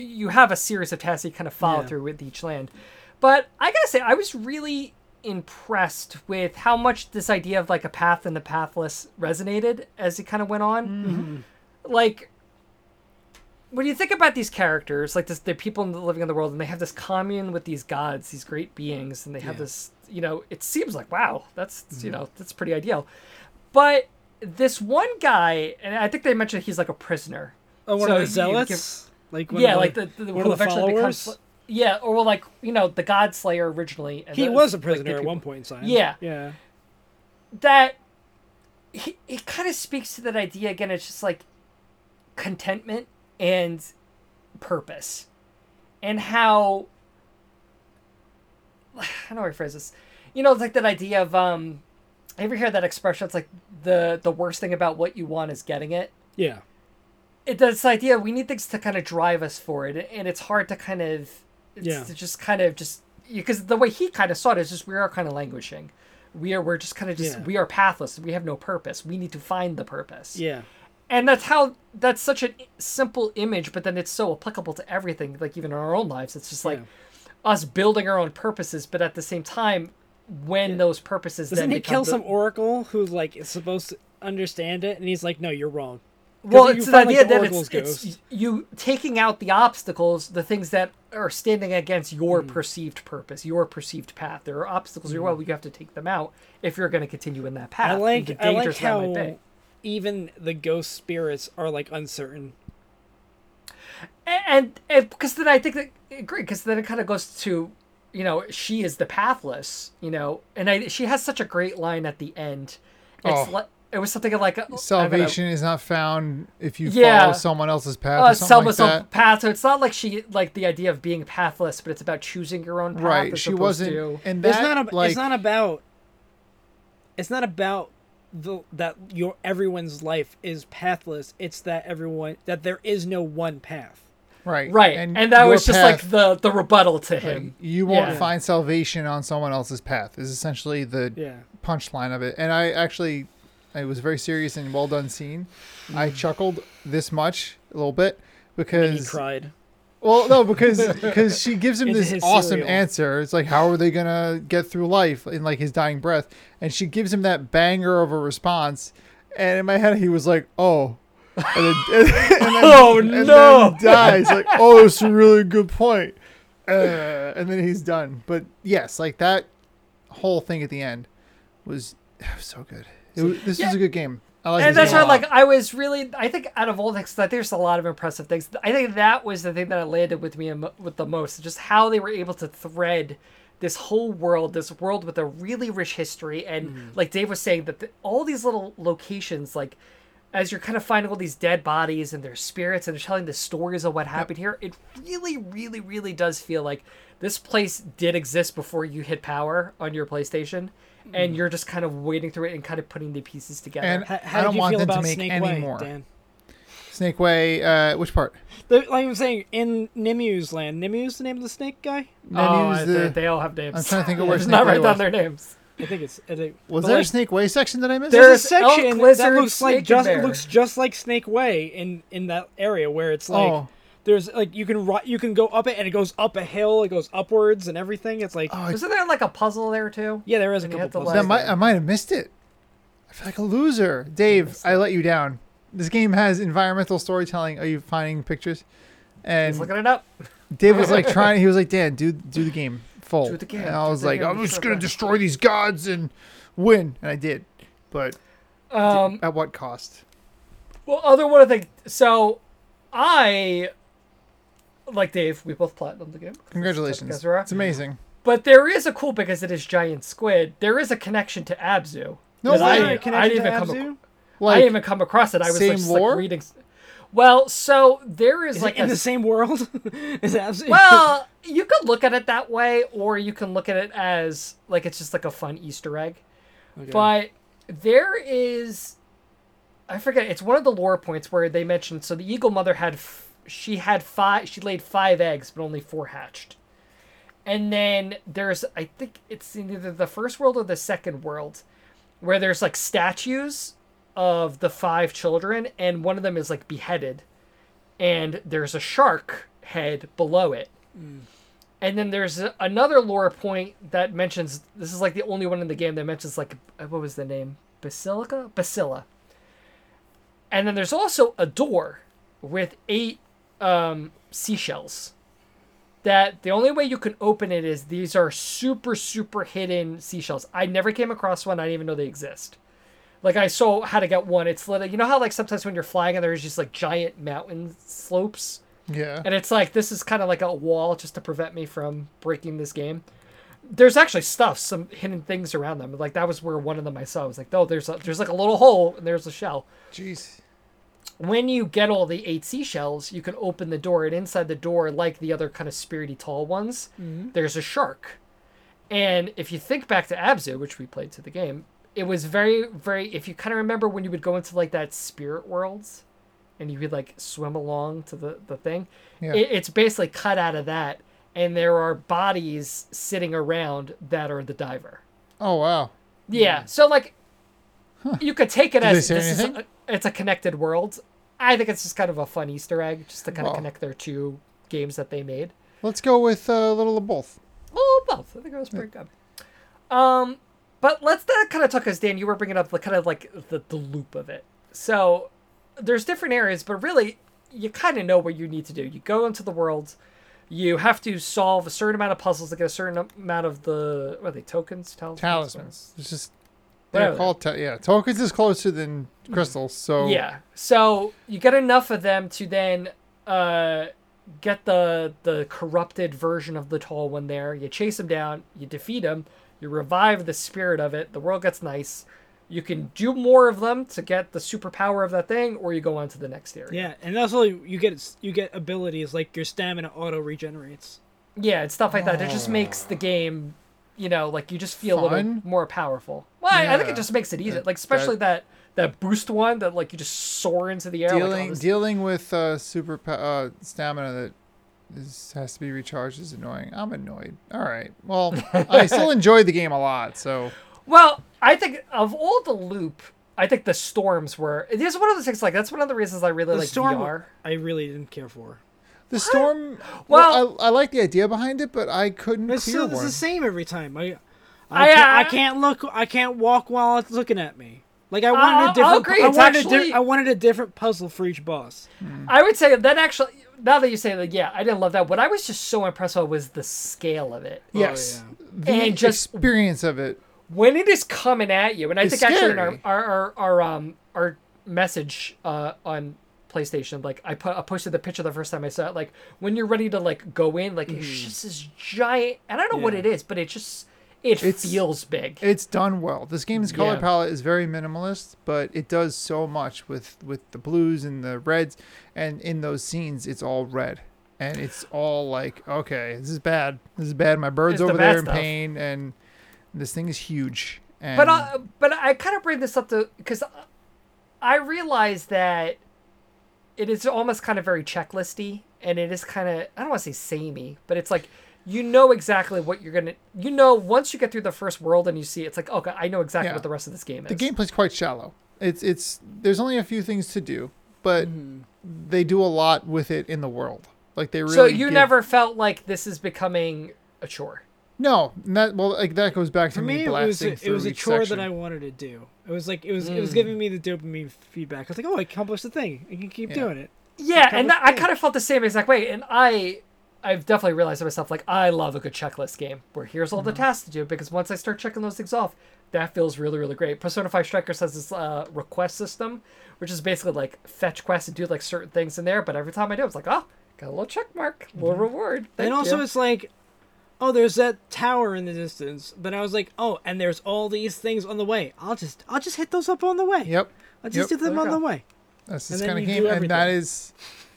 Speaker 5: you have a series of tasks you kind of follow through with each land, but I gotta say I was really impressed with how much this idea of like a path and the pathless resonated as it kind of went on, like. When you think about these characters, like this, they're people in the- living in the world, and they have this commune with these gods, these great beings, and they have
Speaker 3: Yeah.
Speaker 5: this, you know, it seems like wow, that's you know, that's pretty ideal. But this one guy, and I think they mentioned he's like a prisoner.
Speaker 3: Oh, one
Speaker 5: So
Speaker 3: of the
Speaker 5: you- you
Speaker 3: zealots, like one
Speaker 5: yeah,
Speaker 3: of
Speaker 5: like the, the,
Speaker 3: one
Speaker 5: who
Speaker 3: of the
Speaker 5: eventually becomes-
Speaker 3: followers.
Speaker 5: yeah, or well, like you know, the God Slayer originally. and
Speaker 3: He
Speaker 5: the-
Speaker 3: was a
Speaker 5: like, the
Speaker 3: prisoner at
Speaker 5: people-
Speaker 3: one point in time.
Speaker 5: Yeah.
Speaker 3: yeah.
Speaker 5: That he, it kind of speaks to that idea again. It's just like contentment and purpose, and how <sighs> how do I rephrase this? You know, it's like that idea of um. You ever hear that expression? It's like the the worst thing about what you want is getting it.
Speaker 3: Yeah.
Speaker 5: it, that's the idea. We need things to kind of drive us forward, and it's hard to kind of, it's
Speaker 3: Yeah.
Speaker 5: to just kind of just because the way he kind of saw it is just we are kind of languishing, we are we're just kind of just
Speaker 3: Yeah.
Speaker 5: we are pathless. We have no purpose. We need to find the purpose.
Speaker 3: Yeah.
Speaker 5: and that's how that's such a simple image, but then it's so applicable to everything. Like even in our own lives, it's just like
Speaker 3: Yeah.
Speaker 5: us building our own purposes, but at the same time, when those purposes
Speaker 3: Doesn't
Speaker 5: then
Speaker 3: he
Speaker 5: become
Speaker 3: kill
Speaker 5: the-
Speaker 3: some oracle who like is supposed to understand it, and he's like, "No, you're wrong." 'Cause
Speaker 5: Well,
Speaker 3: you
Speaker 5: it's the
Speaker 3: find, like,
Speaker 5: idea
Speaker 3: the
Speaker 5: that
Speaker 3: Oracle's
Speaker 5: it's, it's
Speaker 3: ghost.
Speaker 5: you taking out the obstacles, the things that are standing against
Speaker 3: Hmm.
Speaker 5: your perceived purpose, your perceived path. There are obstacles in your way, you have to take them out if you're going to continue in that
Speaker 1: Uh,
Speaker 5: path.
Speaker 3: I
Speaker 5: and
Speaker 3: like
Speaker 5: the
Speaker 3: I like
Speaker 5: dangers that might
Speaker 3: how
Speaker 5: be.
Speaker 3: even the ghost spirits are like uncertain.
Speaker 5: A- And, and because then I think that great because then it kind of goes to you know she is the pathless you know and I she has such a great line at the end. It's
Speaker 1: Oh.
Speaker 5: like, it was something like a,
Speaker 1: Salvation is not found if you
Speaker 5: Yeah.
Speaker 1: follow someone else's path
Speaker 5: uh,
Speaker 1: or something
Speaker 5: Selma's
Speaker 1: like
Speaker 5: own
Speaker 1: that.
Speaker 5: path. So it's not like she like the idea of being pathless, but it's about choosing your own path.
Speaker 1: Right.
Speaker 5: as
Speaker 1: She
Speaker 5: opposed
Speaker 1: wasn't.
Speaker 5: To,
Speaker 1: And
Speaker 3: It's
Speaker 1: that,
Speaker 3: not. ab-
Speaker 1: like,
Speaker 3: it's not about. It's not about the that your everyone's life is pathless. It's that everyone that there is no one path.
Speaker 1: right.
Speaker 5: right, and, that
Speaker 1: your
Speaker 5: was just like
Speaker 1: path-
Speaker 5: the the rebuttal to him.
Speaker 1: You won't
Speaker 5: Yeah.
Speaker 1: find salvation on someone else's path is essentially the
Speaker 3: Yeah.
Speaker 1: punchline of it. And I actually, it was a very serious and well done scene.
Speaker 3: Mm.
Speaker 1: I chuckled this much a little bit
Speaker 3: He
Speaker 1: because
Speaker 3: cried.
Speaker 1: well no because because she gives him
Speaker 3: Into
Speaker 1: this
Speaker 3: his
Speaker 1: awesome
Speaker 3: cereal.
Speaker 1: answer. It's like how are they gonna get through life in like his dying breath, and she gives him that banger of a response. And in my head he was like, oh. And then, <laughs> and
Speaker 3: <laughs>
Speaker 1: then-
Speaker 5: Oh
Speaker 1: and
Speaker 5: no!
Speaker 1: then dies like oh it's a really good point uh, and then he's done but yes like that whole thing at the end was <sighs> so good it was, this was a good game i like
Speaker 5: And
Speaker 1: this
Speaker 5: that's
Speaker 1: game a
Speaker 5: why,
Speaker 1: lot.
Speaker 5: like, I was really. I think out of all things, like, there's a lot of impressive things. I think that was the thing that landed with me emo- with the most, just how they were able to thread this whole world, this world with a really rich history, and
Speaker 1: Hmm.
Speaker 5: like Dave was saying, that the, all these little locations, like, as you're kind of finding all these dead bodies and their spirits, and they're telling the stories of what happened here, it really, really, really does feel like this place did exist before you hit power on your PlayStation. And you're just kind of wading through it and kind of putting the pieces together.
Speaker 1: Hmm. And
Speaker 3: How,
Speaker 1: I
Speaker 3: how
Speaker 1: don't
Speaker 3: did you
Speaker 1: want
Speaker 3: feel
Speaker 1: them to
Speaker 3: about
Speaker 1: make
Speaker 3: Snake
Speaker 1: any
Speaker 3: Way,
Speaker 1: more.
Speaker 3: Dan?
Speaker 1: snake way uh which part
Speaker 3: The, like I'm saying, in Nimu's land, Nimu's the name of the snake guy.
Speaker 5: Oh,
Speaker 1: Nemu's
Speaker 5: I-
Speaker 1: the-
Speaker 5: they, they all have names.
Speaker 1: I'm trying to think of
Speaker 5: <laughs> Yeah,
Speaker 1: where
Speaker 5: it's
Speaker 1: Snake
Speaker 5: not
Speaker 1: Way
Speaker 5: right down
Speaker 1: was.
Speaker 5: their names.
Speaker 3: I think it's. I think,
Speaker 1: was
Speaker 3: but,
Speaker 1: there
Speaker 3: like,
Speaker 1: a snake way section that i missed
Speaker 5: There-
Speaker 3: there's a
Speaker 5: There's elk,
Speaker 3: section that
Speaker 5: lizard,
Speaker 3: looks like
Speaker 5: snake,
Speaker 3: just
Speaker 5: and bear.
Speaker 3: looks just like Snake Way in in that area where it's like
Speaker 1: Oh.
Speaker 3: there's like you can ri- you can go up it and it goes up a hill, it goes upwards and everything. It's like
Speaker 1: oh,
Speaker 5: Isn't there like a puzzle there too?
Speaker 3: yeah, there is a
Speaker 5: And you
Speaker 3: couple.
Speaker 5: have to
Speaker 3: puzzles
Speaker 1: that
Speaker 5: like-
Speaker 3: there.
Speaker 1: might, i might have missed it i feel like a loser dave i let you down this game has environmental storytelling are you finding pictures and
Speaker 5: Just looking it up.
Speaker 1: Dave was
Speaker 5: <laughs>
Speaker 1: like trying. He was like, "Dan, do do the game full."
Speaker 5: Do the game,
Speaker 1: And I
Speaker 5: do
Speaker 1: was
Speaker 5: the
Speaker 1: like,
Speaker 5: game,
Speaker 1: "I'm
Speaker 5: it's
Speaker 1: just
Speaker 5: so
Speaker 1: gonna
Speaker 5: good."
Speaker 1: destroy these gods and win," and I did. But
Speaker 5: Um,
Speaker 1: at what cost?
Speaker 5: well, other one of the so, I like Dave. We both platinum the game.
Speaker 1: Congratulations!
Speaker 5: That's right.
Speaker 1: It's amazing.
Speaker 5: But there is a cool because it is giant squid. There is a connection to Abzu.
Speaker 1: No
Speaker 5: that
Speaker 1: way.
Speaker 5: I,
Speaker 1: Is there
Speaker 5: I didn't
Speaker 3: Connection to
Speaker 5: even come.
Speaker 3: Abzu?
Speaker 5: ac- I
Speaker 1: Like
Speaker 5: didn't even come across it. I was like,
Speaker 1: same
Speaker 5: just, like,
Speaker 1: lore?
Speaker 5: reading. s- Well, so there is,
Speaker 3: Is
Speaker 5: like
Speaker 3: it in
Speaker 5: a
Speaker 3: the same world? <laughs> is it Abzu?
Speaker 5: <laughs> Well, you could look at it that way, or you can look at it as like it's just like a fun Easter egg. But there is, I forget. It's one of the lore points where they mentioned so the eagle mother had, f- she had five, she laid five eggs, but only four hatched, And then there's, I think it's in either the first world or the second world, where there's like statues of the five children, and one of them is like beheaded, and there's a shark head below it. And then there's a- another lore point that mentions this is like the only one in the game that mentions like uh, what was the name Basilica Basila. And then there's also a door with eight um, seashells. That the only way you can open it is these are super super hidden seashells. I never came across one. I didn't even know they exist. Like I saw how to get one. It's literally you know how like sometimes when you're flying and there's just like giant mountain slopes.
Speaker 1: Yeah.
Speaker 5: And it's like this is kind of like a wall just to prevent me from breaking this game. There's actually stuff, some hidden things around them. Like that was where one of them I saw. I was like, oh, there's a, there's like a little hole and there's a shell.
Speaker 1: Jeez.
Speaker 5: When you get all the eight seashells, you can open the door, and inside the door, like the other kind of spirity tall ones, there's a shark. And if you think back to Abzu, which we played to the game, it was very, very. If you kind of remember when you would go into like that spirit worlds, and you could like swim along to the the thing,
Speaker 1: Yeah.
Speaker 5: it, it's basically cut out of that, and there are bodies sitting around that are the diver.
Speaker 1: Oh wow.
Speaker 5: Yeah. So like, you could take it
Speaker 1: Did they
Speaker 5: as
Speaker 1: say
Speaker 5: this is
Speaker 1: anything?
Speaker 5: a, it's a connected world. I think it's just kind of a fun Easter egg, just to kind
Speaker 1: Wow.
Speaker 5: of connect their two games that they made.
Speaker 1: Let's go with uh, little of both.
Speaker 5: Well, both. I think it was pretty good. Um, but let's that kind of talk because Dan, you were bringing up the kind of like the, the loop of it. So there's different areas, but really you kind of know what you need to do. You go into the world, you have to solve a certain amount of puzzles to get a certain amount of the what are they tokens, talismans,
Speaker 1: Talismans. It's just
Speaker 5: Whatever
Speaker 1: they're
Speaker 5: they
Speaker 1: called. Ta- yeah, tokens is closer than crystals. So
Speaker 5: Yeah. So you get enough of them to then uh, get the the corrupted version of the tall one there. You chase him down, you defeat him, you revive the spirit of it, the world gets nice. You can do more of them to get the superpower of that thing, or you go on to the next area.
Speaker 3: Yeah, and also you get you get abilities like your stamina auto regenerates.
Speaker 5: Yeah, it's stuff like that. It just makes the game, you know, like you just feel a little
Speaker 1: Fun?
Speaker 5: more powerful. Well, I- I think
Speaker 1: Yeah.
Speaker 5: it just makes it easier.
Speaker 1: That-
Speaker 5: Like especially that that boost one that like you just soar into the air. like, oh,
Speaker 1: dealing
Speaker 5: this-
Speaker 1: dealing with uh, super pa- uh, stamina that is, has to be recharged is annoying. I'm annoyed. All right. Well, I still enjoyed the game a lot. So
Speaker 5: Well, I think of all the loop, I think the storms were. It is one of the things like that's one of the reasons I really
Speaker 3: The
Speaker 5: like
Speaker 3: storm
Speaker 5: VR.
Speaker 3: I really didn't care for.
Speaker 1: the storm.
Speaker 5: Well-
Speaker 1: Well, I, I like the idea behind it, but I couldn't
Speaker 3: It's,
Speaker 1: clear
Speaker 3: still, it's
Speaker 1: one.
Speaker 3: the same every time. I
Speaker 5: I-
Speaker 3: I, can't,
Speaker 5: I-
Speaker 3: I can't look. I can't walk while it's looking at me. Like I wanted
Speaker 5: I'll- I'll
Speaker 3: a different.
Speaker 5: agree,
Speaker 3: I
Speaker 5: it's
Speaker 3: wanted a
Speaker 5: actually-
Speaker 3: di- I wanted a different puzzle for each boss.
Speaker 5: I would say that actually. Now that you say that, yeah, I didn't love that. What I was just so impressed with was the scale of it.
Speaker 1: Yes, the
Speaker 5: And just-
Speaker 1: experience of it.
Speaker 5: When it is coming at you, and I
Speaker 1: It's
Speaker 5: think actually in our
Speaker 1: scary.
Speaker 5: our, our our um our message uh on PlayStation, like I put I posted the picture the first time I saw it. Like when you're ready to like go in, like it's just this giant, and I don't know what
Speaker 3: Mm. Yeah.
Speaker 5: it is, but it just it
Speaker 1: It's-
Speaker 5: feels big.
Speaker 1: It's done well. This game's color
Speaker 5: Yeah.
Speaker 1: palette is very minimalist, but it does so much with with the blues and the reds, and in those scenes, it's all red, and it's all like, okay, this is bad. This is bad. My bird's
Speaker 5: It's the
Speaker 1: over
Speaker 5: bad
Speaker 1: there in
Speaker 5: stuff.
Speaker 1: pain, and this thing is huge. And
Speaker 5: But uh, I, but I kind of bring this up to because I realize that it is almost kind of very checklisty, and it is kind of I don't want to say samey, but it's like you know exactly what you're gonna. You know, once you get through the first world and you see, it, it's like okay, I know exactly
Speaker 1: Yeah.
Speaker 5: what the rest of this game is.
Speaker 1: the gameplay's quite shallow. It's it's there's only a few things to do, but they do a lot with it in the world. Like they really.
Speaker 5: so you
Speaker 1: give-
Speaker 5: never felt like this is becoming a chore.
Speaker 1: No, and that well like that goes back to
Speaker 3: For
Speaker 1: me,
Speaker 3: me, it was
Speaker 1: blasting
Speaker 3: a, it was
Speaker 1: through
Speaker 3: a
Speaker 1: each
Speaker 3: chore
Speaker 1: section.
Speaker 3: that I wanted to do. It was like it was
Speaker 5: Hmm.
Speaker 3: it was giving me the dopamine feedback. I was like, oh, I accomplished the thing. I can keep
Speaker 1: Yeah.
Speaker 3: doing it.
Speaker 5: Yeah,
Speaker 3: Kind
Speaker 5: and
Speaker 3: of
Speaker 5: that, I
Speaker 3: thing.
Speaker 5: kind of felt the same exact way. And I, I've definitely realized to myself, like, I love a good checklist game where here's all the
Speaker 1: Mm-hmm.
Speaker 5: tasks to do because once I start checking those things off, that feels really, really great. Persona 5 Strikers has this uh, request system, which is basically like fetch quests and do like certain things in there. But every time I do, it's like, oh, got a little check mark, little
Speaker 1: Mm-hmm.
Speaker 5: reward. Thank
Speaker 3: and also,
Speaker 5: you.
Speaker 3: it's like, oh, there's that tower in the distance. But I was like, oh, and there's all these things on the way. I'll just I'll just hit those up on the way.
Speaker 1: Yep.
Speaker 3: I'll just
Speaker 1: Yep.
Speaker 3: hit them
Speaker 5: There
Speaker 3: on
Speaker 5: you
Speaker 3: the
Speaker 5: go.
Speaker 3: way.
Speaker 1: That's this
Speaker 3: And then
Speaker 1: kind of
Speaker 3: you
Speaker 1: game,
Speaker 3: do
Speaker 1: and that
Speaker 3: everything.
Speaker 1: is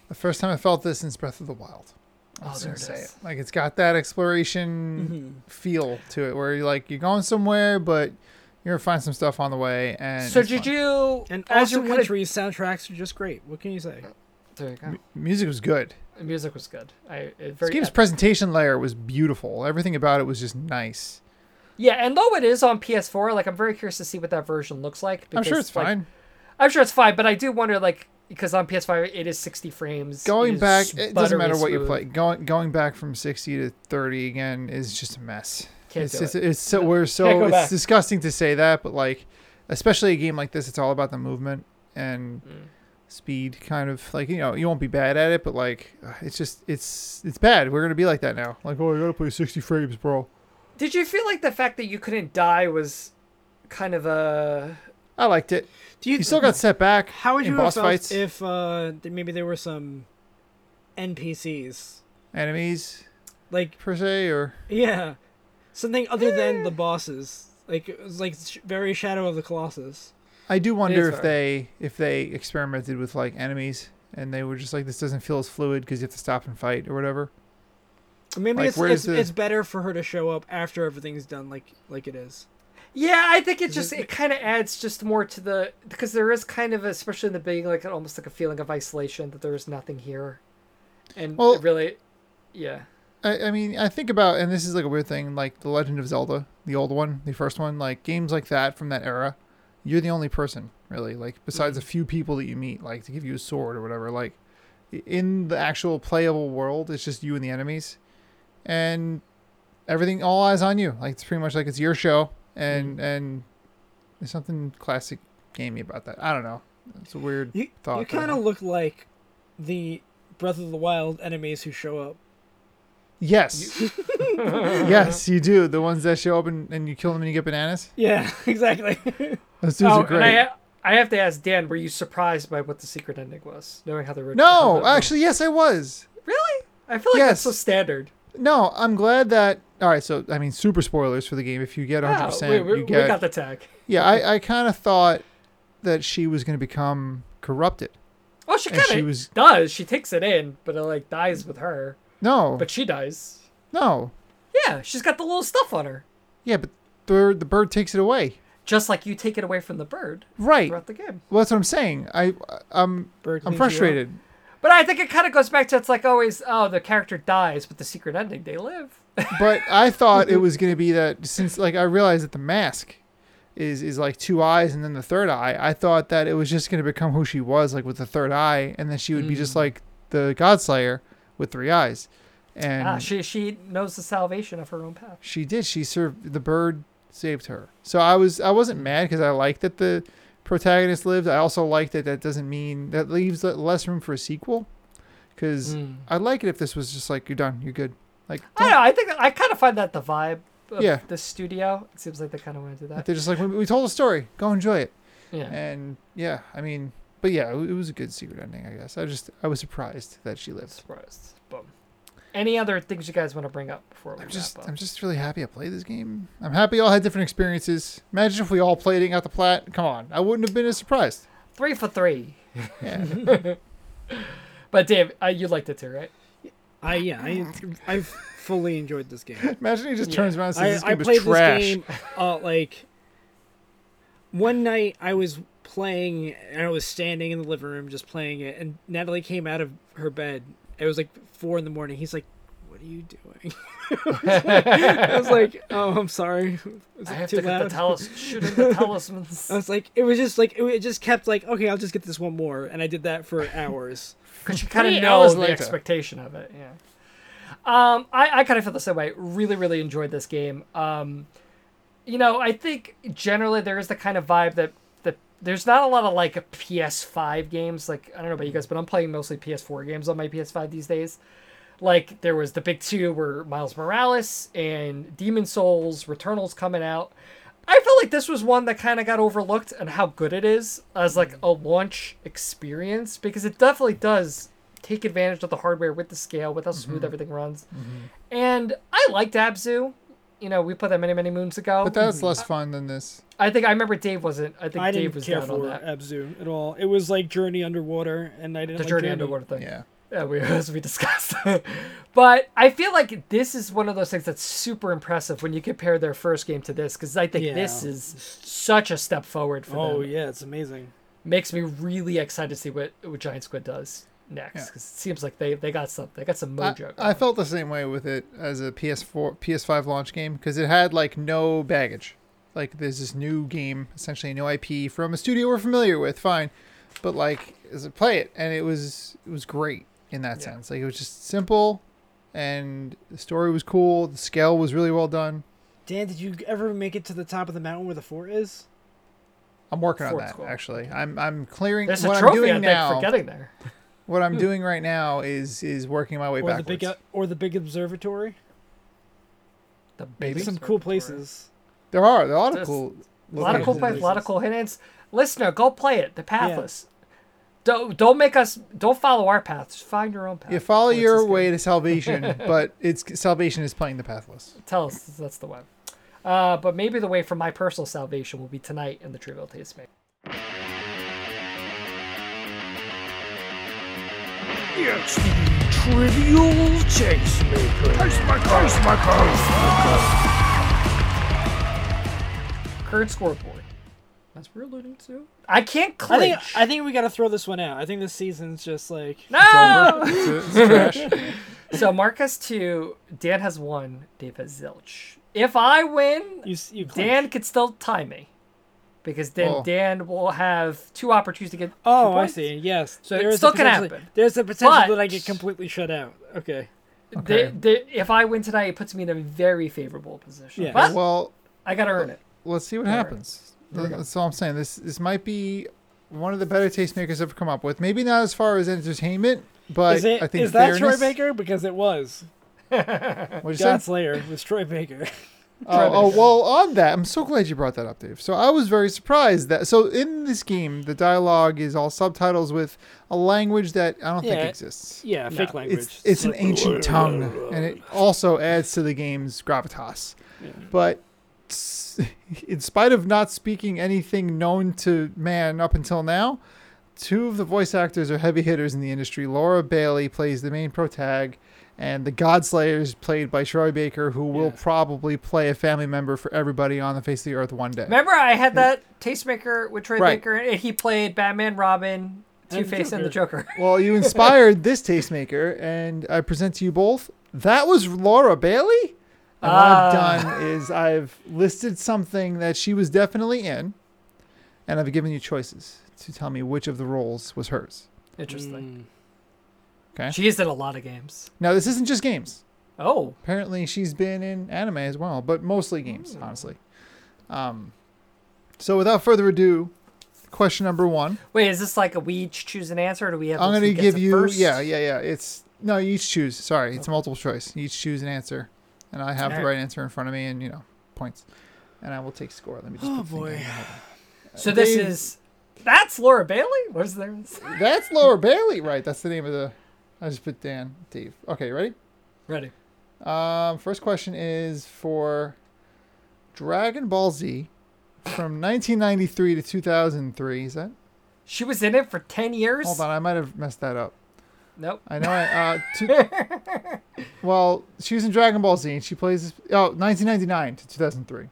Speaker 1: the first time I felt this since Breath of the Wild. I was
Speaker 5: Oh,
Speaker 1: gonna
Speaker 5: there it
Speaker 1: say
Speaker 5: is.
Speaker 1: it. Like it's got that
Speaker 5: Mm-hmm.
Speaker 1: exploration feel to it, where you're like you're going somewhere, but you're gonna find some stuff on the way. And
Speaker 5: So
Speaker 1: it's
Speaker 5: did
Speaker 1: fun.
Speaker 5: you
Speaker 3: And
Speaker 5: as
Speaker 3: as
Speaker 5: you
Speaker 3: your
Speaker 5: kind
Speaker 3: Wintry's soundtracks are just great. What can you say?
Speaker 5: There you go.
Speaker 1: Music was good.
Speaker 5: The music was good. I it
Speaker 1: This
Speaker 5: very
Speaker 1: game's
Speaker 5: ep-
Speaker 1: presentation layer was beautiful. Everything about it was just nice.
Speaker 5: yeah, and though it is on PS4, like I'm very curious to see what that version looks like.
Speaker 1: I'm sure
Speaker 5: because,
Speaker 1: it's
Speaker 5: like,
Speaker 1: fine.
Speaker 5: I'm sure it's fine, but I do wonder like because on PS5 it is 60 frames.
Speaker 1: Going
Speaker 5: is
Speaker 1: back, it doesn't
Speaker 5: buttery
Speaker 1: matter what you
Speaker 5: smooth.
Speaker 1: play. Going going back from 60 to 30 again is just a mess.
Speaker 5: Can't
Speaker 1: it's,
Speaker 5: do
Speaker 1: it's,
Speaker 5: it.
Speaker 1: it's so we're
Speaker 5: Can't
Speaker 1: so
Speaker 5: go
Speaker 1: it's
Speaker 5: back.
Speaker 1: disgusting to say that, but like especially a game like this, it's all about the movement and
Speaker 5: Mm.
Speaker 1: speed. Kind of like you know you won't be bad at it, but like it's just it's it's bad. We're gonna be like that now. Like oh, I gotta play 60 frames, bro.
Speaker 5: Did you feel like the fact that you couldn't die was kind of a
Speaker 1: I liked it.
Speaker 3: Do you,
Speaker 1: You still got set back.
Speaker 3: How would
Speaker 1: in
Speaker 3: you have
Speaker 1: boss
Speaker 3: felt
Speaker 1: fights,
Speaker 3: if uh, th- maybe there were some NPCs?
Speaker 1: enemies
Speaker 3: Like,
Speaker 1: per se, or
Speaker 3: yeah, something other than the bosses. Like, it was like sh- very Shadow of the Colossus.
Speaker 1: I do wonder
Speaker 5: It's
Speaker 1: if they if they experimented with like enemies and they were just like this doesn't feel as fluid because you have to stop and fight or whatever.
Speaker 3: Maybe
Speaker 1: Like,
Speaker 3: it's
Speaker 1: where's
Speaker 3: it's,
Speaker 1: the-
Speaker 3: it's better for her to show up after everything's done, like like it is.
Speaker 5: Yeah, I think it
Speaker 3: Is
Speaker 5: just
Speaker 3: it-
Speaker 5: it kind of adds just more to the because there is kind of especially in the beginning like almost like a feeling of isolation that there is nothing here, and
Speaker 1: Well-
Speaker 5: it really, yeah,
Speaker 1: I, I mean, I think about, and this is like a weird thing, like The Legend of Zelda, the old one, the first one, like games like that from that era, you're the only person, really, like besides
Speaker 3: Mm-hmm.
Speaker 1: a few people that you meet, like to give you a sword or whatever. Like i- in the actual playable world, it's just you and the enemies, and everything, all eyes on you. Like it's pretty much like it's your show, and
Speaker 3: Mm-hmm.
Speaker 1: and there's something classic gamey about that. I don't know. It's a weird
Speaker 3: You
Speaker 1: thought.
Speaker 3: you
Speaker 1: that I
Speaker 3: kind of
Speaker 1: had.
Speaker 3: look like the Breath of the Wild enemies who show up.
Speaker 1: yes, <laughs> yes, you do. The ones that show up and, and you kill them and you get bananas.
Speaker 3: Yeah, <laughs> exactly.
Speaker 1: Those dudes
Speaker 5: oh,
Speaker 1: are great.
Speaker 5: and I ha- I have to ask Dan, were you surprised by what the secret ending was, knowing how the <laughs> original? how
Speaker 1: no,
Speaker 5: the-
Speaker 1: actually, yes, I was.
Speaker 5: really, I feel like that's
Speaker 1: Yes.
Speaker 5: so standard.
Speaker 1: No, I'm glad that. All right, so I mean, super spoilers for the game. If you get 100,
Speaker 5: Oh,
Speaker 1: percent
Speaker 5: we, we,
Speaker 1: you
Speaker 5: we
Speaker 1: get.
Speaker 5: got the tag.
Speaker 1: yeah, I, I kind of thought that she was going to become corrupted.
Speaker 5: Oh, she
Speaker 1: And
Speaker 5: kind
Speaker 1: she
Speaker 5: of
Speaker 1: was-
Speaker 5: does. She takes it in, but it like dies with her,
Speaker 1: No,
Speaker 5: but she dies.
Speaker 1: no,
Speaker 5: Yeah, she's got the little stuff on her,
Speaker 1: yeah, but the bird, the bird takes it away.
Speaker 5: just like you take it away from the bird
Speaker 1: Right.
Speaker 5: throughout the game.
Speaker 1: Well, that's what I'm saying. I, I'm,
Speaker 3: Bird cleans
Speaker 1: I'm
Speaker 3: you
Speaker 1: frustrated.
Speaker 5: But I think it kind of goes back to it's like always, oh, the character dies, but the secret ending, they live.
Speaker 1: but I thought
Speaker 5: <laughs>
Speaker 1: it was going to be that since like I realized that the mask is is like two eyes and then the third eye. I thought that it was just going to become who she was like with the third eye and then she would be
Speaker 5: Mm.
Speaker 1: just like the Godslayer with three eyes. And
Speaker 5: ah,
Speaker 1: she-,
Speaker 5: she she knows the salvation of her own path.
Speaker 1: did. She served the bird saved her. So I was I wasn't
Speaker 5: Mm.
Speaker 1: mad cuz I liked that the protagonist lived. I also liked that that doesn't mean that leaves le- less room for a sequel cuz I'd like it if this was just like you're done, you're good. Like
Speaker 5: Mm. I don't know. I think that, I kind of find that the vibe. Of
Speaker 1: Yeah.
Speaker 5: The studio. It seems like they kind of want to do that.
Speaker 1: they're just like we, we told a story. Go enjoy it.
Speaker 5: Yeah.
Speaker 1: And yeah, I mean, but yeah, it it was a good secret ending, I guess. I just I was surprised that she lived.
Speaker 5: Surprised. Boom. Any other things you guys want to bring up before we
Speaker 1: I'm just
Speaker 5: wrap up?
Speaker 1: I'm just really happy I played this game. I'm happy all had different experiences. Imagine if we all played it and got the plat. Come on, I wouldn't have been as surprised.
Speaker 5: Three for three.
Speaker 3: <laughs>
Speaker 1: Yeah.
Speaker 5: But Dave, uh, you liked it too, right?
Speaker 3: I yeah, I I fully enjoyed this game.
Speaker 1: Imagine he just turns around and says this
Speaker 3: I, I
Speaker 1: game
Speaker 3: played
Speaker 1: was trash.
Speaker 3: this game
Speaker 1: <laughs>
Speaker 3: uh, like one night I was playing and I was standing in the living room just playing it and Natalie came out of her bed. It was like four in the morning. He's like, What are you doing? <laughs> I was like, Oh, I'm sorry. <laughs> Was
Speaker 5: I
Speaker 3: it
Speaker 5: have
Speaker 3: too
Speaker 5: to get the
Speaker 3: loud?
Speaker 5: talisman. Shooting
Speaker 3: <laughs>
Speaker 5: the talismans.
Speaker 3: I was like, it was just like it wa- it just kept like, okay, I'll just get this one more, and I did that
Speaker 5: <laughs>
Speaker 3: for hours.
Speaker 5: Because you kind
Speaker 1: Three
Speaker 5: of know
Speaker 1: hours
Speaker 5: the
Speaker 1: later.
Speaker 5: expectation of it. Yeah. Um, I, I kind of feel the same way. Really, really enjoyed this game. Um, you know, I think generally there is the kind of vibe that, that there's not a lot of like PS5 games. Like, I don't know about you guys, but I'm playing mostly PS4 games on my PS5 these days. Like, there was the big two were Miles Morales and Demon Souls, Returnal's coming out. I felt like this was one that kind of got overlooked and how good it is as like
Speaker 3: Mm-hmm.
Speaker 5: a launch experience because it definitely does take advantage of the hardware with the scale, with how smooth
Speaker 3: Mm-hmm.
Speaker 5: everything runs. And I liked Abzu. You know, we played that many, many moons ago.
Speaker 1: But
Speaker 3: Mhm.
Speaker 1: that's less fun than this.
Speaker 5: I think I remember Dave wasn't. I think
Speaker 3: Mm-hmm. I
Speaker 5: Dave
Speaker 3: didn't
Speaker 5: was
Speaker 3: care
Speaker 5: down on
Speaker 3: for
Speaker 5: that.
Speaker 3: Abzu at all. It was like Journey Underwater, and I didn't
Speaker 5: The
Speaker 3: like
Speaker 5: Journey Underwater thing.
Speaker 1: Yeah.
Speaker 5: <laughs> Yeah, we, as we discussed. but I feel like this is one of those things that's super impressive when you compare their first game to this, because I think
Speaker 3: Yeah.
Speaker 5: this is such a
Speaker 1: Oh,
Speaker 5: step forward for them.
Speaker 3: Oh yeah, it's amazing.
Speaker 5: makes me really excited to see what, what Giant Squid does. next
Speaker 1: Yeah.
Speaker 5: because it seems like they, they got something. They got some
Speaker 1: I,
Speaker 5: mojo.
Speaker 1: I felt the same way with it as a PS4, PS5 launch game because it had like no baggage. Like there's this new game, essentially a new IP from a studio we're familiar with, fine, but like as a play it, and it was it was great in that
Speaker 5: Yeah.
Speaker 1: sense. Like it was just simple, and the story was cool. The scale was really well done.
Speaker 3: Dan, did you ever make it to the top of the mountain where the fort is?
Speaker 1: I'm working on
Speaker 5: Ford's
Speaker 1: that
Speaker 5: cool.
Speaker 1: actually. I'm I'm clearing
Speaker 5: There's
Speaker 1: what
Speaker 5: a trophy
Speaker 1: I'm doing
Speaker 5: I think
Speaker 1: now.
Speaker 5: for getting there. Hmm.
Speaker 1: What I'm doing right now is is working my way
Speaker 3: Or
Speaker 1: backwards.
Speaker 3: the big or the big observatory?
Speaker 5: The
Speaker 1: Maybe.
Speaker 5: biggest
Speaker 3: Some cool
Speaker 5: repertoire.
Speaker 3: places.
Speaker 1: there are there are a lot of
Speaker 5: There's
Speaker 1: cool.
Speaker 5: A lot of cool
Speaker 1: locations.
Speaker 5: plays, a lot of cool hints. Listener, go play it. The
Speaker 3: Yeah.
Speaker 5: pathless. Don't don't make us. Don't follow our path. Just find your own path.
Speaker 1: You follow
Speaker 5: That's what
Speaker 1: your
Speaker 5: it's gonna-
Speaker 1: way to
Speaker 3: <laughs>
Speaker 1: salvation, but it's salvation is playing the pathless.
Speaker 5: Tell us that's the one. Uh, but maybe the way for my personal salvation will be tonight in the Trivial Tastemaker.
Speaker 6: It's the Trivial Chasemaker. Chasemaker. Chasemaker.
Speaker 5: Current scoreboard. That's what we're alluding to. I can't
Speaker 3: I think
Speaker 5: clinch.
Speaker 3: I think we gotta throw this one out. I think this season's just like
Speaker 5: no.
Speaker 1: It's, it's trash.
Speaker 5: <laughs> so Mark has two. Dan has one. Dave has zilch. If I win,
Speaker 3: you. s- you clinch.
Speaker 5: Dan could still tie me, because then
Speaker 1: Oh.
Speaker 5: Dan will have two opportunities to get.
Speaker 3: Oh,
Speaker 5: two
Speaker 3: I
Speaker 5: points.
Speaker 3: see. Yes.
Speaker 5: So
Speaker 3: There
Speaker 5: it
Speaker 3: is
Speaker 5: still
Speaker 3: the
Speaker 5: can
Speaker 3: potential-
Speaker 5: happen.
Speaker 3: There's the potential
Speaker 5: But-
Speaker 3: that I get completely shut out. Okay.
Speaker 5: The-
Speaker 1: Okay.
Speaker 5: the- if I win tonight, it puts me in a very favorable position.
Speaker 3: Yeah.
Speaker 5: But
Speaker 1: well,
Speaker 5: I gotta earn it.
Speaker 1: let's see what
Speaker 5: All right.
Speaker 1: happens. That's all I'm saying. This this might be one of the better tastemakers I've come up with. Maybe not as far as entertainment, but
Speaker 3: Is it?
Speaker 1: I think
Speaker 3: Is that Troy
Speaker 1: fairness-
Speaker 3: Baker? Because it was
Speaker 1: What'd you say?
Speaker 3: God Slayer was Troy
Speaker 1: <laughs>
Speaker 3: Baker.
Speaker 1: Oh, oh, well, on that, I'm so glad you brought that up, Dave. So I was very surprised that. So in this game, the dialogue is all subtitles with a language that I don't
Speaker 3: Yeah.
Speaker 1: think exists.
Speaker 3: Yeah, fake language.
Speaker 1: It's it's an ancient tongue, and it also adds to the game's gravitas. But s- <laughs> in spite of not speaking anything known to man up until now, two of the voice actors are heavy hitters in the industry. Laura Bailey plays the main protag, and the Godslayer is played by Troy Baker, who will probably play a family member for everybody on the face of the earth one day.
Speaker 5: Remember, I had that tastemaker with Troy
Speaker 1: Right.
Speaker 5: Baker, and he played Batman, Robin, Two Face, and the Joker. <laughs>
Speaker 1: Well, you inspired this tastemaker, and I present to you both. That was Laura Bailey. And what I've done is I've listed something that she was definitely in, and I've given you choices to tell me which of the roles was hers.
Speaker 5: Interesting.
Speaker 1: Okay.
Speaker 5: She's in a lot of games.
Speaker 1: Now, this isn't just games.
Speaker 5: Oh,
Speaker 1: Apparently, she's been in anime as well, but mostly games, honestly. Um, so, without further ado, question number one.
Speaker 5: wait, is this like a we each choose an answer, or do we have?
Speaker 1: I'm
Speaker 5: to
Speaker 1: gonna
Speaker 5: get
Speaker 1: give
Speaker 5: to
Speaker 1: you
Speaker 5: first?
Speaker 1: yeah yeah yeah. It's no you each choose. Sorry, it's multiple choice. You each choose an answer, and I have the
Speaker 5: Alright.
Speaker 1: right answer in front of me, and you know points, and I will take score. Let me just.
Speaker 5: Oh,
Speaker 1: put the thing down.
Speaker 5: So this
Speaker 1: Dave-
Speaker 5: is that's Laura Bailey. Where's there?
Speaker 1: That's Laura Bailey, right? That's the name of the. I just put Dan Dave. Okay, ready?
Speaker 5: <laughs> Ready.
Speaker 1: Um, first question is for Dragon Ball Z from 1993 to 2003. Is that?
Speaker 5: She was in it for ten years.
Speaker 1: Hold on, I might have messed that up.
Speaker 5: Nope.
Speaker 1: I know. I, uh, to,
Speaker 5: <laughs>
Speaker 1: well, she was in Dragon Ball Z, and she plays. Oh, 1999 to 2003.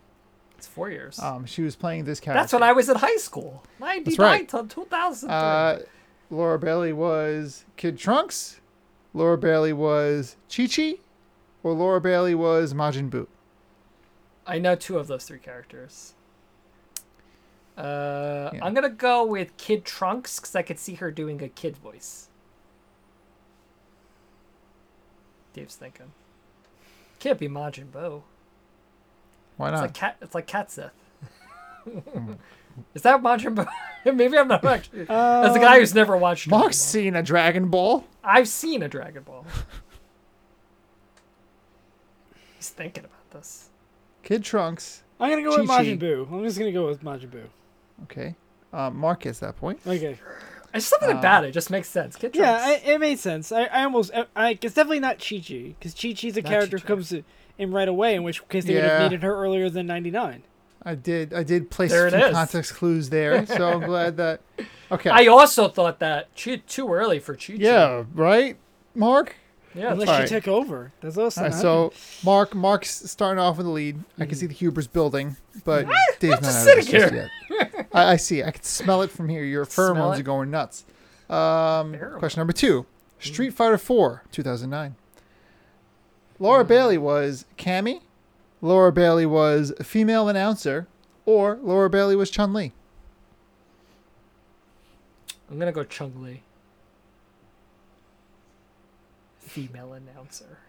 Speaker 5: It's four years.
Speaker 1: Um, she was playing this character.
Speaker 5: that's when I was in high school. Ninety nine
Speaker 1: right.
Speaker 5: till two thousand.
Speaker 1: Uh, Laura Bailey was Kid Trunks. Laura Bailey was Chi Chi, or Laura Bailey was Majin Buu.
Speaker 5: I know two of those three characters. Uh,
Speaker 1: Yeah.
Speaker 5: I'm gonna go with Kid Trunks because I could see her doing a kid voice. Dave's thinking. Can't be Majin Buu.
Speaker 1: Why
Speaker 5: It's
Speaker 1: not?
Speaker 5: like cat. It's
Speaker 1: <laughs>
Speaker 5: like Katseth. Is that Majin Buu? <laughs> Maybe
Speaker 1: <laughs>
Speaker 5: I'm not actually.
Speaker 1: Um,
Speaker 5: As a guy who's never watched. Dragon
Speaker 1: Mark's
Speaker 5: Ball.
Speaker 1: seen a Dragon Ball.
Speaker 5: I've seen a Dragon Ball. He's thinking about this.
Speaker 1: Kid Trunks.
Speaker 3: I'm gonna go with
Speaker 1: Chi-Chi.
Speaker 3: Majin Buu. I'm just gonna go with Majin <laughs> Buu.
Speaker 1: Okay. Uh, Mark gets that point.
Speaker 3: Okay.
Speaker 5: It's something about it. Just makes sense. Kid
Speaker 3: Yeah,
Speaker 5: Trunks.
Speaker 3: I, it made sense. I, I almost, I, I, it's definitely not Chi Chi because Chi Chi's a character who
Speaker 1: Chi-Chi.
Speaker 3: comes in right away, in which case they would have
Speaker 1: Yeah.
Speaker 3: needed her earlier than '99.
Speaker 1: I did. I did place
Speaker 5: There
Speaker 1: a
Speaker 5: it
Speaker 1: few
Speaker 5: is.
Speaker 1: context clues there, so I'm glad
Speaker 5: <laughs>
Speaker 1: that. Okay.
Speaker 5: I also thought that chi- too early for Chi Chi.
Speaker 1: yeah. Right. Mark.
Speaker 5: yeah.
Speaker 3: Unless
Speaker 5: that's-
Speaker 1: right.
Speaker 3: she took over. That's also
Speaker 1: All right,
Speaker 3: not-
Speaker 1: so Mark, Mark's starting off with a lead. I can see the hubris building, but Dave's not
Speaker 5: Hmm. just
Speaker 1: out of this
Speaker 5: sitting
Speaker 1: just yet. I, I see. I can smell it from here. Your
Speaker 5: Smell
Speaker 1: pheromones
Speaker 5: it?
Speaker 1: are going nuts. Um,
Speaker 5: Terrible.
Speaker 1: question number two
Speaker 5: Hmm.
Speaker 1: Street Fighter 4, 2009. Laura
Speaker 5: Hmm.
Speaker 1: Bailey was Cammy, Laura Bailey was female announcer, or Laura Bailey was Chun Li.
Speaker 5: I'm gonna go Chung Li. Female announcer.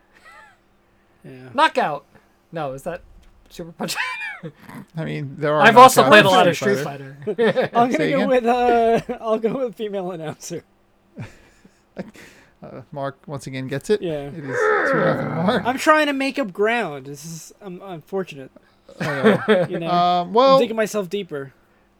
Speaker 3: Yeah.
Speaker 5: Knockout. No, is that Super Punch? <laughs>
Speaker 1: I mean, there are.
Speaker 5: I've
Speaker 1: no
Speaker 5: also
Speaker 1: shots
Speaker 5: played a
Speaker 1: in <laughs>
Speaker 5: lot of Street Fighter.
Speaker 3: I'm gonna
Speaker 1: Say
Speaker 3: go
Speaker 1: again?
Speaker 3: with uh, I'll go with female announcer.
Speaker 1: Uh, Mark once again gets it.
Speaker 3: Yeah.
Speaker 1: It is 2 nothing
Speaker 5: <laughs>
Speaker 1: Mark.
Speaker 3: I'm trying to make up ground. This is I'm unfortunate. You know,
Speaker 1: Um,
Speaker 3: I'm
Speaker 1: well,
Speaker 3: digging myself deeper.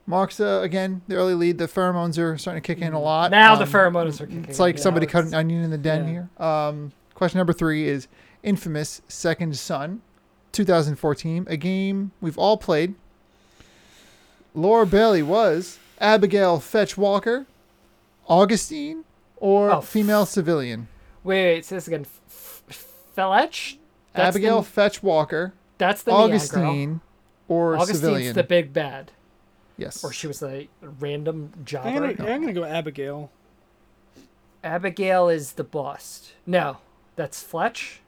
Speaker 1: Mark's uh, again the early lead. The pheromones are starting to kick in a lot.
Speaker 5: Mm. now the
Speaker 1: Um,
Speaker 5: pheromones are kicking.
Speaker 1: It's like
Speaker 5: in.
Speaker 1: somebody
Speaker 5: Now
Speaker 1: cut
Speaker 5: it's-
Speaker 1: an onion in the den
Speaker 3: yeah.
Speaker 1: here. Um, question number three is infamous Second Son, 2014, a game we've all played. Laura Bailey was Abigail Fetch Walker, Augustine, or
Speaker 5: Oh,
Speaker 1: female civilian.
Speaker 5: Wait, wait, say this again. F- f- Felech. That's
Speaker 1: Abigail
Speaker 5: The,
Speaker 1: Fetch Walker,
Speaker 5: that's the Neon girl.
Speaker 1: Augustine, or
Speaker 5: Augustine's
Speaker 1: civilian.
Speaker 5: the big bad,
Speaker 1: yes.
Speaker 5: or she was a random
Speaker 3: I'm
Speaker 5: jobber.
Speaker 3: gonna, I'm gonna go Abigail.
Speaker 5: Abigail is the boss. No, that's Fletch.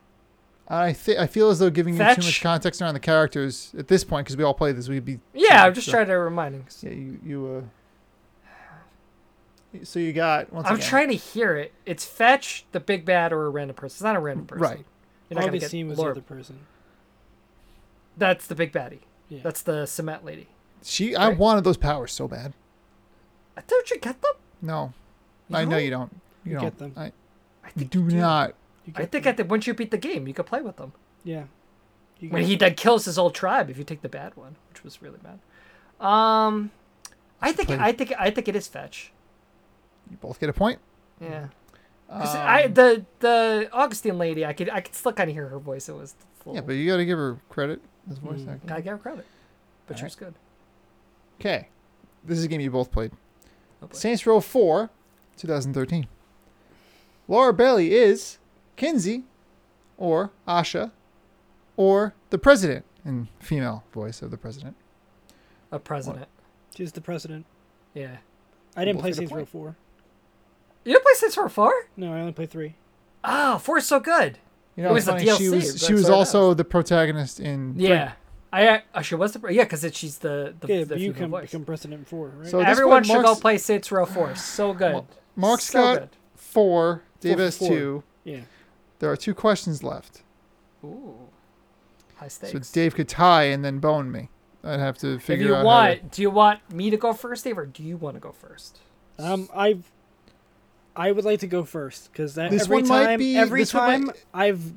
Speaker 1: I th- I feel as though giving you too
Speaker 5: Fetch.
Speaker 1: much context around the characters at this point, because we all play this, we'd be
Speaker 5: Yeah, I'm just
Speaker 1: so-
Speaker 5: trying to remind him.
Speaker 1: Yeah, you you uh. So you got once
Speaker 5: I'm
Speaker 1: again,
Speaker 5: trying to hear it. It's Fetch, the big bad, or a random person. It's not a random person.
Speaker 1: Right.
Speaker 5: You're not gonna get
Speaker 3: Augustine was the
Speaker 5: Laura.
Speaker 3: other person.
Speaker 5: That's the big baddie.
Speaker 3: Yeah.
Speaker 5: That's the cement lady.
Speaker 1: She I
Speaker 5: Right.
Speaker 1: wanted those powers so bad.
Speaker 5: Don't you get them?
Speaker 1: No, I know you don't. You,
Speaker 3: You
Speaker 1: don't.
Speaker 3: get them.
Speaker 1: I,
Speaker 5: I
Speaker 1: you
Speaker 5: think
Speaker 1: do not.
Speaker 3: You
Speaker 5: I
Speaker 3: get
Speaker 5: think
Speaker 3: them.
Speaker 5: at the once you beat the game, you could play with them.
Speaker 3: yeah. You
Speaker 5: When
Speaker 3: get
Speaker 5: he then kills his old tribe, if you take the bad one, which was really bad. Um, I think
Speaker 1: play-
Speaker 5: I think I think it is fetch.
Speaker 1: You both get a point.
Speaker 5: Yeah. 'Cause I the the Augustine lady, I could I could still kind of hear her voice. It was a
Speaker 1: Yeah,
Speaker 5: little-
Speaker 1: but you got to give her credit. This voice
Speaker 3: Hmm.
Speaker 1: acting.
Speaker 5: gotta give her credit, but she
Speaker 1: Alright.
Speaker 5: was good.
Speaker 1: Okay, this is a game you both played.
Speaker 5: Oh, boy.
Speaker 1: Saints Row Four, 2013. Laura Bailey is Kinsey, or Asha, or the president in female voice of the president.
Speaker 5: A president.
Speaker 3: She's the president.
Speaker 5: Yeah.
Speaker 3: I didn't
Speaker 1: both
Speaker 3: play
Speaker 1: get a
Speaker 3: Saints Row
Speaker 1: point.
Speaker 3: four.
Speaker 5: You didn't play Saints Row Four?
Speaker 3: No, I only played three.
Speaker 5: Ah, four's so good.
Speaker 1: You
Speaker 5: It
Speaker 1: know, it's
Speaker 5: was
Speaker 1: funny.
Speaker 5: the
Speaker 1: she
Speaker 5: DLC,
Speaker 1: was
Speaker 5: but
Speaker 1: she was
Speaker 5: so it
Speaker 1: also the protagonist in. three.
Speaker 5: Yeah. I uh, oh, she was the yeah because she's the the,
Speaker 3: Yeah,
Speaker 5: the
Speaker 3: but you
Speaker 5: female
Speaker 3: can
Speaker 5: voice.
Speaker 3: become president in four, right?
Speaker 1: So this
Speaker 5: Everyone
Speaker 1: one
Speaker 5: should go
Speaker 1: marks-
Speaker 5: play Saints Row 4. So good.
Speaker 1: Mark's
Speaker 5: so
Speaker 1: got four. Dave
Speaker 3: for
Speaker 1: has
Speaker 3: four.
Speaker 1: two.
Speaker 3: yeah.
Speaker 1: There are two questions left,
Speaker 5: good. Ooh. High
Speaker 1: so
Speaker 5: stakes.
Speaker 1: Dave could tie and then bone me. I'd have to
Speaker 5: if
Speaker 1: figure
Speaker 5: you
Speaker 1: out.
Speaker 5: want, do you want me to go first, Dave, or do you want to go first?
Speaker 3: Um, I I would like to go first because that
Speaker 1: This
Speaker 3: every
Speaker 1: one might
Speaker 3: time
Speaker 1: be-
Speaker 3: every
Speaker 1: this one might-
Speaker 3: time I've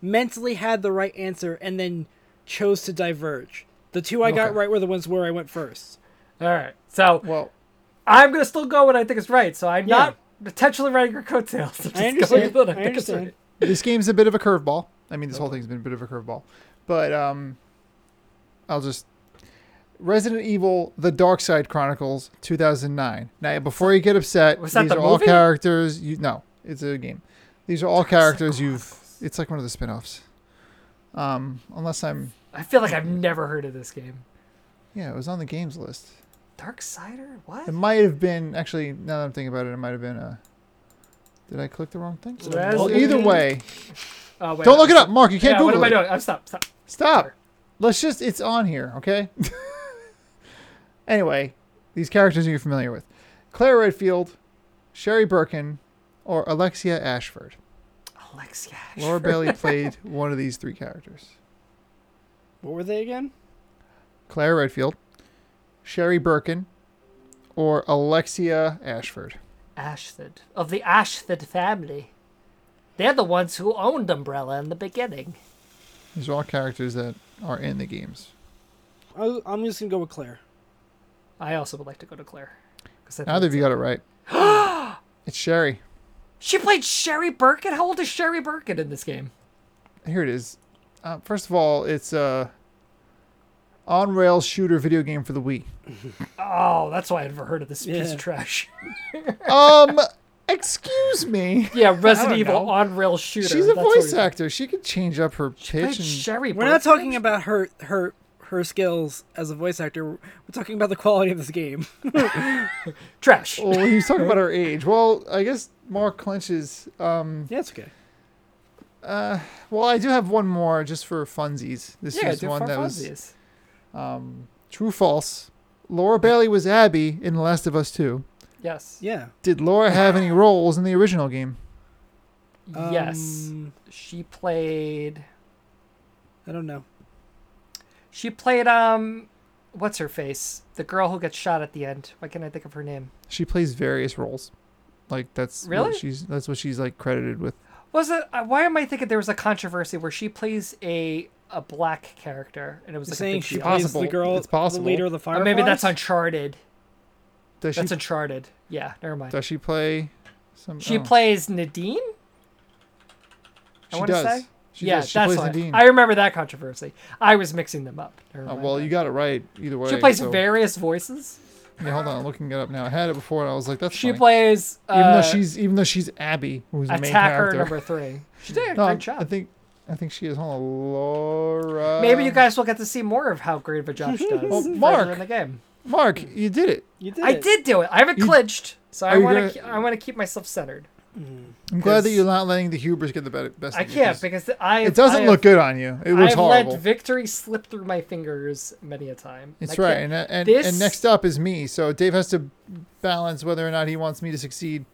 Speaker 3: mentally had the right answer and then chose to diverge. The two I got
Speaker 1: Okay.
Speaker 3: right were the ones where I went first.
Speaker 5: All right. So
Speaker 1: How to, well,
Speaker 5: I'm going to still go what I think is right. So I'm
Speaker 3: Yeah.
Speaker 5: not potentially riding your coattails. <laughs> I'm just
Speaker 3: I
Speaker 5: going
Speaker 3: understand.
Speaker 5: with what
Speaker 3: I
Speaker 5: think is
Speaker 3: understand.
Speaker 5: right.
Speaker 1: this game's a bit of a curveball. I mean, this whole thing's been a bit of a curveball, but um, I'll just Resident Evil: The Dark Side Chronicles 2009. Now, before you get upset,
Speaker 5: Was
Speaker 1: these
Speaker 5: that
Speaker 1: are
Speaker 5: the
Speaker 1: all
Speaker 5: movie?
Speaker 1: characters. You no, it's a game. These are all characters you've. It's like one of the spin-offs. Um, unless I'm,
Speaker 5: I feel like I've never heard of this game.
Speaker 1: yeah, it was on the games list.
Speaker 5: Dark Sider? What?
Speaker 1: It might have been actually. Now that I'm thinking about it, it might have been a. Did I click the wrong thing?
Speaker 5: Resident-
Speaker 1: Well, either way,
Speaker 5: Oh, wait,
Speaker 1: don't look it up, Mark. You
Speaker 5: Yeah,
Speaker 1: can't
Speaker 5: what
Speaker 1: Google
Speaker 5: am I
Speaker 1: it.
Speaker 5: doing? I'm stop. Stop.
Speaker 1: Stop. Let's just. It's on here, okay? <laughs> anyway, these characters you're familiar with: Claire Redfield, Sherry Birkin, or Alexia Ashford.
Speaker 5: Alexia.
Speaker 1: Laura Bailey played one of these three characters:
Speaker 3: What were they again?
Speaker 1: Claire Redfield, Sherry Birkin, or Alexia Ashford.
Speaker 5: Ashford of the Ashford family. They're the ones who owned Umbrella in the beginning.
Speaker 1: These are all characters that are in the games.
Speaker 3: I, I'm just gonna go with Claire.
Speaker 5: I also would like to go to Claire. 'Cause I think
Speaker 1: Neither of
Speaker 5: it's-
Speaker 1: you got it right. it's Sherry.
Speaker 5: She played Sherry Burkett. How old is Sherry Burkett in this game?
Speaker 1: Here it is. Uh, first of all, it's a on rail shooter video game for the Wii.
Speaker 5: Oh, that's why I never heard of this piece
Speaker 3: Yeah.
Speaker 5: of trash. <laughs>
Speaker 1: Um, excuse me.
Speaker 5: yeah, Resident Evil
Speaker 3: know.
Speaker 5: on rail shooter.
Speaker 1: She's a
Speaker 5: That's what
Speaker 1: voice
Speaker 5: we-
Speaker 1: actor. She could change up her
Speaker 5: Played
Speaker 1: pitch. And
Speaker 5: Sherry.
Speaker 3: We're not
Speaker 5: Burkett?
Speaker 3: talking about her her her skills as a voice actor. We're talking about the quality of this game.
Speaker 5: Trash.
Speaker 1: Well, he was talking about her age. Well, I guess Mark clenches. Um,
Speaker 3: yeah, it's okay.
Speaker 1: well, I do have one more just for funsies. This
Speaker 5: yeah,
Speaker 1: is
Speaker 5: do
Speaker 1: one
Speaker 5: far
Speaker 1: that was
Speaker 5: funsies.
Speaker 1: true false. Laura Bailey was Abby in The Last of Us 2.
Speaker 5: Yes.
Speaker 3: Yeah.
Speaker 1: Did Laura have any roles in the original game?
Speaker 5: yes.
Speaker 3: Um,
Speaker 5: She played.
Speaker 3: I don't know.
Speaker 5: She played um, what's her face? The girl who gets shot at the end. Why can't I think of her name?
Speaker 1: She plays various roles. Like that's
Speaker 5: Really?
Speaker 1: what she's that's what she's like credited with.
Speaker 5: Was it? uh, Why am I thinking there was a controversy where she plays a a black character and it was
Speaker 3: You're
Speaker 5: like a
Speaker 3: saying
Speaker 5: big
Speaker 3: she
Speaker 5: deal?
Speaker 1: possible.
Speaker 3: plays the girl,
Speaker 1: It's possible.
Speaker 3: the leader of the fire.
Speaker 5: Or maybe that's Uncharted.
Speaker 1: Does
Speaker 5: That's
Speaker 1: she
Speaker 5: Uncharted. Yeah, never mind.
Speaker 1: does she play some
Speaker 5: She
Speaker 1: oh,
Speaker 5: plays Nadine. I
Speaker 1: she
Speaker 5: wanna
Speaker 1: does.
Speaker 5: say?
Speaker 1: She
Speaker 5: yeah,
Speaker 1: does. She
Speaker 5: that's
Speaker 1: plays
Speaker 5: why
Speaker 1: Nadine.
Speaker 5: I remember that controversy. I was mixing them up. Never
Speaker 1: Oh,
Speaker 5: mind
Speaker 1: well,
Speaker 5: that.
Speaker 1: you got it right either way.
Speaker 5: she plays
Speaker 1: so-
Speaker 5: various voices.
Speaker 1: Yeah, hold on, I'm looking it up now. I had it before and I was like, that's
Speaker 5: She
Speaker 1: funny.
Speaker 5: plays uh,
Speaker 1: even though she's even though she's Abby, who's the main
Speaker 5: attacker
Speaker 1: character.
Speaker 5: number three. She did
Speaker 1: No,
Speaker 5: a great
Speaker 1: I'm- I
Speaker 5: job.
Speaker 1: think I think she is. Hold on, Laura.
Speaker 5: Maybe you guys will get to see more of how great of a job she does
Speaker 1: uh, <laughs> Well,
Speaker 5: further
Speaker 1: Mark,
Speaker 5: in the game.
Speaker 1: Mark, you did it.
Speaker 3: You did
Speaker 5: <laughs> I
Speaker 3: it.
Speaker 5: did do it. I haven't clinched, so I
Speaker 1: you
Speaker 5: want to.
Speaker 1: gonna-
Speaker 5: Ke- I want to keep myself centered.
Speaker 1: I'm glad that
Speaker 5: Yes.
Speaker 1: you're not letting the hubris get the be- best.
Speaker 5: I
Speaker 1: of you,
Speaker 5: can't
Speaker 1: 'cause
Speaker 5: because I.
Speaker 1: It doesn't
Speaker 5: I
Speaker 1: look
Speaker 5: have,
Speaker 1: good on you. It
Speaker 5: I
Speaker 1: was
Speaker 5: have
Speaker 1: horrible.
Speaker 5: let victory slip through my fingers many a time. and
Speaker 1: it's
Speaker 5: I
Speaker 1: right,
Speaker 5: can't-
Speaker 1: and and,
Speaker 5: This-
Speaker 1: and next up is me. So Dave has to balance whether or not he wants me to succeed.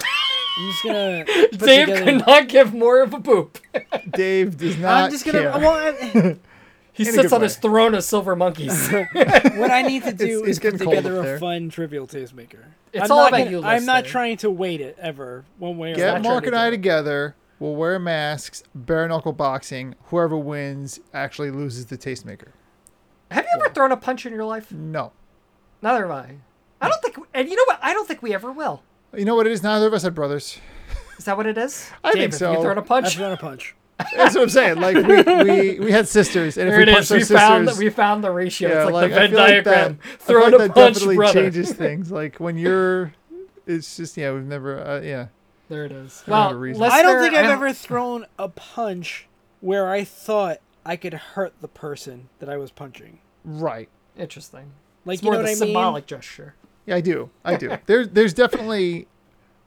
Speaker 3: I'm just gonna.
Speaker 5: <laughs>
Speaker 3: put
Speaker 5: Dave
Speaker 3: together-
Speaker 5: could not give more of a poop.
Speaker 1: Dave does not.
Speaker 3: I'm just gonna.
Speaker 1: care.
Speaker 3: Well, I-
Speaker 5: He
Speaker 1: In a
Speaker 5: sits
Speaker 1: good
Speaker 5: on his
Speaker 1: way.
Speaker 5: throne of silver monkeys.
Speaker 3: what I need to do
Speaker 1: it's
Speaker 3: is put
Speaker 1: getting cold
Speaker 3: together
Speaker 1: up
Speaker 3: a
Speaker 1: there.
Speaker 3: fun trivial taste maker.
Speaker 5: <laughs> It's
Speaker 3: I'm
Speaker 5: all
Speaker 3: not
Speaker 5: about
Speaker 3: gonna-
Speaker 5: you,
Speaker 3: I'm not
Speaker 5: listener.
Speaker 3: trying to wait it ever, one way or
Speaker 1: Get
Speaker 5: not
Speaker 3: another.
Speaker 5: trying
Speaker 1: Mark
Speaker 5: to
Speaker 1: and
Speaker 5: do
Speaker 1: I
Speaker 5: it.
Speaker 1: together. We'll wear masks, bare knuckle boxing. Whoever wins actually loses the tastemaker.
Speaker 5: Have you ever thrown a punch in your life?
Speaker 1: No.
Speaker 5: Neither have I. I don't think, and you know what? I don't think we ever will.
Speaker 1: You know what it is? Neither of us had brothers.
Speaker 5: Is that what it is?
Speaker 1: I
Speaker 5: Dave,
Speaker 1: think
Speaker 5: If you
Speaker 1: so.
Speaker 5: throw a
Speaker 3: That's
Speaker 5: punch,
Speaker 3: not a punch.
Speaker 1: That's what I'm saying. Like we, we, we had sisters, and if
Speaker 5: there
Speaker 1: we
Speaker 5: it
Speaker 1: punched
Speaker 5: is.
Speaker 1: our
Speaker 5: We
Speaker 1: sisters,
Speaker 5: found we found the ratio. it's like, the
Speaker 1: I
Speaker 5: Venn
Speaker 1: feel like
Speaker 5: diagram.
Speaker 1: that- I feel
Speaker 5: Thrown
Speaker 1: like
Speaker 5: a
Speaker 1: that
Speaker 5: punch,
Speaker 1: definitely
Speaker 5: brother. <laughs>
Speaker 1: changes things. Like when you're, it's just yeah, we've never uh, yeah.
Speaker 5: There it is.
Speaker 1: don't have
Speaker 5: Well,
Speaker 1: a reason.
Speaker 5: listener,
Speaker 3: I don't think I've
Speaker 5: I'm-
Speaker 3: ever thrown a punch where I thought I could hurt the person that I was punching.
Speaker 1: Right.
Speaker 5: Interesting.
Speaker 3: Like
Speaker 5: It's
Speaker 3: you
Speaker 5: more
Speaker 3: know
Speaker 5: the
Speaker 3: what I
Speaker 5: symbolic gesture.
Speaker 1: Yeah, I do. I do.
Speaker 5: <laughs>
Speaker 1: there's there's definitely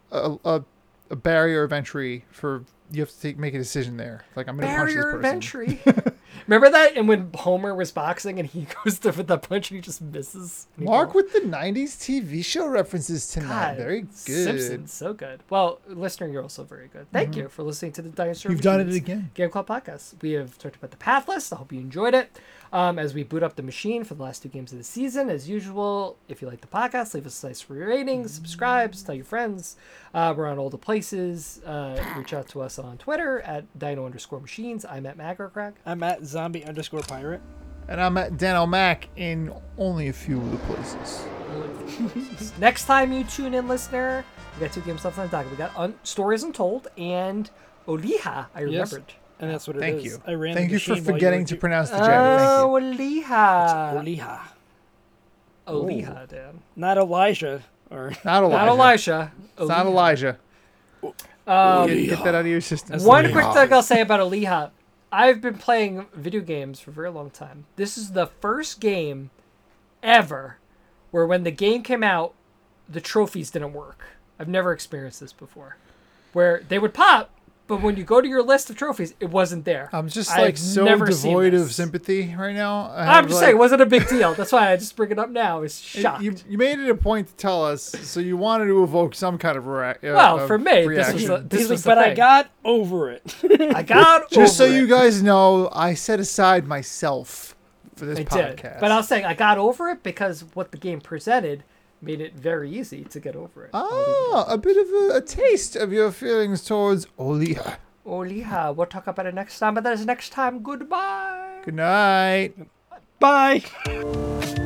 Speaker 1: a, a a barrier of entry for you have to take, make a decision there. Like I'm gonna
Speaker 5: Barrier of
Speaker 1: punch this person.
Speaker 5: entry.
Speaker 1: <laughs>
Speaker 5: Remember that? And when Homer was boxing and he <laughs> goes to for the punch and he just misses. and he
Speaker 1: Mark
Speaker 5: falls.
Speaker 1: with the '90s TV show references tonight.
Speaker 5: God,
Speaker 1: Very good. Mm-hmm.
Speaker 5: Simpsons, so good. Well, listener, you're also very good. Thank you for listening to the Dinosaur.
Speaker 1: You've done it
Speaker 5: Machines
Speaker 1: again.
Speaker 5: Game Club podcast. We have talked about the path list. I hope you enjoyed it. Um, as we boot up the machine for the last two games of the season, as usual, if you like the podcast, leave us a nice rating, subscribe, tell your friends. Uh, we're on all the places. Uh, reach out to us on Twitter at dino underscore machines. I'm at Magrocrack.
Speaker 3: I'm at zombie underscore pirate.
Speaker 1: And I'm at Dan O'Mac in only a few of the places.
Speaker 5: Next time you tune in, listener, we got two games left on the docket. We got un- Stories Untold and Oliha. I
Speaker 3: Yes.
Speaker 5: remembered.
Speaker 3: And that's what it is.
Speaker 1: Thank you.
Speaker 3: I ran the
Speaker 1: Thank you for
Speaker 3: machine while
Speaker 1: forgetting
Speaker 3: were
Speaker 1: to
Speaker 3: do-
Speaker 1: pronounce the J. Thank you.
Speaker 5: Oh, Oliha.
Speaker 3: Oliha.
Speaker 5: Oliha, Dan.
Speaker 3: Not Elijah. Or
Speaker 1: Not Elijah.
Speaker 5: Not Elisha.
Speaker 1: It's not Elijah. get, get that out of your system.
Speaker 5: Um, One quick thing I'll say about Aliha. I've been playing video games for a very long time. This is the first game ever where when the game came out, the trophies didn't work. I've never experienced this before. Where they would pop, but when you go to your list of trophies, it wasn't there.
Speaker 1: I'm just
Speaker 5: I've
Speaker 1: like so
Speaker 5: never seen
Speaker 1: devoid of
Speaker 5: this.
Speaker 1: sympathy right now. I
Speaker 5: I'm
Speaker 1: have,
Speaker 5: just
Speaker 1: like-
Speaker 5: saying, it wasn't a big deal. That's why I just bring it up now. It's
Speaker 1: <laughs>
Speaker 5: shocked.
Speaker 1: You, you made it a point to tell us, so you wanted to evoke some kind of reaction.
Speaker 5: well, for me, this was, the,
Speaker 1: reaction.
Speaker 5: this
Speaker 3: He's like,
Speaker 5: was
Speaker 3: but
Speaker 5: the
Speaker 3: I
Speaker 5: thing.
Speaker 3: got over it. <laughs>
Speaker 5: I got
Speaker 1: just so
Speaker 5: over
Speaker 1: you
Speaker 5: it.
Speaker 1: guys know, I set aside myself for this
Speaker 5: I
Speaker 1: podcast.
Speaker 5: did. But I was saying I got over it because what the game presented made it very easy to get over it.
Speaker 1: ah, a bit of a, a taste of your feelings towards Olia.
Speaker 5: Oliha, we'll talk about it next time, but that is next time. Goodbye.
Speaker 1: Good night.
Speaker 3: Bye.